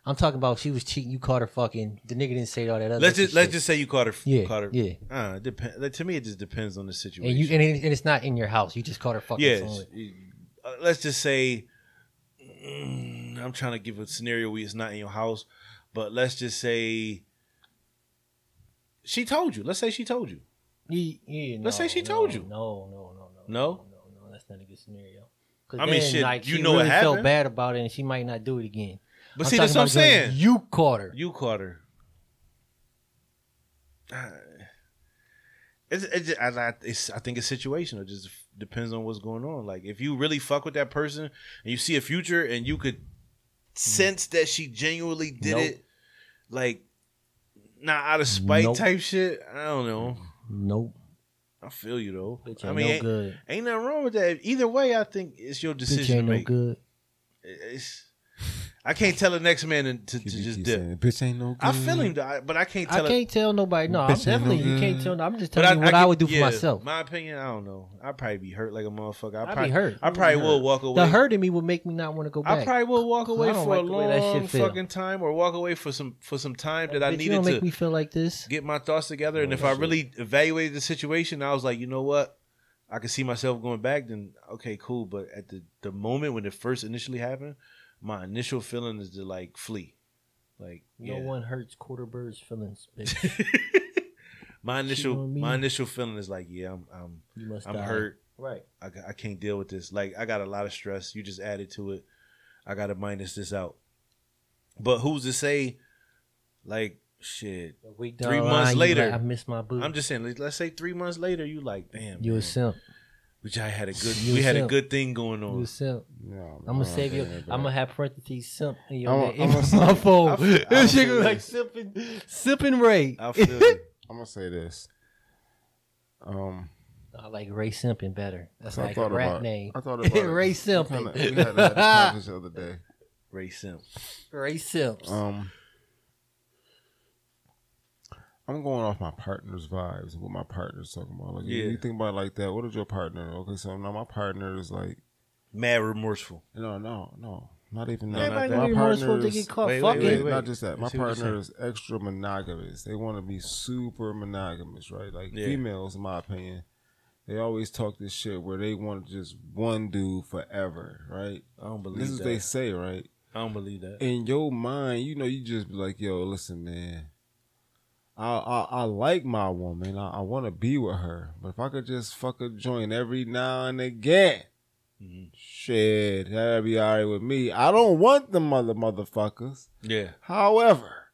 Speaker 1: I'm talking about she was cheating. You caught her fucking. The nigga didn't say all that other.
Speaker 2: Let's just
Speaker 1: shit.
Speaker 2: let's just say you caught her
Speaker 1: Yeah,
Speaker 2: caught her.
Speaker 1: yeah.
Speaker 2: Uh, depend, like, to me it just depends on the situation.
Speaker 1: And you and, it, and it's not in your house. You just caught her fucking.
Speaker 2: Yes.
Speaker 1: somewhere.
Speaker 2: Uh, Let's just say, mm, I'm trying to give a scenario where it's not in your house, but let's just say she told you. Let's say she told you.
Speaker 1: Ye- yeah,
Speaker 2: Let's
Speaker 1: no,
Speaker 2: say she
Speaker 1: no,
Speaker 2: told you.
Speaker 1: No, no, no, no,
Speaker 2: No?
Speaker 1: no, no. That's not a good scenario. 'Cause
Speaker 2: I mean,
Speaker 1: then,
Speaker 2: shit,
Speaker 1: Like,
Speaker 2: you
Speaker 1: she
Speaker 2: know it
Speaker 1: really felt
Speaker 2: happened.
Speaker 1: bad about it, and she might not do it again.
Speaker 2: But
Speaker 1: I'm
Speaker 2: see, that's
Speaker 1: talking
Speaker 2: what I'm
Speaker 1: about doing-
Speaker 2: saying. You,
Speaker 1: You caught her.
Speaker 2: caught her. Uh, It's, it's, just- I, I- it's, I think it's situational. It just depends on what's going on. Like, if you really fuck with that person and you see a future and you could sense that she genuinely did
Speaker 1: Mm. Nope.
Speaker 2: it, like, not out of spite
Speaker 1: Nope.
Speaker 2: type shit, I don't know.
Speaker 1: Nope.
Speaker 2: I feel you though.
Speaker 1: Bitch ain't
Speaker 2: I mean, eh,
Speaker 1: no
Speaker 2: ain't,
Speaker 1: good.
Speaker 2: ain't nothing wrong with that. Either way, I think it's your
Speaker 1: Bitch ain't
Speaker 2: decision to
Speaker 1: no
Speaker 2: make.
Speaker 1: good.
Speaker 2: It's, I can't tell the next man to, to, to
Speaker 4: You
Speaker 2: just
Speaker 4: keep
Speaker 2: dip.
Speaker 4: saying, Bitch ain't no good.
Speaker 2: I feel him, though, I- but I can't
Speaker 1: I
Speaker 2: tell. it,
Speaker 1: can't tell nobody. No, I'm
Speaker 4: Bitch ain't no
Speaker 1: definitely you can't
Speaker 4: good.
Speaker 1: tell. I'm just
Speaker 2: but
Speaker 1: telling you what I,
Speaker 2: get-
Speaker 1: would do for
Speaker 2: yeah,
Speaker 1: myself.
Speaker 2: My opinion, I don't know. I probably be hurt like a motherfucker. I
Speaker 1: I'd be
Speaker 2: probably
Speaker 1: hurt.
Speaker 2: I
Speaker 1: I'd be
Speaker 2: probably
Speaker 1: hurt.
Speaker 2: will walk away.
Speaker 1: the hurt in me would make me not want to go back.
Speaker 2: I probably will walk away
Speaker 1: I don't
Speaker 2: for a
Speaker 1: like the way that shit
Speaker 2: long
Speaker 1: feel.
Speaker 2: fucking time, or walk away for some for some time that
Speaker 1: Bitch,
Speaker 2: I
Speaker 1: you
Speaker 2: needed
Speaker 1: don't
Speaker 2: to
Speaker 1: make me feel like this.
Speaker 2: get my thoughts together. and if I really evaluated the situation, I was like, you know what? I could see myself going back, then okay, cool. But at the, the moment when it first initially happened, my initial feeling is to like flee. Like,
Speaker 1: No
Speaker 2: yeah.
Speaker 1: one hurts quarter birds feelings. Bitch.
Speaker 2: my initial
Speaker 1: what I mean?
Speaker 2: my initial feeling is like, yeah, I'm I'm
Speaker 1: You must
Speaker 2: I'm
Speaker 1: die.
Speaker 2: hurt.
Speaker 1: Right.
Speaker 2: I, ca- I can't deal with this. Like I got a lot of stress. You just added to it. I got to minus this out. But who's to say, like shit?
Speaker 1: A week
Speaker 2: Three
Speaker 1: down the
Speaker 2: months
Speaker 1: line, you
Speaker 2: later,
Speaker 1: like, I missed my boot.
Speaker 2: I'm just saying. like, Let's say three months later, you like, damn,
Speaker 1: you a
Speaker 2: man,
Speaker 1: simp.
Speaker 2: we just had a good
Speaker 1: You
Speaker 2: we
Speaker 1: a
Speaker 2: had a
Speaker 1: simp.
Speaker 2: good thing going
Speaker 1: You
Speaker 2: on.
Speaker 1: a simp.
Speaker 4: Yeah,
Speaker 1: I'm gonna save you. I'm gonna have parentheses simp in your
Speaker 4: I'ma-
Speaker 1: name. in
Speaker 4: I'ma say-
Speaker 1: my phone.
Speaker 4: I feel-
Speaker 1: This
Speaker 4: I
Speaker 1: shit
Speaker 4: feel
Speaker 1: gonna be like
Speaker 4: this.
Speaker 1: sipping, sipping Ray.
Speaker 2: I feel you.
Speaker 4: I'm gonna say this. Um,
Speaker 1: I like Ray Simping better. That's
Speaker 6: So I
Speaker 1: like a
Speaker 6: thought
Speaker 1: rap
Speaker 6: about it.
Speaker 1: name.
Speaker 6: I thought about it.
Speaker 1: Ray
Speaker 6: We
Speaker 1: Simping.
Speaker 6: kinda- we had that conversation the other day.
Speaker 2: Ray Simp.
Speaker 1: Ray Simps.
Speaker 4: um, I'm going off my partner's vibes. What my partner's talking about. Like,
Speaker 2: Yeah.
Speaker 4: you think about it like that. What is your partner? Okay, so now my partner is like,
Speaker 2: Mad remorseful.
Speaker 4: no, no, no, not even that.
Speaker 1: Everybody
Speaker 4: My
Speaker 1: gonna be remorseful
Speaker 4: partner
Speaker 1: to
Speaker 4: is-
Speaker 1: get caught
Speaker 2: Wait,
Speaker 1: fucking.
Speaker 2: wait,
Speaker 4: Wait,
Speaker 2: wait.
Speaker 4: not just that. My
Speaker 2: Let's see what you're
Speaker 4: partner is extra monogamous. They want to be super monogamous, right? Like
Speaker 2: Yeah.
Speaker 4: females, in my opinion, they always talk this shit where they want just one dude forever, right?
Speaker 2: I don't believe
Speaker 4: This is
Speaker 2: that.
Speaker 4: what they say, right?
Speaker 2: I don't believe that.
Speaker 4: In your mind, you know, you just be like, yo, listen, man. I, I, I like my woman. I, I want to be with her. But if I could just fuck a joint every now and again,
Speaker 2: Mhm.
Speaker 4: shit, that'd be all right with me. I don't want the mother motherfuckers.
Speaker 2: Yeah.
Speaker 4: However,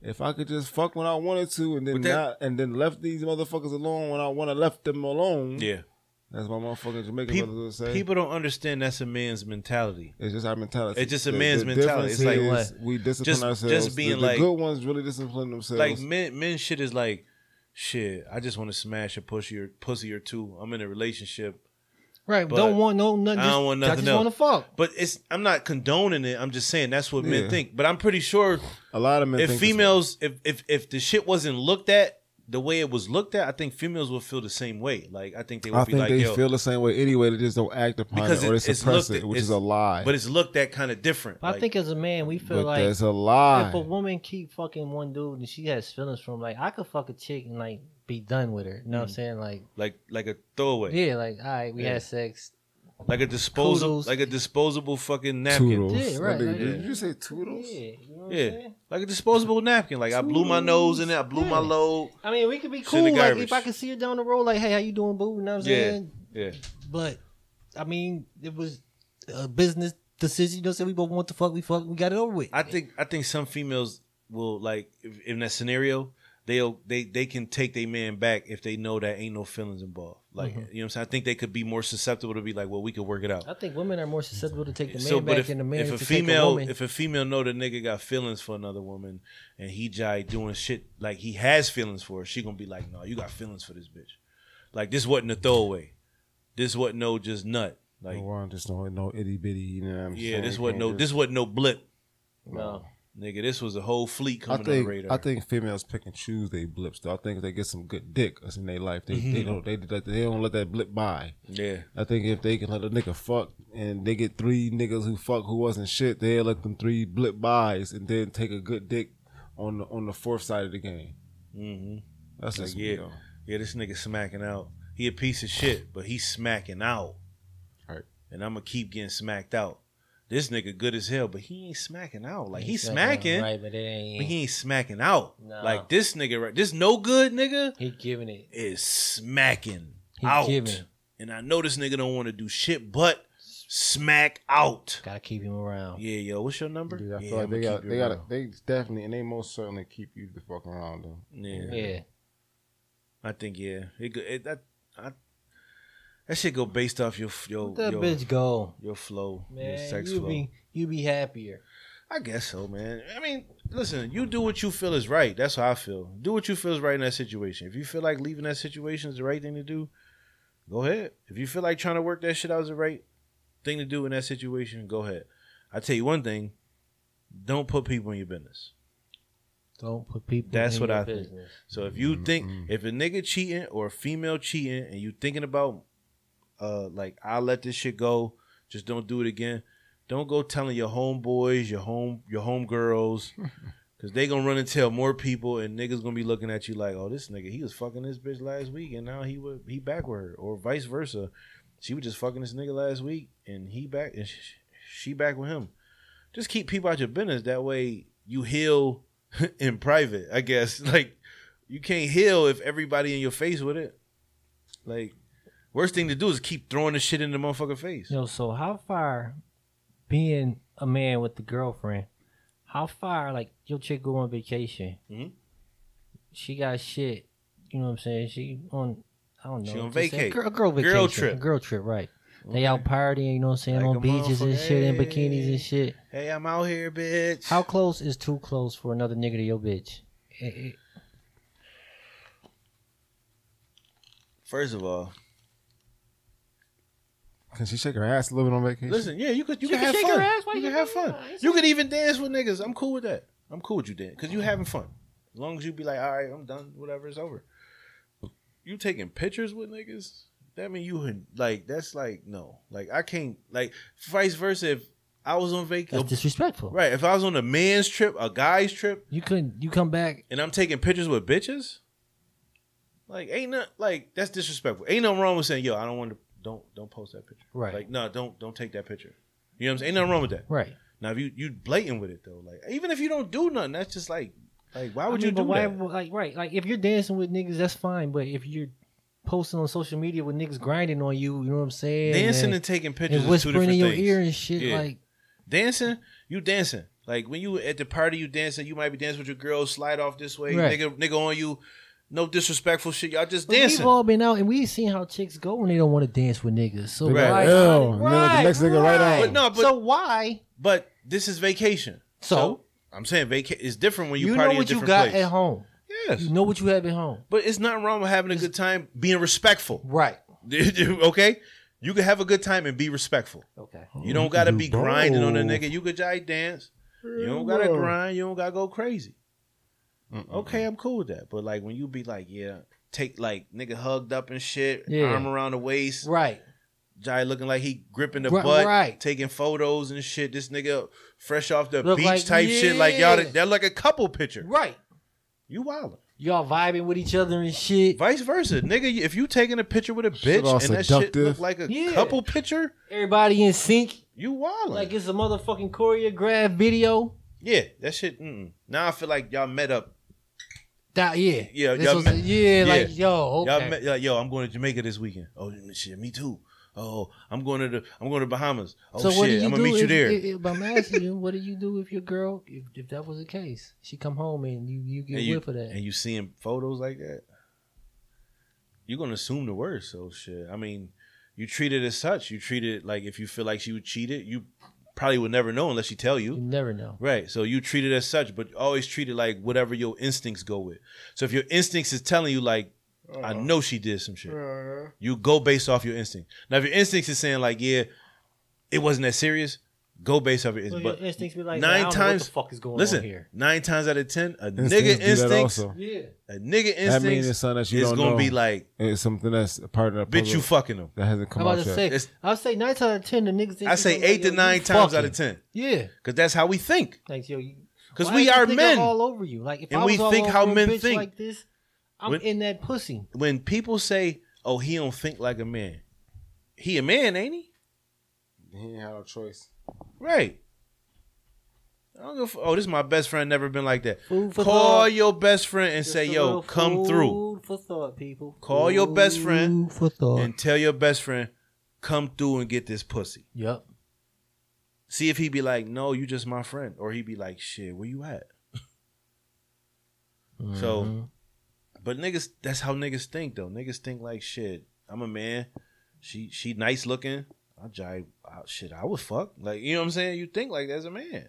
Speaker 4: if I could just fuck when I wanted to and then
Speaker 2: But that-
Speaker 4: not and then left these motherfuckers alone when I want to left them alone.
Speaker 2: Yeah.
Speaker 4: That's my motherfucking Jamaican
Speaker 2: Peop-
Speaker 4: brothers would say.
Speaker 2: People don't understand that's a man's mentality.
Speaker 4: it's just our mentality.
Speaker 2: It's just a man's mentality.
Speaker 4: difference
Speaker 2: It's like,
Speaker 4: is we discipline
Speaker 2: Just-
Speaker 4: ourselves.
Speaker 2: just
Speaker 4: The-
Speaker 2: being
Speaker 4: the,
Speaker 2: like-
Speaker 4: good ones really discipline themselves.
Speaker 2: Like men, men shit is like, shit. I just want to smash a pussy or pussy or two. I'm in a relationship,
Speaker 1: right.
Speaker 2: but
Speaker 1: don't want no nothing.
Speaker 2: I don't
Speaker 1: just-
Speaker 2: want nothing
Speaker 1: I just
Speaker 2: else.
Speaker 1: want to fuck.
Speaker 2: but it's. I'm not condoning it. I'm just saying that's what men
Speaker 4: Yeah.
Speaker 2: think. But I'm pretty sure
Speaker 4: a lot of men.
Speaker 2: if
Speaker 4: think this way.
Speaker 2: females, if if if the shit wasn't looked at the way it was looked at, I think females would feel the same way. Like I think they would
Speaker 4: I
Speaker 2: be
Speaker 4: think
Speaker 2: like,
Speaker 4: they
Speaker 2: yo,
Speaker 4: feel the same way anyway. They just don't act upon
Speaker 2: Because
Speaker 4: it or
Speaker 2: it-
Speaker 4: they
Speaker 2: it's
Speaker 4: suppress
Speaker 2: looked
Speaker 4: it,
Speaker 2: at-
Speaker 4: which
Speaker 2: it's-
Speaker 4: is a lie.
Speaker 2: but it's looked at kind of different.
Speaker 1: I think as a man, we feel
Speaker 4: But
Speaker 1: like
Speaker 4: that's a lie.
Speaker 1: if a woman keep fucking one dude and she has feelings for him, like I could fuck a chick and like be done with her. You know what I'm saying? Like
Speaker 2: like like a throwaway,
Speaker 1: yeah, like all right, we
Speaker 2: Yeah.
Speaker 1: had sex.
Speaker 2: like a disposal,
Speaker 1: Kudos.
Speaker 2: like a disposable fucking napkin.
Speaker 4: Toodles.
Speaker 1: Yeah, right,
Speaker 4: That nigga-
Speaker 1: right,
Speaker 4: Did
Speaker 2: yeah.
Speaker 4: you say
Speaker 1: Yeah,
Speaker 4: toodles?
Speaker 1: you know what
Speaker 2: Yeah.
Speaker 1: I'm saying?
Speaker 2: Like a disposable napkin. Like I blew my nose in it. I blew
Speaker 1: Yeah.
Speaker 2: my load.
Speaker 1: I mean, we could be
Speaker 2: Shit
Speaker 1: cool.
Speaker 2: in the
Speaker 1: Like
Speaker 2: garbage.
Speaker 1: if I could see her down the road, like hey, how you doing, boo? You know what I'm
Speaker 2: Yeah.
Speaker 1: saying?
Speaker 2: Yeah.
Speaker 1: But I mean, it was a business decision. You know, what I'm saying we both want to fuck. We fuck. We got it over with.
Speaker 2: I think I think some females will like if, in that scenario they'll they they can take their man back if they know that ain't no feelings involved. Like you know what I'm saying. I think they could be more susceptible to be like, well, we could work it out.
Speaker 1: Mm-hmm. I think women are more susceptible to take the man
Speaker 2: So,
Speaker 1: back
Speaker 2: but if,
Speaker 1: than the man
Speaker 2: if
Speaker 1: to
Speaker 2: a
Speaker 1: take a
Speaker 2: female
Speaker 1: woman.
Speaker 2: if a female know the nigga got feelings for another woman and he jai doing shit like he has feelings for her, she gonna be like, no, you got feelings for this bitch. Like this wasn't a throwaway. This wasn't no just nut. Like
Speaker 4: No, one just no, no itty bitty. You know what I'm
Speaker 2: yeah,
Speaker 4: saying?
Speaker 2: this
Speaker 4: You
Speaker 2: wasn't
Speaker 4: can't
Speaker 2: no
Speaker 4: just-
Speaker 2: this wasn't no blip.
Speaker 1: no,
Speaker 2: Nigga, this was a whole fleet
Speaker 4: I
Speaker 2: coming on the
Speaker 4: think
Speaker 2: radar.
Speaker 4: I think females pick and choose they blips though. I think if they get some good dick that's in their life, they they
Speaker 2: Mm-hmm.
Speaker 4: don't they, they they don't let that blip by.
Speaker 2: yeah,
Speaker 4: I think if they can let a nigga fuck and they get three niggas who fuck who wasn't shit, they let them three blip bys and then take a good dick on the on the fourth side of the game.
Speaker 1: Mm-hmm.
Speaker 2: hmm
Speaker 4: That's
Speaker 2: Like,
Speaker 4: just
Speaker 2: yeah.
Speaker 4: me, though.
Speaker 2: yeah. This nigga smacking out. He a piece of shit, but he smacking out.
Speaker 4: Right.
Speaker 2: And I'm gonna keep getting smacked out. This nigga good as hell, but he ain't smacking out. Like he
Speaker 1: He's
Speaker 2: smacking,
Speaker 1: right, but it ain't.
Speaker 2: but he ain't smacking out.
Speaker 1: Nah.
Speaker 2: Like this nigga, right? This no good nigga
Speaker 1: He giving it.
Speaker 2: is smacking
Speaker 1: He
Speaker 2: out.
Speaker 1: giving.
Speaker 2: And I know this nigga don't want to do shit, but smack out.
Speaker 1: Gotta keep him around.
Speaker 2: Yeah, yo, what's your number?
Speaker 4: Dude, I
Speaker 2: yeah,
Speaker 4: feel like
Speaker 2: I'ma
Speaker 4: they got
Speaker 2: keep
Speaker 4: they
Speaker 2: it
Speaker 4: got
Speaker 2: real.
Speaker 4: they definitely and they most certainly keep you the fuck around though.
Speaker 2: Yeah.
Speaker 1: Yeah.
Speaker 2: I think yeah. It, go- it that I, that shit go based off your f- your
Speaker 1: Let that
Speaker 2: your,
Speaker 1: bitch go.
Speaker 2: your flow, your
Speaker 1: Man,
Speaker 2: sex
Speaker 1: you
Speaker 2: flow.
Speaker 1: be you be happier.
Speaker 2: I guess so, man. I mean, listen, you do what you feel is right. That's how I feel. Do what you feel is right in that situation. If you feel like leaving that situation is the right thing to do, go ahead. If you feel like trying to work that shit out is the right thing to do in that situation, go ahead. I tell you one thing, don't put people in your business.
Speaker 1: Don't put people.
Speaker 2: That's
Speaker 1: in
Speaker 2: what
Speaker 1: your
Speaker 2: I think.
Speaker 1: business.
Speaker 2: So if you think if a nigga cheating or a female cheating and you thinking about uh like I let this shit go, just don't do it again. Don't go telling your homeboys, your home your homegirls, cause they gonna run and tell more people and niggas gonna be looking at you like, oh this nigga he was fucking this bitch last week and now he would he back with her or vice versa. She was just fucking this nigga last week and he back and sh- she back with him. Just keep people out your business. That way you heal in private, I guess. Like You can't heal if everybody in your face with it. Like, worst thing to do is keep throwing the shit in the motherfucker face.
Speaker 1: Yo, so how far being a man with the girlfriend, how far like your chick go on vacation?
Speaker 2: Mhm.
Speaker 1: She got shit. You know what I'm saying? She on I don't know.
Speaker 2: She on
Speaker 1: just a
Speaker 2: vacay.
Speaker 1: Girl, a girl
Speaker 2: Girl
Speaker 1: vacation.
Speaker 2: trip.
Speaker 1: A girl trip, right. They out partying, you know what I'm saying,
Speaker 2: Like
Speaker 1: on
Speaker 2: a
Speaker 1: beaches and shit, in
Speaker 2: motherfucker.
Speaker 1: bikinis and shit.
Speaker 2: Hey, I'm out here, bitch.
Speaker 1: How close is too close for another nigga to your bitch? Eh, eh,
Speaker 2: First of all,
Speaker 4: Can she shake her ass a little bit on vacation?
Speaker 2: listen, yeah, you could you
Speaker 1: She
Speaker 2: could
Speaker 1: can
Speaker 2: have
Speaker 1: shake
Speaker 2: fun.
Speaker 1: her ass, why
Speaker 2: you
Speaker 1: you
Speaker 2: can have
Speaker 1: think-
Speaker 2: fun. You could even dance with niggas. I'm cool with that. I'm cool with you dancing because you having fun. As long as you be like, all right, I'm done. Whatever, it's over. You taking pictures with niggas? That mean you had- like that's like no, like I can't like vice versa. If I was on
Speaker 1: That's
Speaker 2: vacation,
Speaker 1: disrespectful.
Speaker 2: right? If I was on a man's trip, a guy's trip,
Speaker 1: You couldn't. You come back.
Speaker 2: and I'm taking pictures with bitches, like ain't not like that's disrespectful. Ain't nothing wrong with saying, yo, I don't want to don't don't post that picture.
Speaker 1: Right.
Speaker 2: Like, no, don't don't take that picture. You know what I'm saying? Ain't nothing wrong with that.
Speaker 1: Right.
Speaker 2: Now if you you blatant with it though, like even if you don't do nothing, that's just like like why would
Speaker 1: I mean,
Speaker 2: you
Speaker 1: but
Speaker 2: do
Speaker 1: why,
Speaker 2: that?
Speaker 1: Like right. Like if you're dancing with niggas, that's fine. But if you're posting on social media with niggas grinding on you, you know what I'm saying?
Speaker 2: Dancing
Speaker 1: and,
Speaker 2: and taking pictures
Speaker 1: and
Speaker 2: is two
Speaker 1: whispering
Speaker 2: different
Speaker 1: in your
Speaker 2: things.
Speaker 1: ear and shit.
Speaker 2: Yeah.
Speaker 1: Like
Speaker 2: Dancing, you dancing. Like when you at the party, you dancing. You might be dancing with your girl, slide off this way,
Speaker 1: Right.
Speaker 2: nigga, nigga on you. No disrespectful shit. Y'all just
Speaker 1: but
Speaker 2: dancing.
Speaker 1: we've all been out and we've seen how chicks go when they don't want to dance with niggas. So
Speaker 4: They be
Speaker 2: Right.
Speaker 1: why?
Speaker 4: like, "Ew," and then the next nigga right
Speaker 1: right.
Speaker 4: on.
Speaker 2: but no, but
Speaker 1: so why?
Speaker 2: But this is vacation.
Speaker 1: So?
Speaker 2: I'm saying vacation is different when you,
Speaker 1: You know
Speaker 2: party
Speaker 1: what
Speaker 2: in
Speaker 1: you
Speaker 2: a different
Speaker 1: got
Speaker 2: place.
Speaker 1: at home.
Speaker 2: Yes.
Speaker 1: You know what you have at home.
Speaker 2: But it's nothing wrong with having a good time being respectful.
Speaker 1: Right.
Speaker 2: okay? You can have a good time and be respectful.
Speaker 1: Okay.
Speaker 2: You don't gotta be
Speaker 4: Both.
Speaker 2: grinding on a nigga. You could just dance. You don't gotta
Speaker 4: Bro.
Speaker 2: grind. You don't gotta go crazy.
Speaker 1: Mm-hmm.
Speaker 2: Okay, I'm cool with that. But like when you be like, yeah, take like nigga hugged up and shit,
Speaker 1: Yeah.
Speaker 2: arm around the waist,
Speaker 1: Right.
Speaker 2: Jai looking like he gripping the
Speaker 1: Right,
Speaker 2: butt,
Speaker 1: right.
Speaker 2: taking photos and shit. This nigga fresh off the
Speaker 1: Look
Speaker 2: beach
Speaker 1: like-
Speaker 2: type shit, like y'all,
Speaker 1: yeah.
Speaker 2: they're like a couple picture.
Speaker 1: Right.
Speaker 2: You wildin'.
Speaker 1: Y'all vibing with each other and shit.
Speaker 2: Vice versa, nigga. If you taking a picture with a
Speaker 4: Shit all
Speaker 2: bitch and that shit
Speaker 4: seductive.
Speaker 2: look like a
Speaker 1: Yeah.
Speaker 2: couple picture,
Speaker 1: Everybody in sync.
Speaker 2: you wildin'.
Speaker 1: Like it's a motherfucking choreographed video.
Speaker 2: yeah, that shit. Mm-mm. Now I feel like y'all met up.
Speaker 1: That yeah.
Speaker 2: Yeah,
Speaker 1: This
Speaker 2: y'all
Speaker 1: was-
Speaker 2: met-
Speaker 1: yeah,
Speaker 2: yeah.
Speaker 1: like yo, okay.
Speaker 2: Y'all met, y'all- yo, I'm going to Jamaica this weekend. Oh shit, me too. Oh, I'm going to the I'm going to Bahamas. Oh
Speaker 1: so
Speaker 2: shit,
Speaker 1: what do you
Speaker 2: I'm gonna
Speaker 1: do
Speaker 2: meet
Speaker 1: if,
Speaker 2: you there.
Speaker 1: If, if I'm asking you, what do you do if your girl, if, if that was the case, she come home and you you get
Speaker 2: and
Speaker 1: whipped for
Speaker 2: you,
Speaker 1: that?
Speaker 2: and you seeing photos like that, you're gonna assume the worst. So shit. I mean, you treat it as such. You treat it like if you feel like she would cheat it, you probably would never know unless she tell
Speaker 1: you
Speaker 2: you.
Speaker 1: never know.
Speaker 2: Right. So you treat it as such, but always treat it like whatever your instincts go with. So if your instincts is telling you like,
Speaker 4: Uh-huh.
Speaker 2: I know she did some shit. You go based off your instinct. Now if your instincts is saying like, yeah, it wasn't that serious, go based off
Speaker 1: So
Speaker 2: your instinct.
Speaker 1: your
Speaker 2: But
Speaker 1: instincts be like,
Speaker 2: nine
Speaker 1: nine times,
Speaker 2: times-
Speaker 1: what the fuck is going
Speaker 2: listen,
Speaker 1: on here?
Speaker 2: nine times out of ten, a
Speaker 4: Instincts do
Speaker 2: nigga
Speaker 4: that
Speaker 2: instincts
Speaker 4: also.
Speaker 1: Yeah,
Speaker 2: a nigga
Speaker 4: That means
Speaker 2: instincts
Speaker 4: it's something that you
Speaker 2: is
Speaker 4: don't
Speaker 2: gonna
Speaker 4: know.
Speaker 2: be like,
Speaker 4: it's something that's a part of that
Speaker 2: bitch, you
Speaker 4: puzzle
Speaker 2: fucking him.
Speaker 4: that hasn't come
Speaker 1: I'm about
Speaker 4: out
Speaker 1: to
Speaker 4: yet.
Speaker 1: say,
Speaker 2: It's-
Speaker 1: I'll say nine times out of ten, the niggas.
Speaker 2: I say eight to nine times out of ten,
Speaker 1: Yeah,
Speaker 2: because that's how we think.
Speaker 1: like yo, you-
Speaker 2: Because
Speaker 1: why
Speaker 2: we
Speaker 1: is this
Speaker 2: are
Speaker 1: nigga
Speaker 2: men.
Speaker 1: all over you. Like if
Speaker 2: And
Speaker 1: I
Speaker 2: we
Speaker 1: was all
Speaker 2: think how
Speaker 1: over a
Speaker 2: men
Speaker 1: bitch
Speaker 2: think.
Speaker 1: like this, I'm
Speaker 2: When-
Speaker 1: in that pussy.
Speaker 2: when people say, "Oh, he don't think like a man," he a man, ain't he?
Speaker 4: He ain't had no choice.
Speaker 2: Right. I don't give a f- oh, this is my best friend. Never been like that.
Speaker 1: Food for
Speaker 2: Call
Speaker 1: thought.
Speaker 2: your best friend and
Speaker 1: Just
Speaker 2: say,
Speaker 1: a
Speaker 2: "Yo,
Speaker 1: little
Speaker 2: come
Speaker 1: food
Speaker 2: through,"
Speaker 1: For thought, people.
Speaker 2: Call your best friend
Speaker 1: Food for thought.
Speaker 2: and tell your best friend, "Come through and get this pussy."
Speaker 1: yep.
Speaker 2: See if he be like, "No, you just my friend," or he be like, "Shit, where you at?" So-
Speaker 1: Mhm.
Speaker 2: But niggas, that's how niggas think though. Niggas think like shit. I'm a man. She she nice looking. I jive. I, shit, I would fuck. Like you know what I'm saying. You think like that's a man.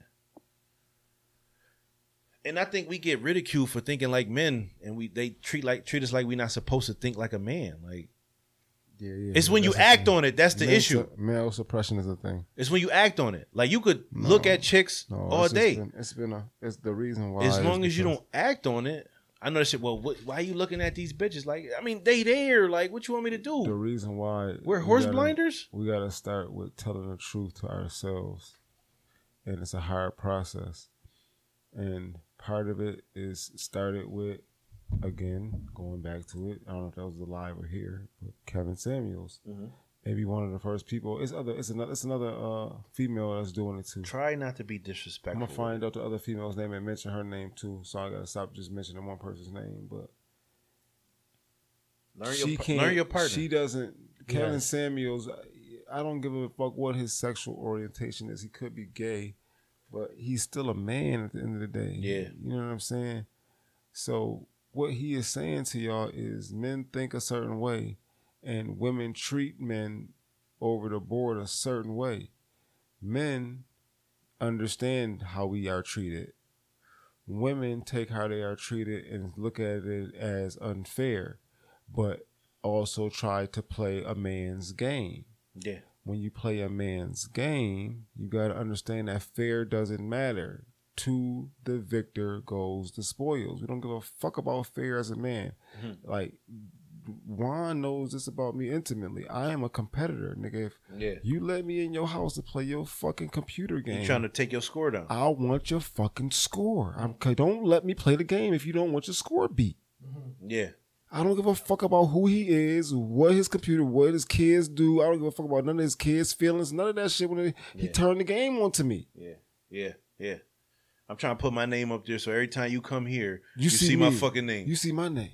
Speaker 2: And I think we get ridiculed for thinking like men, and we they treat like treat us like we're not supposed to think like a man. Like
Speaker 4: Yeah, yeah.
Speaker 2: it's when you act on it that's the issue.
Speaker 4: male suppression is a thing.
Speaker 2: It's when you act on it. Like you could look
Speaker 4: No.
Speaker 2: at chicks
Speaker 4: No,
Speaker 2: all
Speaker 4: it's just
Speaker 2: day.
Speaker 4: Been, it's been a. It's the reason why.
Speaker 2: as
Speaker 4: is
Speaker 2: long as you
Speaker 4: because-
Speaker 2: don't act on it. I know that shit. Well, what, why you looking at these bitches? Like, I mean, they there. Like, what you want me to do?
Speaker 4: The reason why
Speaker 2: We're
Speaker 4: we
Speaker 2: horse
Speaker 4: gotta-
Speaker 2: blinders?
Speaker 4: We gotta start with telling the truth to ourselves, and it's a hard process. And part of it is started with, again, going back to it. I don't know if that was alive or here, but Kevin Samuels,
Speaker 2: Mhm.
Speaker 4: maybe one of the first people. It's other. It's another. It's another uh, female that's doing it too.
Speaker 2: Try not to be
Speaker 4: I'm
Speaker 2: disrespectful.
Speaker 4: gonna find out the other female's name and mention her name too, so I gotta stop just mentioning one person's name. But
Speaker 7: Learn your.
Speaker 4: she
Speaker 7: par-
Speaker 4: can't.
Speaker 2: learn your partner.
Speaker 4: She doesn't. Kevin
Speaker 1: Yeah.
Speaker 4: Samuels. I don't give a fuck what his sexual orientation is. He could be gay, but he's still a man at the end of the day.
Speaker 2: Yeah.
Speaker 4: you know what I'm saying. So what he is saying to y'all is, men think a certain way, and women treat men over the board a certain way. Men understand how we are treated. Women take how they are treated and look at it as unfair, but also try to play a man's game.
Speaker 2: Yeah.
Speaker 4: When you play a man's game, you got to understand that fair doesn't matter. To the victor goes the spoils. We don't give a fuck about fair as a man. Like, Juan knows this about me intimately. I am a competitor, nigga. If
Speaker 2: Yeah.
Speaker 4: you let me in your house to play your fucking computer game,
Speaker 2: You trying to take your score down?
Speaker 4: I want your fucking score. I'm, c- don't let me play the game if you don't want your score beat.
Speaker 2: Yeah.
Speaker 4: I don't give a fuck about who he is, what his computer, what his kids do. I don't give a fuck about none of his kids' feelings, none of that shit. When he, he
Speaker 2: Yeah.
Speaker 4: turned the game on to me,
Speaker 2: Yeah, yeah, yeah. I'm trying to put my name up there so every time you come here,
Speaker 4: You
Speaker 2: you,
Speaker 4: see
Speaker 2: see, my
Speaker 4: me.
Speaker 2: fucking name.
Speaker 4: you see my name,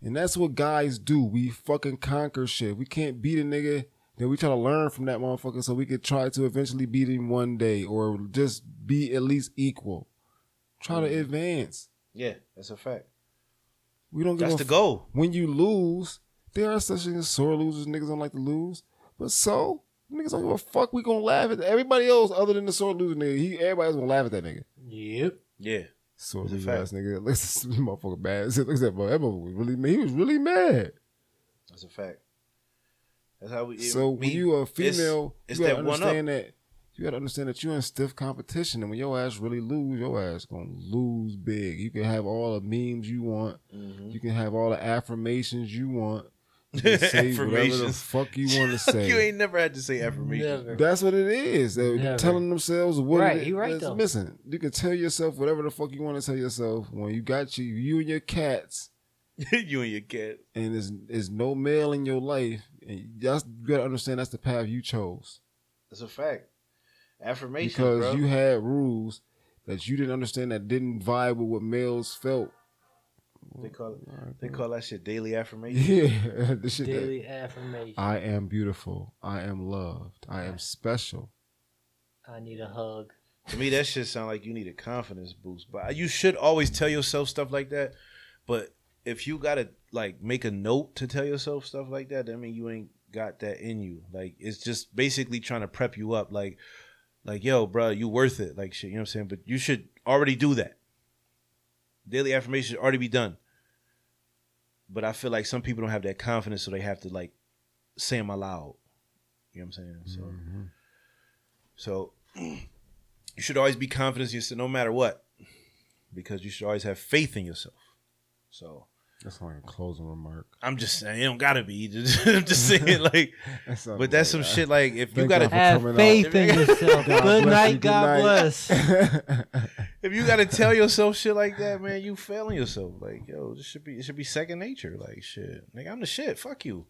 Speaker 4: and that's what guys do. We fucking conquer shit. We can't beat a nigga. Then we try to learn from that motherfucker so we could try to eventually beat him one day or just be at least equal. Try
Speaker 2: Mm.
Speaker 4: to advance.
Speaker 2: yeah, that's a fact.
Speaker 4: We don't give
Speaker 2: That's the
Speaker 4: a fuck.
Speaker 2: goal.
Speaker 4: when you lose, there are such things as sore losers. Niggas don't like to lose, but so niggas don't give a fuck. We gonna laugh at everybody else other than the sore loser nigga. He everybody's gonna laugh at that nigga.
Speaker 1: Yep.
Speaker 2: Yeah,
Speaker 4: Sore
Speaker 2: It's a
Speaker 4: loser
Speaker 2: fact.
Speaker 4: ass nigga. Looks this motherfucker bad. Looks at that motherfucker. That motherfucker was really mad. He was really mad.
Speaker 2: that's a fact. That's how we. it-
Speaker 4: so when
Speaker 2: me-
Speaker 4: you are a
Speaker 2: it's-
Speaker 4: female,
Speaker 2: it's
Speaker 4: you gotta
Speaker 2: that one up.
Speaker 4: understand that. You gotta understand that you're in stiff competition, and when your ass really lose, your ass gonna lose big. You can have all the memes you want.
Speaker 2: Mhm.
Speaker 4: You can have all the affirmations you want. You can say whatever the
Speaker 2: Affirmations.
Speaker 4: fuck you want to say.
Speaker 2: you ain't never had to say affirmation.
Speaker 1: Never.
Speaker 4: That's what it is. They're
Speaker 1: Never.
Speaker 4: telling themselves what
Speaker 1: Right,
Speaker 4: it is
Speaker 1: you right,
Speaker 4: that's
Speaker 1: though.
Speaker 4: missing. You can tell yourself whatever the fuck you want to tell yourself when you got you, you and your cats,
Speaker 2: you and your cat.
Speaker 4: and there's, there's no male in your life. And that's you gotta understand that's the path you chose
Speaker 2: That's a fact. Affirmation,
Speaker 4: because
Speaker 2: bro.
Speaker 4: you had rules that you didn't understand that didn't vibe with what males felt.
Speaker 2: they call it, they call that shit daily affirmation.
Speaker 4: yeah, the shit that-
Speaker 1: Daily affirmation. I,
Speaker 4: I am beautiful. I am loved. I am special.
Speaker 1: need a hug.
Speaker 2: To me, that shit sound like you need a confidence boost. But you should always tell yourself stuff like that. But if you gotta like make a note to tell yourself stuff like that, that mean you ain't got that in you. Like it's just basically trying to prep you up. Like, like yo, bro, you worth it. Like shit, you know what I'm saying. But you should already do that. Daily affirmation should already be done. But I feel like some people don't have that confidence, so they have to like say them aloud. You know what I'm saying? So,
Speaker 4: Mm-hmm.
Speaker 2: so you should always be confident in yourself, no matter what, because you should always have faith in yourself. So
Speaker 4: That's like a closing remark.
Speaker 2: I'm just saying, it don't gotta be. I'm just saying, like,
Speaker 4: That's not
Speaker 2: but that's some
Speaker 4: like-
Speaker 2: shit. Like, if you
Speaker 4: Thank
Speaker 2: gotta,
Speaker 4: God
Speaker 1: Have
Speaker 4: coming
Speaker 1: faith
Speaker 2: out.
Speaker 1: in yourself.
Speaker 4: bless
Speaker 1: Good
Speaker 4: you.
Speaker 1: night.
Speaker 4: Good
Speaker 1: God
Speaker 4: night.
Speaker 1: bless.
Speaker 2: if you gotta tell yourself shit like that, man, you failing yourself. Like, yo, this should be, it should be second nature. Like, shit, like I'm the shit. Fuck you.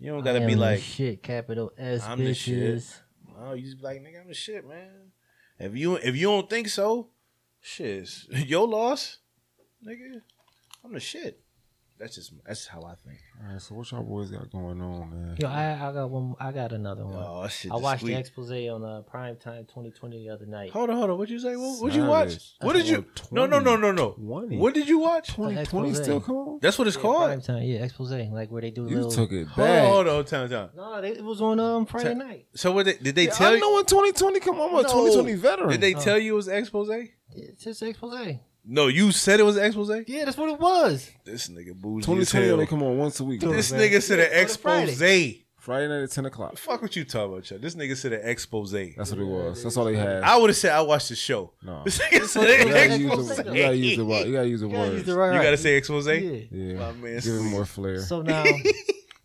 Speaker 2: You don't gotta
Speaker 1: I am
Speaker 2: be
Speaker 1: the
Speaker 2: like,
Speaker 1: shit. Capital S
Speaker 2: I'm the shit.
Speaker 1: bitches.
Speaker 2: oh, you just be like, nigga, I'm the shit, man. If you if you don't think so, shit, it's your loss, nigga. I'm the shit. That's just that's how I think.
Speaker 4: All right, so what y'all boys got going on, man?
Speaker 1: Yo, I, I got one. I got another one.
Speaker 2: Oh shit!
Speaker 1: I
Speaker 2: this
Speaker 1: watched the
Speaker 2: week.
Speaker 1: expose on uh, Prime Time 2020 the other night.
Speaker 2: Hold on, hold on. What'd you say? What, what'd you watch?
Speaker 4: Savage.
Speaker 2: What did you? No, no, no, no, no.
Speaker 4: 20.
Speaker 2: What did you watch?
Speaker 1: The
Speaker 4: 2020
Speaker 1: expose.
Speaker 4: still come on?
Speaker 2: That's what it's
Speaker 1: yeah, Prime
Speaker 2: called.
Speaker 1: Time, yeah, expose, like where they do
Speaker 4: You
Speaker 1: little.
Speaker 4: took it
Speaker 2: Hold on,
Speaker 4: back.
Speaker 2: hold on, time, time.
Speaker 1: No, they, it was on um Friday
Speaker 2: Ta-
Speaker 1: night.
Speaker 2: So what? They, did they
Speaker 4: Yeah,
Speaker 2: tell
Speaker 4: I know
Speaker 2: you?
Speaker 4: when 2020 come on. I'm
Speaker 2: No.
Speaker 4: a 2020 veteran.
Speaker 2: Did they
Speaker 1: Oh.
Speaker 2: tell you it was expose?
Speaker 1: It's just expose.
Speaker 2: No, you said it was expose.
Speaker 1: Yeah, that's what it was.
Speaker 2: This nigga bougie as
Speaker 4: 2020
Speaker 2: hell.
Speaker 4: only come on once a week.
Speaker 2: This
Speaker 1: man.
Speaker 2: nigga said an
Speaker 1: On a Friday.
Speaker 2: expose.
Speaker 4: Friday night at 10 o'clock.
Speaker 2: Fuck what you talking about, Chuck. This nigga said an expose.
Speaker 4: That's what it was. That's all they had.
Speaker 2: I would have said I watched the show.
Speaker 4: no.
Speaker 2: This nigga said
Speaker 1: You
Speaker 4: You
Speaker 2: an
Speaker 4: gotta, use
Speaker 2: expose.
Speaker 4: the, you gotta use the word. You gotta use the
Speaker 1: Yeah, he's
Speaker 4: word.
Speaker 1: the right-
Speaker 2: You
Speaker 1: right.
Speaker 2: gotta say expose.
Speaker 1: Yeah.
Speaker 4: Yeah.
Speaker 2: My man,
Speaker 4: Give it
Speaker 2: sleep.
Speaker 4: more flair.
Speaker 1: So now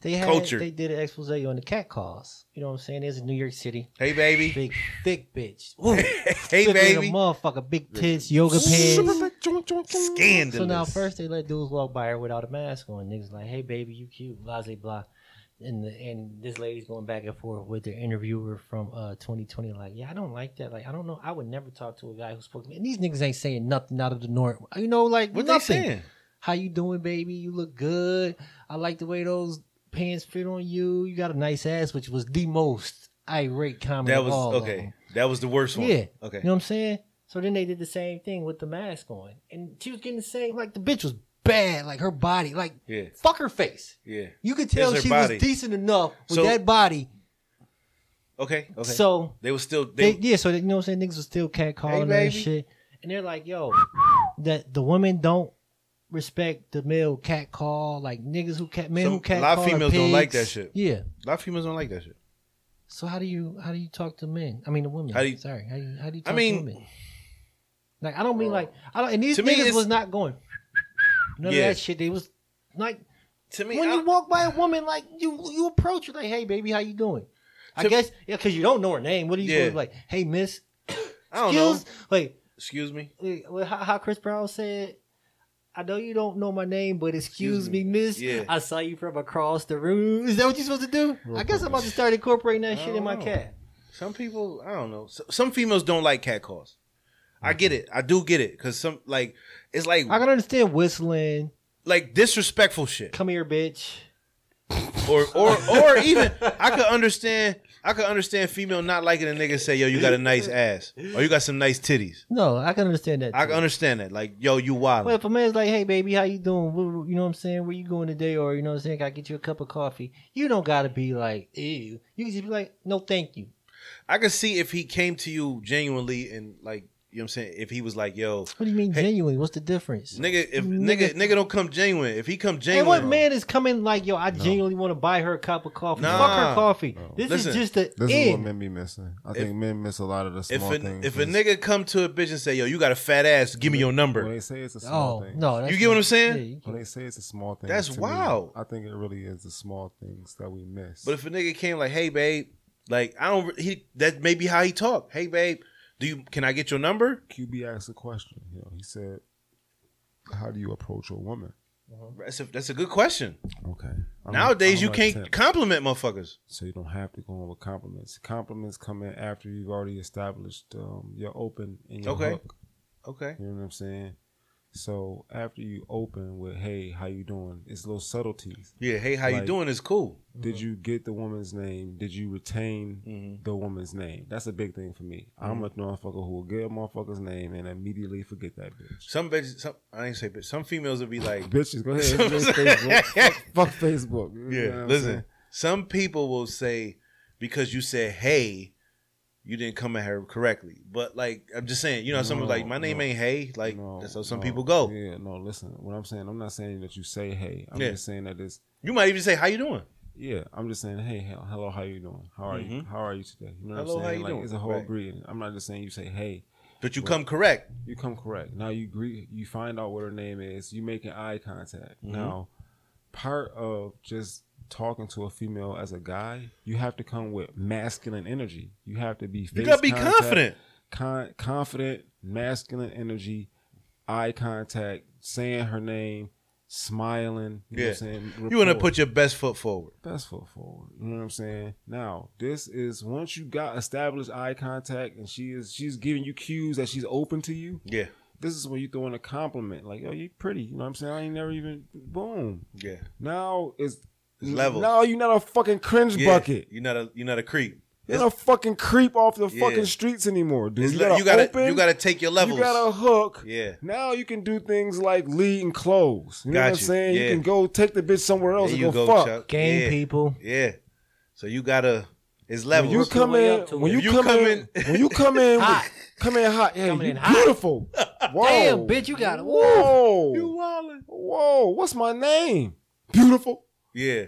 Speaker 1: they had
Speaker 2: Culture.
Speaker 1: they did an expose on the cat calls. You know what I'm saying? It's in New York City.
Speaker 2: Hey baby.
Speaker 1: Big thick bitch. Woo.
Speaker 2: hey
Speaker 1: Thick little
Speaker 2: baby.
Speaker 1: motherfucker. Big tits, yoga pants.
Speaker 2: Scandalous.
Speaker 1: So now first they let dudes walk by her without a mask on. Niggas like, hey baby, you cute, blah blah blah. And the, and this lady's going back and forth with their interviewer from uh 2020, like, yeah, I don't like that. Like, I don't know. I would never talk to a guy who spoke to me. And these niggas ain't saying nothing out of the norm. You know, like
Speaker 2: What they
Speaker 1: nothing.
Speaker 2: saying?
Speaker 1: How you doing, baby? You look good. I like the way those pants fit on you. You got a nice ass, which was the most irate comment.
Speaker 2: That
Speaker 1: of
Speaker 2: was
Speaker 1: all of
Speaker 2: okay. That was the worst
Speaker 1: them.
Speaker 2: one.
Speaker 1: Yeah.
Speaker 2: Okay.
Speaker 1: You know what I'm saying? So then they did the same thing with the mask on, and she was getting the same. Like the bitch was bad. Like her body. Like
Speaker 2: Yeah.
Speaker 1: fuck her face.
Speaker 2: Yeah.
Speaker 1: You could tell
Speaker 2: her
Speaker 1: she
Speaker 2: body.
Speaker 1: was decent enough with
Speaker 2: So-
Speaker 1: that body.
Speaker 2: Okay. Okay.
Speaker 1: So
Speaker 2: they were still
Speaker 1: they,
Speaker 2: they,
Speaker 1: yeah, so they, you know what I'm saying? Niggas was still catcalling
Speaker 2: Hey,
Speaker 1: her and
Speaker 2: baby.
Speaker 1: shit. And they're like, yo, that the women don't respect the male catcall, like niggas who cat men
Speaker 2: So,
Speaker 1: who
Speaker 2: a lot
Speaker 1: catcall.
Speaker 2: of
Speaker 1: are
Speaker 2: females don't like that
Speaker 1: pigs.
Speaker 2: shit.
Speaker 1: Yeah.
Speaker 2: a lot of females don't like that shit.
Speaker 1: So how do you how do you talk to men? I mean the women.
Speaker 2: How do you-
Speaker 1: Sorry. How do you how do you
Speaker 2: I
Speaker 1: talk
Speaker 2: mean-
Speaker 1: to women? Like I don't mean like I don't and these
Speaker 2: To me,
Speaker 1: niggas
Speaker 2: it's-
Speaker 1: was not going none
Speaker 2: Yeah.
Speaker 1: of that shit. They was like
Speaker 2: To me,
Speaker 1: when
Speaker 2: I-
Speaker 1: you walk by a woman, like you you approach her like, hey baby, how you doing? I
Speaker 2: To-
Speaker 1: guess yeah, because you don't know her name. What are you
Speaker 2: Yeah.
Speaker 1: doing? Like, hey miss,
Speaker 2: I don't
Speaker 1: skills?
Speaker 2: know.
Speaker 1: Like
Speaker 2: Excuse me.
Speaker 1: uh, well, how, how Chris Brown said, I know you don't know my name, but excuse,
Speaker 2: Excuse me.
Speaker 1: me, miss.
Speaker 2: Yeah.
Speaker 1: I saw you from across the room. Is that what you're supposed to do? I guess I'm about to start incorporating that
Speaker 2: I
Speaker 1: shit in my
Speaker 2: don't know.
Speaker 1: cat.
Speaker 2: Some people, I don't know. So, some females don't like cat calls. I get it. I do get it because some like it's like
Speaker 1: Mm-hmm. I can understand whistling,
Speaker 2: like disrespectful shit,
Speaker 1: come here, bitch.
Speaker 2: or or or even I could understand. I could understand female not liking a nigga say, "Yo, you got a nice ass," or "You got some nice titties."
Speaker 1: No, I can understand that.
Speaker 2: I
Speaker 1: too.
Speaker 2: can understand that. Like, "Yo, you wild."
Speaker 1: But if a man's like, hey, baby, how you doing? Wh- wh- You know what I'm saying? Where you going today? Or, you know what I'm saying? Can I get you a cup of coffee? You don't got to be like, ew. You can just be like, no, thank you.
Speaker 2: I could see if he came to you genuinely and like, you know what I'm saying? If he was like, "Yo,
Speaker 1: What do you mean
Speaker 2: Hey.
Speaker 1: genuinely? What's the difference?
Speaker 2: nigga, if
Speaker 1: Nigga.
Speaker 2: nigga nigga don't come genuine. If he come
Speaker 1: And Mm-hmm. what
Speaker 2: genuine,
Speaker 1: man is coming like, yo, I genuinely want to buy her a cup of coffee.
Speaker 2: Nah.
Speaker 1: Fuck her coffee.
Speaker 4: No.
Speaker 1: This
Speaker 2: Listen,
Speaker 1: is just the
Speaker 4: This is what
Speaker 1: end.
Speaker 4: men be missing. I think men miss a lot of the
Speaker 2: if
Speaker 4: small
Speaker 2: a,
Speaker 4: things.
Speaker 2: if a nigga come to a bitch and say, "Yo, you got a fat ass. Give me your
Speaker 4: when
Speaker 2: number."
Speaker 4: they say it's a small
Speaker 1: Oh,
Speaker 4: thing,
Speaker 1: no. That's
Speaker 2: You get what
Speaker 1: not-
Speaker 2: I'm saying?
Speaker 1: yeah, you
Speaker 4: when
Speaker 1: get-
Speaker 4: they say it's a small thing,
Speaker 2: That's
Speaker 4: to me,
Speaker 2: wild.
Speaker 4: I think it really is the small things that we miss.
Speaker 2: But if a nigga came like, "Hey, babe," like I don't. re- He that may be how he talk. Hey, babe, do you? Can I get your number?
Speaker 4: QB asked a question. You know, he said, "How do you approach a woman?"
Speaker 2: That's a that's a good question.
Speaker 4: Okay. I'm-
Speaker 2: Nowadays,
Speaker 4: I'm
Speaker 2: you
Speaker 4: like
Speaker 2: can't
Speaker 4: Tim.
Speaker 2: compliment motherfuckers.
Speaker 4: so you don't have to go on with compliments. Compliments come in after you've already established um, your open and your
Speaker 2: Okay.
Speaker 4: hook.
Speaker 2: Okay.
Speaker 4: You know what I'm saying? So after you open with, "Hey, how you doing?" It's little subtleties.
Speaker 2: Yeah. Hey, how you
Speaker 4: Like-
Speaker 2: doing? Is cool.
Speaker 4: Did you get the woman's name? Did you retain
Speaker 2: Mm-hmm.
Speaker 4: the woman's name? That's a big thing for me. I'm a motherfucker who will get a motherfucker's name and immediately forget that bitch.
Speaker 2: Some bitches. Some I ain't say bitch. Some females would be like,
Speaker 4: Bitches, go ahead. Fuck Facebook. Fuck, fuck Facebook. You know
Speaker 2: yeah.
Speaker 4: what I'm
Speaker 2: listen,
Speaker 4: saying?
Speaker 2: some people will say because you said hey. You didn't come at her correctly, but like I'm just saying, you know, some people
Speaker 4: No,
Speaker 2: like my name
Speaker 4: no.
Speaker 2: ain't Hey, like
Speaker 4: No,
Speaker 2: that's how some
Speaker 4: no.
Speaker 2: people go.
Speaker 4: Yeah, no, listen. What I'm saying, I'm not saying that you say hey. I'm
Speaker 2: Yeah.
Speaker 4: just saying that it's
Speaker 2: You might even say, "How you doing?"
Speaker 4: yeah. I'm just saying hey, hell, hello, how you doing? How are you?
Speaker 2: Mhm.
Speaker 4: How are you today? You know what
Speaker 2: Hello,
Speaker 4: I'm
Speaker 2: how
Speaker 4: saying?
Speaker 2: you
Speaker 4: like
Speaker 2: doing?
Speaker 4: it's a whole
Speaker 2: Right.
Speaker 4: greeting. I'm not just saying you say hey.
Speaker 2: But you come correct.
Speaker 4: You come correct. Now you greet. You find out what her name is. You making eye contact.
Speaker 2: Mm-hmm.
Speaker 4: Now, part of just talking to a female as a guy, you have to come with masculine energy. You have to be.
Speaker 2: You
Speaker 4: face
Speaker 2: gotta be
Speaker 4: contact,
Speaker 2: confident.
Speaker 4: con- confident, masculine energy, eye contact, saying her name, smiling. You know
Speaker 2: Yeah.
Speaker 4: what I'm saying?
Speaker 2: You want to
Speaker 4: Rapport.
Speaker 2: put your best foot forward.
Speaker 4: best foot forward. You know what I'm saying? Now, this is once you got established eye contact and she is she's giving you cues that she's open to you.
Speaker 2: Yeah,
Speaker 4: This is when you throw in a compliment, like, oh, you pretty. You know what I'm saying? I ain't never even boom.
Speaker 2: yeah.
Speaker 4: Now it's,
Speaker 2: It's levels.
Speaker 4: Now you're not a fucking cringe
Speaker 2: yeah.
Speaker 4: bucket.
Speaker 2: You're not a you're not a creep.
Speaker 4: You're not a fucking creep off the
Speaker 2: Yeah.
Speaker 4: fucking streets anymore, dude.
Speaker 2: It's
Speaker 4: You
Speaker 2: le-
Speaker 4: gotta,
Speaker 2: you gotta
Speaker 4: open,
Speaker 2: you gotta take your levels.
Speaker 4: You got a hook.
Speaker 2: Yeah.
Speaker 4: Now you can do things like lead and close. You
Speaker 2: Got
Speaker 4: know what I'm
Speaker 2: you.
Speaker 4: saying?
Speaker 2: Yeah.
Speaker 4: You can go take the bitch somewhere else
Speaker 2: There
Speaker 4: and go, fuck.
Speaker 2: Chuck.
Speaker 1: Game
Speaker 2: yeah.
Speaker 1: people.
Speaker 2: Yeah. So you gotta it's
Speaker 4: When
Speaker 2: levels.
Speaker 4: you
Speaker 1: Work your
Speaker 4: come
Speaker 1: way
Speaker 4: in,
Speaker 1: up to it.
Speaker 4: when you,
Speaker 2: If you
Speaker 4: come,
Speaker 2: come
Speaker 4: in,
Speaker 2: in-
Speaker 4: when you come in,
Speaker 1: Hot.
Speaker 4: with, come in hot. Hey,
Speaker 1: Coming
Speaker 4: you
Speaker 1: in hot.
Speaker 4: beautiful. Whoa.
Speaker 1: Damn, bitch, you got it. Woo.
Speaker 4: Whoa.
Speaker 2: wildin'.
Speaker 4: Whoa. What's my name? Beautiful.
Speaker 2: Yeah.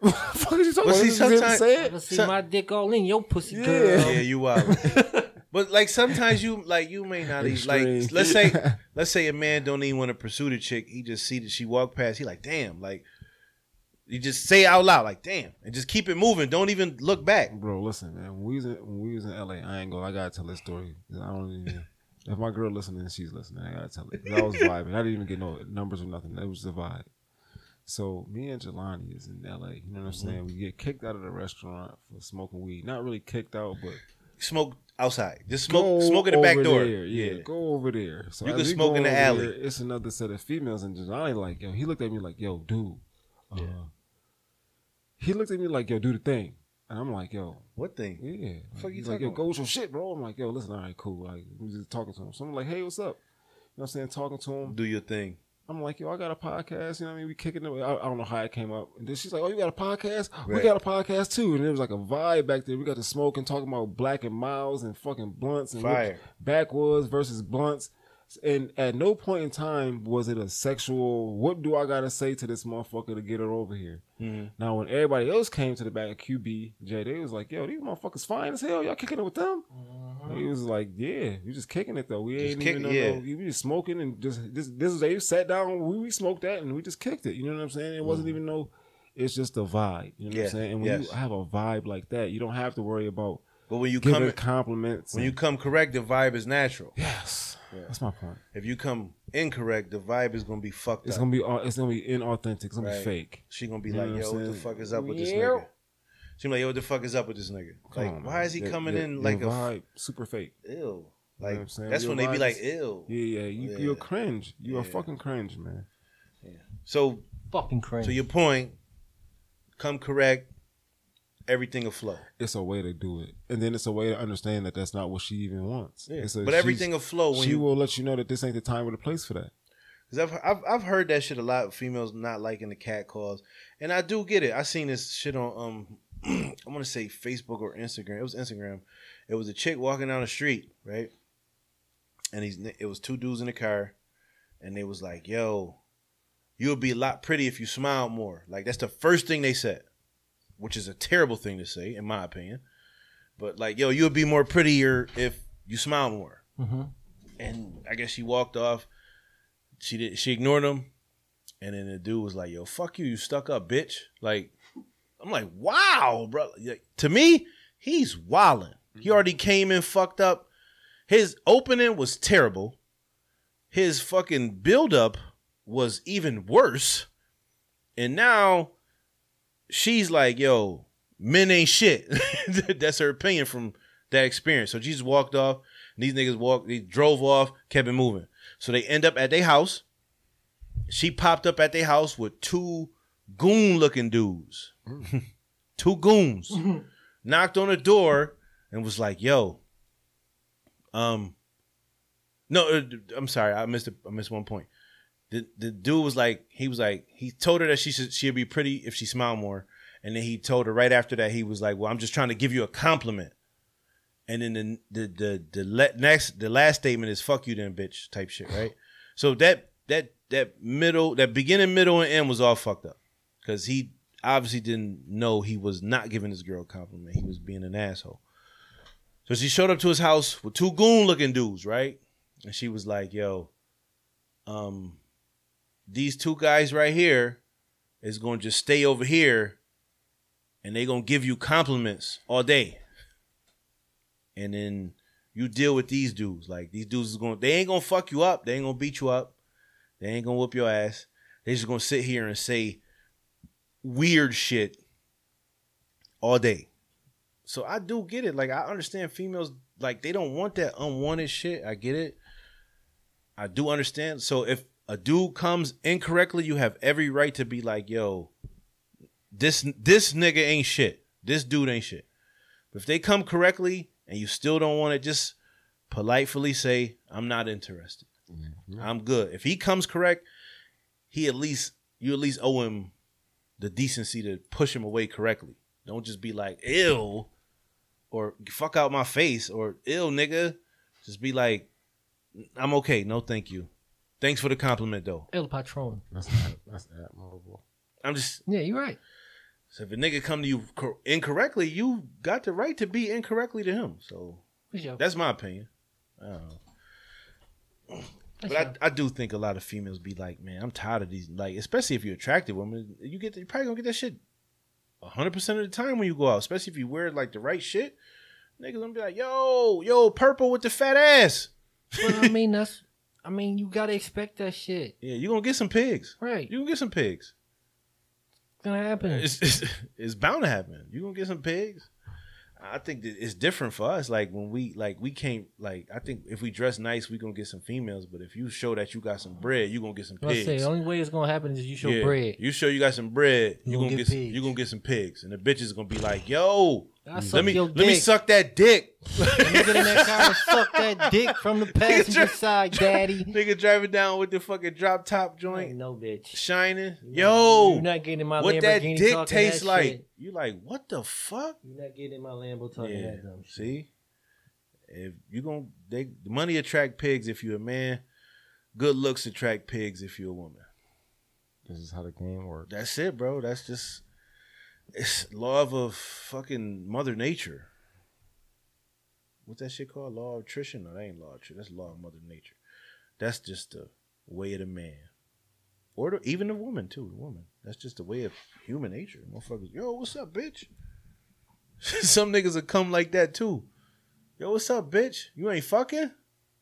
Speaker 4: what the fuck are you talking
Speaker 2: But
Speaker 4: about?
Speaker 2: see,
Speaker 4: This is him
Speaker 2: sometimes-
Speaker 4: saying?
Speaker 1: Let's see
Speaker 2: So-
Speaker 1: my dick all in your pussy
Speaker 4: Yeah.
Speaker 1: girl.
Speaker 2: Yeah, you wildin'. but like sometimes you like you may not even
Speaker 4: Extreme.
Speaker 2: like let's say let's say a man don't even want to pursue the chick. He just see that she walk past. He like damn like. You just say it out loud like "damn" and just keep it moving. Don't even look back.
Speaker 4: Bro, listen, man. When we was in, when we was in LA, I ain't gonna. I gotta tell this story. I don't even. If my girl listening, she's listening. I gotta tell it. 'Cause I was vibing. I didn't even get no numbers or nothing. It was the vibe. So me and Jelani Mm-hmm. is in LA. You know what I'm saying? We get kicked out of the restaurant for smoking weed. Not really kicked out, but
Speaker 2: smoke outside. Just smoke, smoke in the back
Speaker 4: over
Speaker 2: door.
Speaker 4: there,
Speaker 2: Yeah.
Speaker 4: go over there. So
Speaker 2: You
Speaker 4: as
Speaker 2: can
Speaker 4: we
Speaker 2: smoke
Speaker 4: go
Speaker 2: in the
Speaker 4: over
Speaker 2: alley.
Speaker 4: there, it's another set of females, and Johnny like, yo, he looked at me like, yo, dude. Uh, He looked at me like, yo, do the thing, and I'm like, yo,
Speaker 2: What thing?
Speaker 4: yeah.
Speaker 2: fuck you
Speaker 4: He's like,
Speaker 2: talking
Speaker 4: yo,
Speaker 2: about?
Speaker 4: go with your shit, bro. I'm like, yo, listen, all right, cool. Like, we just talking to him. So I'm like, hey, what's up? You know what I'm saying? Talking to him.
Speaker 2: Do your thing.
Speaker 4: I'm like, yo, I got a podcast. You know what I mean? We kicking it. I, I don't know how it came up. And then she's like, oh, you got a podcast? We
Speaker 2: Right.
Speaker 4: got a podcast too. And it was like a vibe back there. We got to smoke and talking about black and miles and fucking blunts and
Speaker 2: Fire.
Speaker 4: backwoods versus blunts. And at no point in time was it a sexual, what do I got to say to this motherfucker to get her over here? Now, when everybody else came to the back of QB, Jay, they was like, yo, these motherfuckers fine as hell. Y'all kicking it with them? He was like, "Yeah, we just kicking it though. We
Speaker 2: Mm-hmm. Just
Speaker 4: ain't
Speaker 2: kicking-
Speaker 4: even
Speaker 2: yeah.
Speaker 4: yeah. no, we just smoking and just this. This is they sat down. We, we smoked that and we just kicked it. You know what I'm saying? It wasn't even no. It's just a vibe. You know what
Speaker 2: Mm-hmm. Yeah,
Speaker 4: I'm saying? And when
Speaker 2: yes.
Speaker 4: you have a vibe like that, you don't have to worry about
Speaker 2: But when you
Speaker 4: giving
Speaker 2: come
Speaker 4: compliments.
Speaker 2: when you
Speaker 4: and-
Speaker 2: come correct, the vibe is natural.
Speaker 4: yes, that's my point.
Speaker 2: If you come incorrect, the vibe is gonna be fucked
Speaker 4: It's
Speaker 2: up.
Speaker 4: gonna be au- it's gonna be inauthentic. It's gonna
Speaker 2: Right.
Speaker 4: be fake.
Speaker 2: she gonna be
Speaker 4: You know
Speaker 2: like,
Speaker 4: what I'm
Speaker 2: yo, what the
Speaker 4: saying?
Speaker 2: fuck is up with this
Speaker 4: Yeah.
Speaker 2: nigga? She be like, yo, what the fuck is up with this nigga?
Speaker 4: Come
Speaker 2: like,
Speaker 4: on,
Speaker 2: why
Speaker 4: man.
Speaker 2: is he
Speaker 4: Your-
Speaker 2: coming
Speaker 4: your-
Speaker 2: in
Speaker 4: your
Speaker 2: like a
Speaker 4: vibe? Super fake.
Speaker 2: ill?
Speaker 4: what
Speaker 2: Like
Speaker 4: I'm saying?
Speaker 2: that's
Speaker 4: Your
Speaker 2: when they be
Speaker 4: vibe
Speaker 2: like
Speaker 4: is-
Speaker 2: ill.
Speaker 4: Yeah, yeah. You,
Speaker 2: Yeah.
Speaker 4: You're cringe. You are
Speaker 2: Yeah.
Speaker 4: fucking cringe, man.
Speaker 2: So
Speaker 1: Fucking crazy.
Speaker 2: to your point, come correct, everything will flow.
Speaker 4: It's a way to do it, and then it's a way to understand that that's not what she even wants. It's a-
Speaker 2: but everything
Speaker 4: she's-
Speaker 2: will flow when
Speaker 4: she
Speaker 2: you
Speaker 4: will let you know that this ain't the time or the place for that.
Speaker 2: Because I've, I've I've heard that shit a lot. Females not liking the cat calls, and I do get it. I seen this shit on um, I want to say Facebook or Instagram. It was Instagram. It was a chick walking down the street, right? And he's it was two dudes in the car, and they was like, "Yo, you'll be a lot pretty if you smile more." Like that's the first thing they said, which is a terrible thing to say in my opinion. But like, yo, you'll be more prettier if you smile more
Speaker 1: hmm
Speaker 2: and I guess she walked off. She did. She ignored him, and then the dude was like, "Yo, fuck you, you stuck up bitch." Like, I'm like, "Wow, bro." Like, to me, he's wildin'. He already came in fucked up. His opening was terrible. His fucking build up was even worse, and now she's like, "Yo, men ain't shit." That's her opinion from that experience. So she just walked off. These niggas walked, they drove off, kept it moving. So they end up at their house. She popped up at their house with two goon looking dudes. two goons. Knocked on the door and was like, yo, um, no, uh, I'm sorry, I missed a, I missed one point. The, the dude was like, he was like, he told her that she should she'd be pretty if she smiled more. And then he told her right after that, he was like, Well, I'm just trying to give you a compliment. And then the the the, the le- next the last statement is fuck you then bitch type shit, right? so that that that middle that beginning, middle, and end was all fucked up. Cause he obviously didn't know he was not giving this girl a compliment. He was being an asshole. So she showed up to his house with two goon looking dudes, right? And she was like, yo, um, these two guys right here is gonna just stay over here and they gonna give you compliments all day and then you deal with these dudes. Like these dudes is going, to they ain't gonna fuck you up. They ain't gonna beat you up. They ain't gonna whoop your ass. They just gonna sit here and say weird shit all day. So I do get it. Like I understand females like they don't want that unwanted shit. I get it. I do understand. So if a dude comes incorrectly, you have every right to be like, "Yo, this this nigga ain't shit. This dude ain't shit." If they come correctly and you still don't want it, just politely say, I'm not interested. I'm good. If he comes correct, he at least you at least owe him the decency to push him away correctly. Don't just be like, ill or fuck out my face or ill nigga. Just be like, I'm okay, no thank you. Thanks for the compliment though.
Speaker 1: El Patron.
Speaker 4: That's that's admirable.
Speaker 2: I'm just
Speaker 1: Yeah, you're right.
Speaker 2: so if a nigga come to you cor- incorrectly, you got the right to be incorrectly to him. So
Speaker 1: What's your-
Speaker 2: that's my opinion. I don't know.
Speaker 1: what's your-
Speaker 2: But I, I do think a lot of females be like, man, I'm tired of these. Like, especially if you're attractive woman, you get you probably gonna get that shit 100 percent of the time when you go out. Especially if you wear like the right shit, niggas gonna be like, yo, yo, purple with the fat ass.
Speaker 1: But I mean, that's. I mean, you gotta expect that shit,
Speaker 2: Yeah, you gonna get some pigs.
Speaker 1: right?
Speaker 2: You gonna get some pigs.
Speaker 1: It's gonna happen.
Speaker 2: It's it's, it's bound to happen. You gonna get some pigs. I think that it's different for us. Like when we like we can't like I think if we dress nice, we gonna get some females. But if you show that you got some bread, you gonna get some
Speaker 1: I
Speaker 2: pigs.
Speaker 1: say the only way it's gonna happen is you show
Speaker 2: Yeah.
Speaker 1: bread.
Speaker 2: You show you got some bread, you, gonna, get, some,
Speaker 1: pigs.
Speaker 2: you gonna get some pigs, and the bitches gonna be like, "Yo,
Speaker 1: I
Speaker 2: let
Speaker 1: suck
Speaker 2: me
Speaker 1: your
Speaker 2: let me
Speaker 1: dick.
Speaker 2: suck that dick."
Speaker 1: You get in that car and suck that dick from the passenger
Speaker 2: Nigga,
Speaker 1: side, daddy.
Speaker 2: Nigga driving down with the fucking drop top joint,
Speaker 1: No, bitch.
Speaker 2: shining.
Speaker 1: you're
Speaker 2: Yo,
Speaker 1: not getting in my
Speaker 2: what
Speaker 1: Lamborghini
Speaker 2: that dick
Speaker 1: talking
Speaker 2: tastes
Speaker 1: that
Speaker 2: like?
Speaker 1: shit.
Speaker 2: You like what the fuck?
Speaker 1: You're not getting in my Lambo talking
Speaker 2: Yeah.
Speaker 1: that dumb shit.
Speaker 2: See, if you gonna they the money attract pigs if you're a man. Good looks attract pigs if you're a woman.
Speaker 4: This is how the game works.
Speaker 2: That's it, bro. That's just it's law of a fucking mother nature. What's that shit called? Law of attrition? No, that ain't law of attrition. That's law of mother nature. That's just the way of the man, or the, even the woman too. The woman. That's just the way of human nature. Motherfuckers, yo, what's up, bitch? Some niggas will come like that too. Yo, what's up, bitch? You ain't fucking.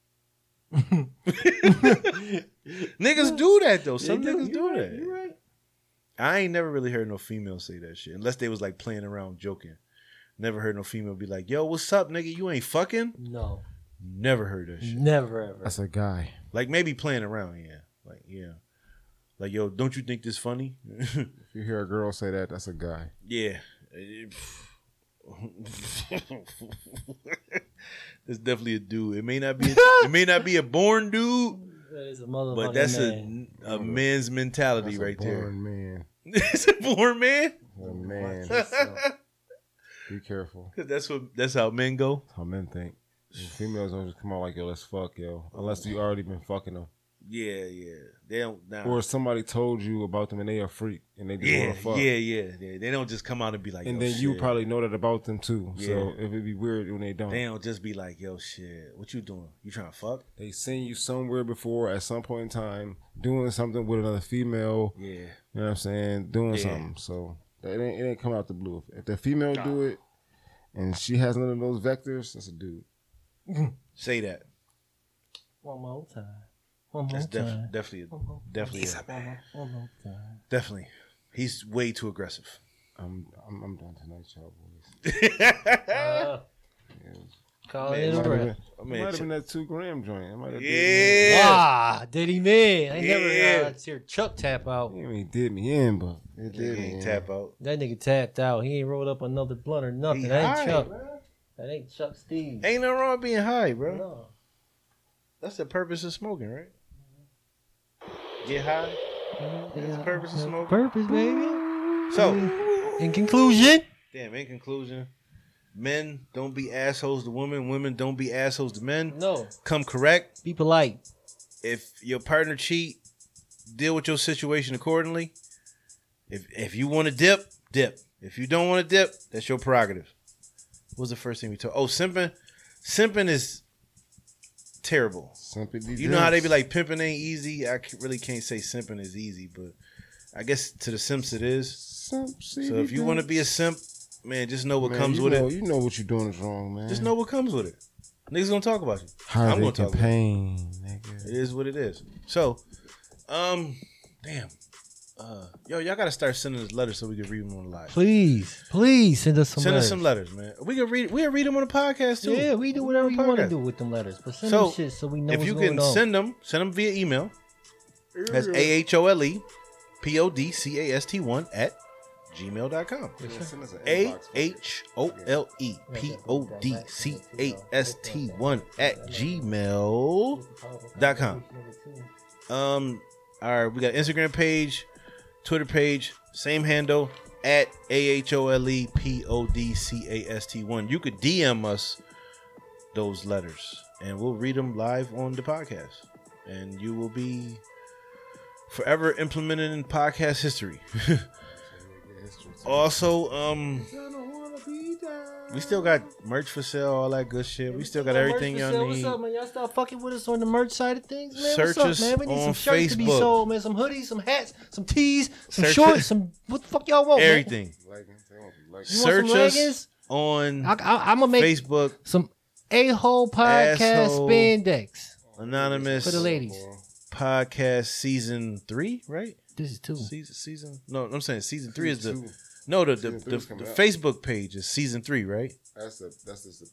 Speaker 2: niggas do that though. Some
Speaker 1: They
Speaker 2: niggas
Speaker 1: You
Speaker 2: do
Speaker 1: right,
Speaker 2: that.
Speaker 1: You right.
Speaker 2: I ain't never really heard no female say that shit unless they was like playing around joking. Never heard no female be like, "Yo, what's up, nigga? You ain't fucking."
Speaker 1: No,
Speaker 2: Never heard that
Speaker 4: Mm-hmm.
Speaker 2: shit.
Speaker 1: never ever.
Speaker 6: That's a guy.
Speaker 2: Like maybe playing around, yeah. Like yeah, like yo, don't you think this funny?
Speaker 4: If you hear a girl say that, that's a guy.
Speaker 2: yeah. That's definitely a dude. It may not be. it may not be a born dude,
Speaker 1: That is a motherfucking
Speaker 2: but that's
Speaker 1: man.
Speaker 2: a a man's mentality
Speaker 4: That's a
Speaker 2: right
Speaker 4: born
Speaker 2: there.
Speaker 4: man.
Speaker 2: it's a born man.
Speaker 4: A man. Be careful.
Speaker 2: 'Cause that's what. That's how men go.
Speaker 4: That's how men think. And females don't just come out like yo, let's fuck yo, unless you already been fucking them,
Speaker 2: Yeah, yeah. They don't. Nah.
Speaker 4: or somebody told you about them and they a freak and they just
Speaker 2: yeah,
Speaker 4: want to fuck.
Speaker 2: yeah, yeah, yeah. They don't just come out and be like,
Speaker 4: And
Speaker 2: "Yo,
Speaker 4: then you
Speaker 2: shit."
Speaker 4: probably know that about them too.
Speaker 2: Yeah.
Speaker 4: So it would be weird when they don't.
Speaker 2: They don't just be like, yo, shit, what you doing? You trying to fuck?
Speaker 4: They seen you somewhere before at some point in time doing something with another female.
Speaker 2: Yeah,
Speaker 4: You know what I'm saying? Doing
Speaker 2: Yeah.
Speaker 4: something. So that it ain't, it ain't come out the blue. If the female do it and she has none of those vectors, that's a dude.
Speaker 2: say that.
Speaker 1: One more time. One more
Speaker 2: That's
Speaker 1: time.
Speaker 2: def- definitely,
Speaker 1: One more-
Speaker 2: definitely,
Speaker 1: one more- One more time.
Speaker 2: definitely. He's way too aggressive.
Speaker 4: I'm I'm, I'm done tonight, y'all boys.
Speaker 1: Uh, Call it a
Speaker 4: Might have been,
Speaker 1: wrap.
Speaker 2: I
Speaker 4: might
Speaker 2: mean,
Speaker 4: have
Speaker 2: ch-
Speaker 4: been that two gram joint. It might have been.
Speaker 2: yeah,
Speaker 1: Ah, did he man? I never
Speaker 2: Yeah.
Speaker 1: uh, hear Chuck tap out.
Speaker 4: Damn, he did me in, but
Speaker 2: Nigga
Speaker 4: it did me
Speaker 2: ain't
Speaker 4: in.
Speaker 2: tap out.
Speaker 1: That nigga tapped out. He ain't rolled up another blunt or nothing.
Speaker 2: He
Speaker 1: That ain't
Speaker 2: high,
Speaker 1: Chuck.
Speaker 2: man.
Speaker 1: That ain't Chuck Steve.
Speaker 2: Ain't no wrong with being high, bro.
Speaker 1: No.
Speaker 2: That's the purpose of smoking, right? Get high. That's the purpose of smoking.
Speaker 1: Purpose, baby.
Speaker 2: So,
Speaker 1: In conclusion,
Speaker 2: damn. In conclusion, men don't be assholes to women. Women don't be assholes to men.
Speaker 1: no.
Speaker 2: Come correct.
Speaker 1: Be polite.
Speaker 2: if your partner cheat, deal with your situation accordingly. If if you want to dip, dip. If you don't want to dip, that's your prerogative. What was the first thing we told? Oh, simping, simping is terrible.
Speaker 4: Simply
Speaker 2: You know how they be like pimping ain't easy. I c- really can't say simping is easy, but I guess to the simps it is. So if you want to be a simp, man, just know what comes
Speaker 4: you
Speaker 2: with
Speaker 4: know,
Speaker 2: it.
Speaker 4: You know what you're doing is wrong, man.
Speaker 2: Just know what comes with it. Niggas gonna talk about you. I'm gonna
Speaker 4: heartache
Speaker 2: talk about
Speaker 4: and
Speaker 2: it.
Speaker 4: pain, nigga.
Speaker 2: It is what it is. So, um, damn. Uh, yo, y'all gotta start sending us letters so we can read them on the live.
Speaker 1: Please, please send us some
Speaker 2: Send us
Speaker 1: letters.
Speaker 2: some letters, man. We can read. We can read them on the podcast too.
Speaker 1: Yeah, we do whatever
Speaker 2: Read
Speaker 1: you
Speaker 2: them
Speaker 1: want
Speaker 2: on the
Speaker 1: to
Speaker 2: podcast.
Speaker 1: do with them letters. But send
Speaker 2: So,
Speaker 1: them shit so we know
Speaker 2: If
Speaker 1: what's
Speaker 2: you
Speaker 1: going
Speaker 2: can
Speaker 1: on.
Speaker 2: send them, send them via email. That's a h o l e p o d c a s t one at gmail.com.
Speaker 4: Send us an
Speaker 2: A
Speaker 4: inbox.
Speaker 2: H O L E P O D C A S T one at gmail. dot com. Um, all right, we got Instagram page, Twitter page, same handle at a h o l e p o d c a s t one. You could DM us those letters, and we'll read them live on the podcast, and you will be forever implemented in podcast history. also, um. We still got merch for sale, all that good shit. We still got everything
Speaker 1: Merch for
Speaker 2: y'all
Speaker 1: sale.
Speaker 2: need.
Speaker 1: What's up, man? Y'all start fucking with us on the merch side of things, man.
Speaker 2: Search us
Speaker 1: what's up, man? We need
Speaker 2: on
Speaker 1: some shirts to be
Speaker 2: Facebook.
Speaker 1: sold, man. Some hoodies, some hats, some tees, some
Speaker 2: Search
Speaker 1: shorts,
Speaker 2: us-
Speaker 1: some what the fuck y'all want? man?
Speaker 2: Everything.
Speaker 1: You want
Speaker 2: Search
Speaker 1: some
Speaker 2: us
Speaker 1: leggings?
Speaker 2: on
Speaker 1: I, am gonna make
Speaker 2: Facebook,
Speaker 1: some a hole podcast
Speaker 2: Asshole.
Speaker 1: spandex
Speaker 2: Anonymous
Speaker 1: for the ladies.
Speaker 2: Podcast Season Three, right?
Speaker 1: This is two.
Speaker 2: Season, season. No, I'm saying Season Three is the No, the the,
Speaker 4: Season
Speaker 2: the,
Speaker 4: three's
Speaker 2: the
Speaker 4: coming up.
Speaker 2: Facebook page is season three, right?
Speaker 4: That's the that's just the,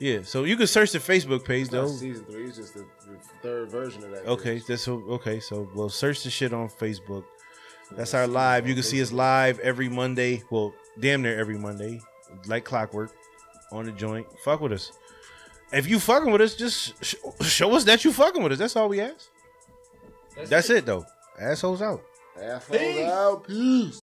Speaker 4: yeah.
Speaker 2: Yeah. So you can search the Facebook page
Speaker 4: It's not
Speaker 2: though.
Speaker 4: season three. It's just the, the third version of that.
Speaker 2: Okay,
Speaker 4: bitch.
Speaker 2: that's o- okay. So we'll search the shit on Facebook. That's
Speaker 4: Yeah,
Speaker 2: our
Speaker 4: season
Speaker 2: live.
Speaker 4: on
Speaker 2: You can see us
Speaker 4: Facebook.
Speaker 2: live every Monday. Well, damn near every Monday, like clockwork, on the joint. Fuck with us. If you fucking with us, just sh- show us that you fucking with us. That's all we ask. That's, it. though. Assholes out.
Speaker 4: Assholes out. Peace.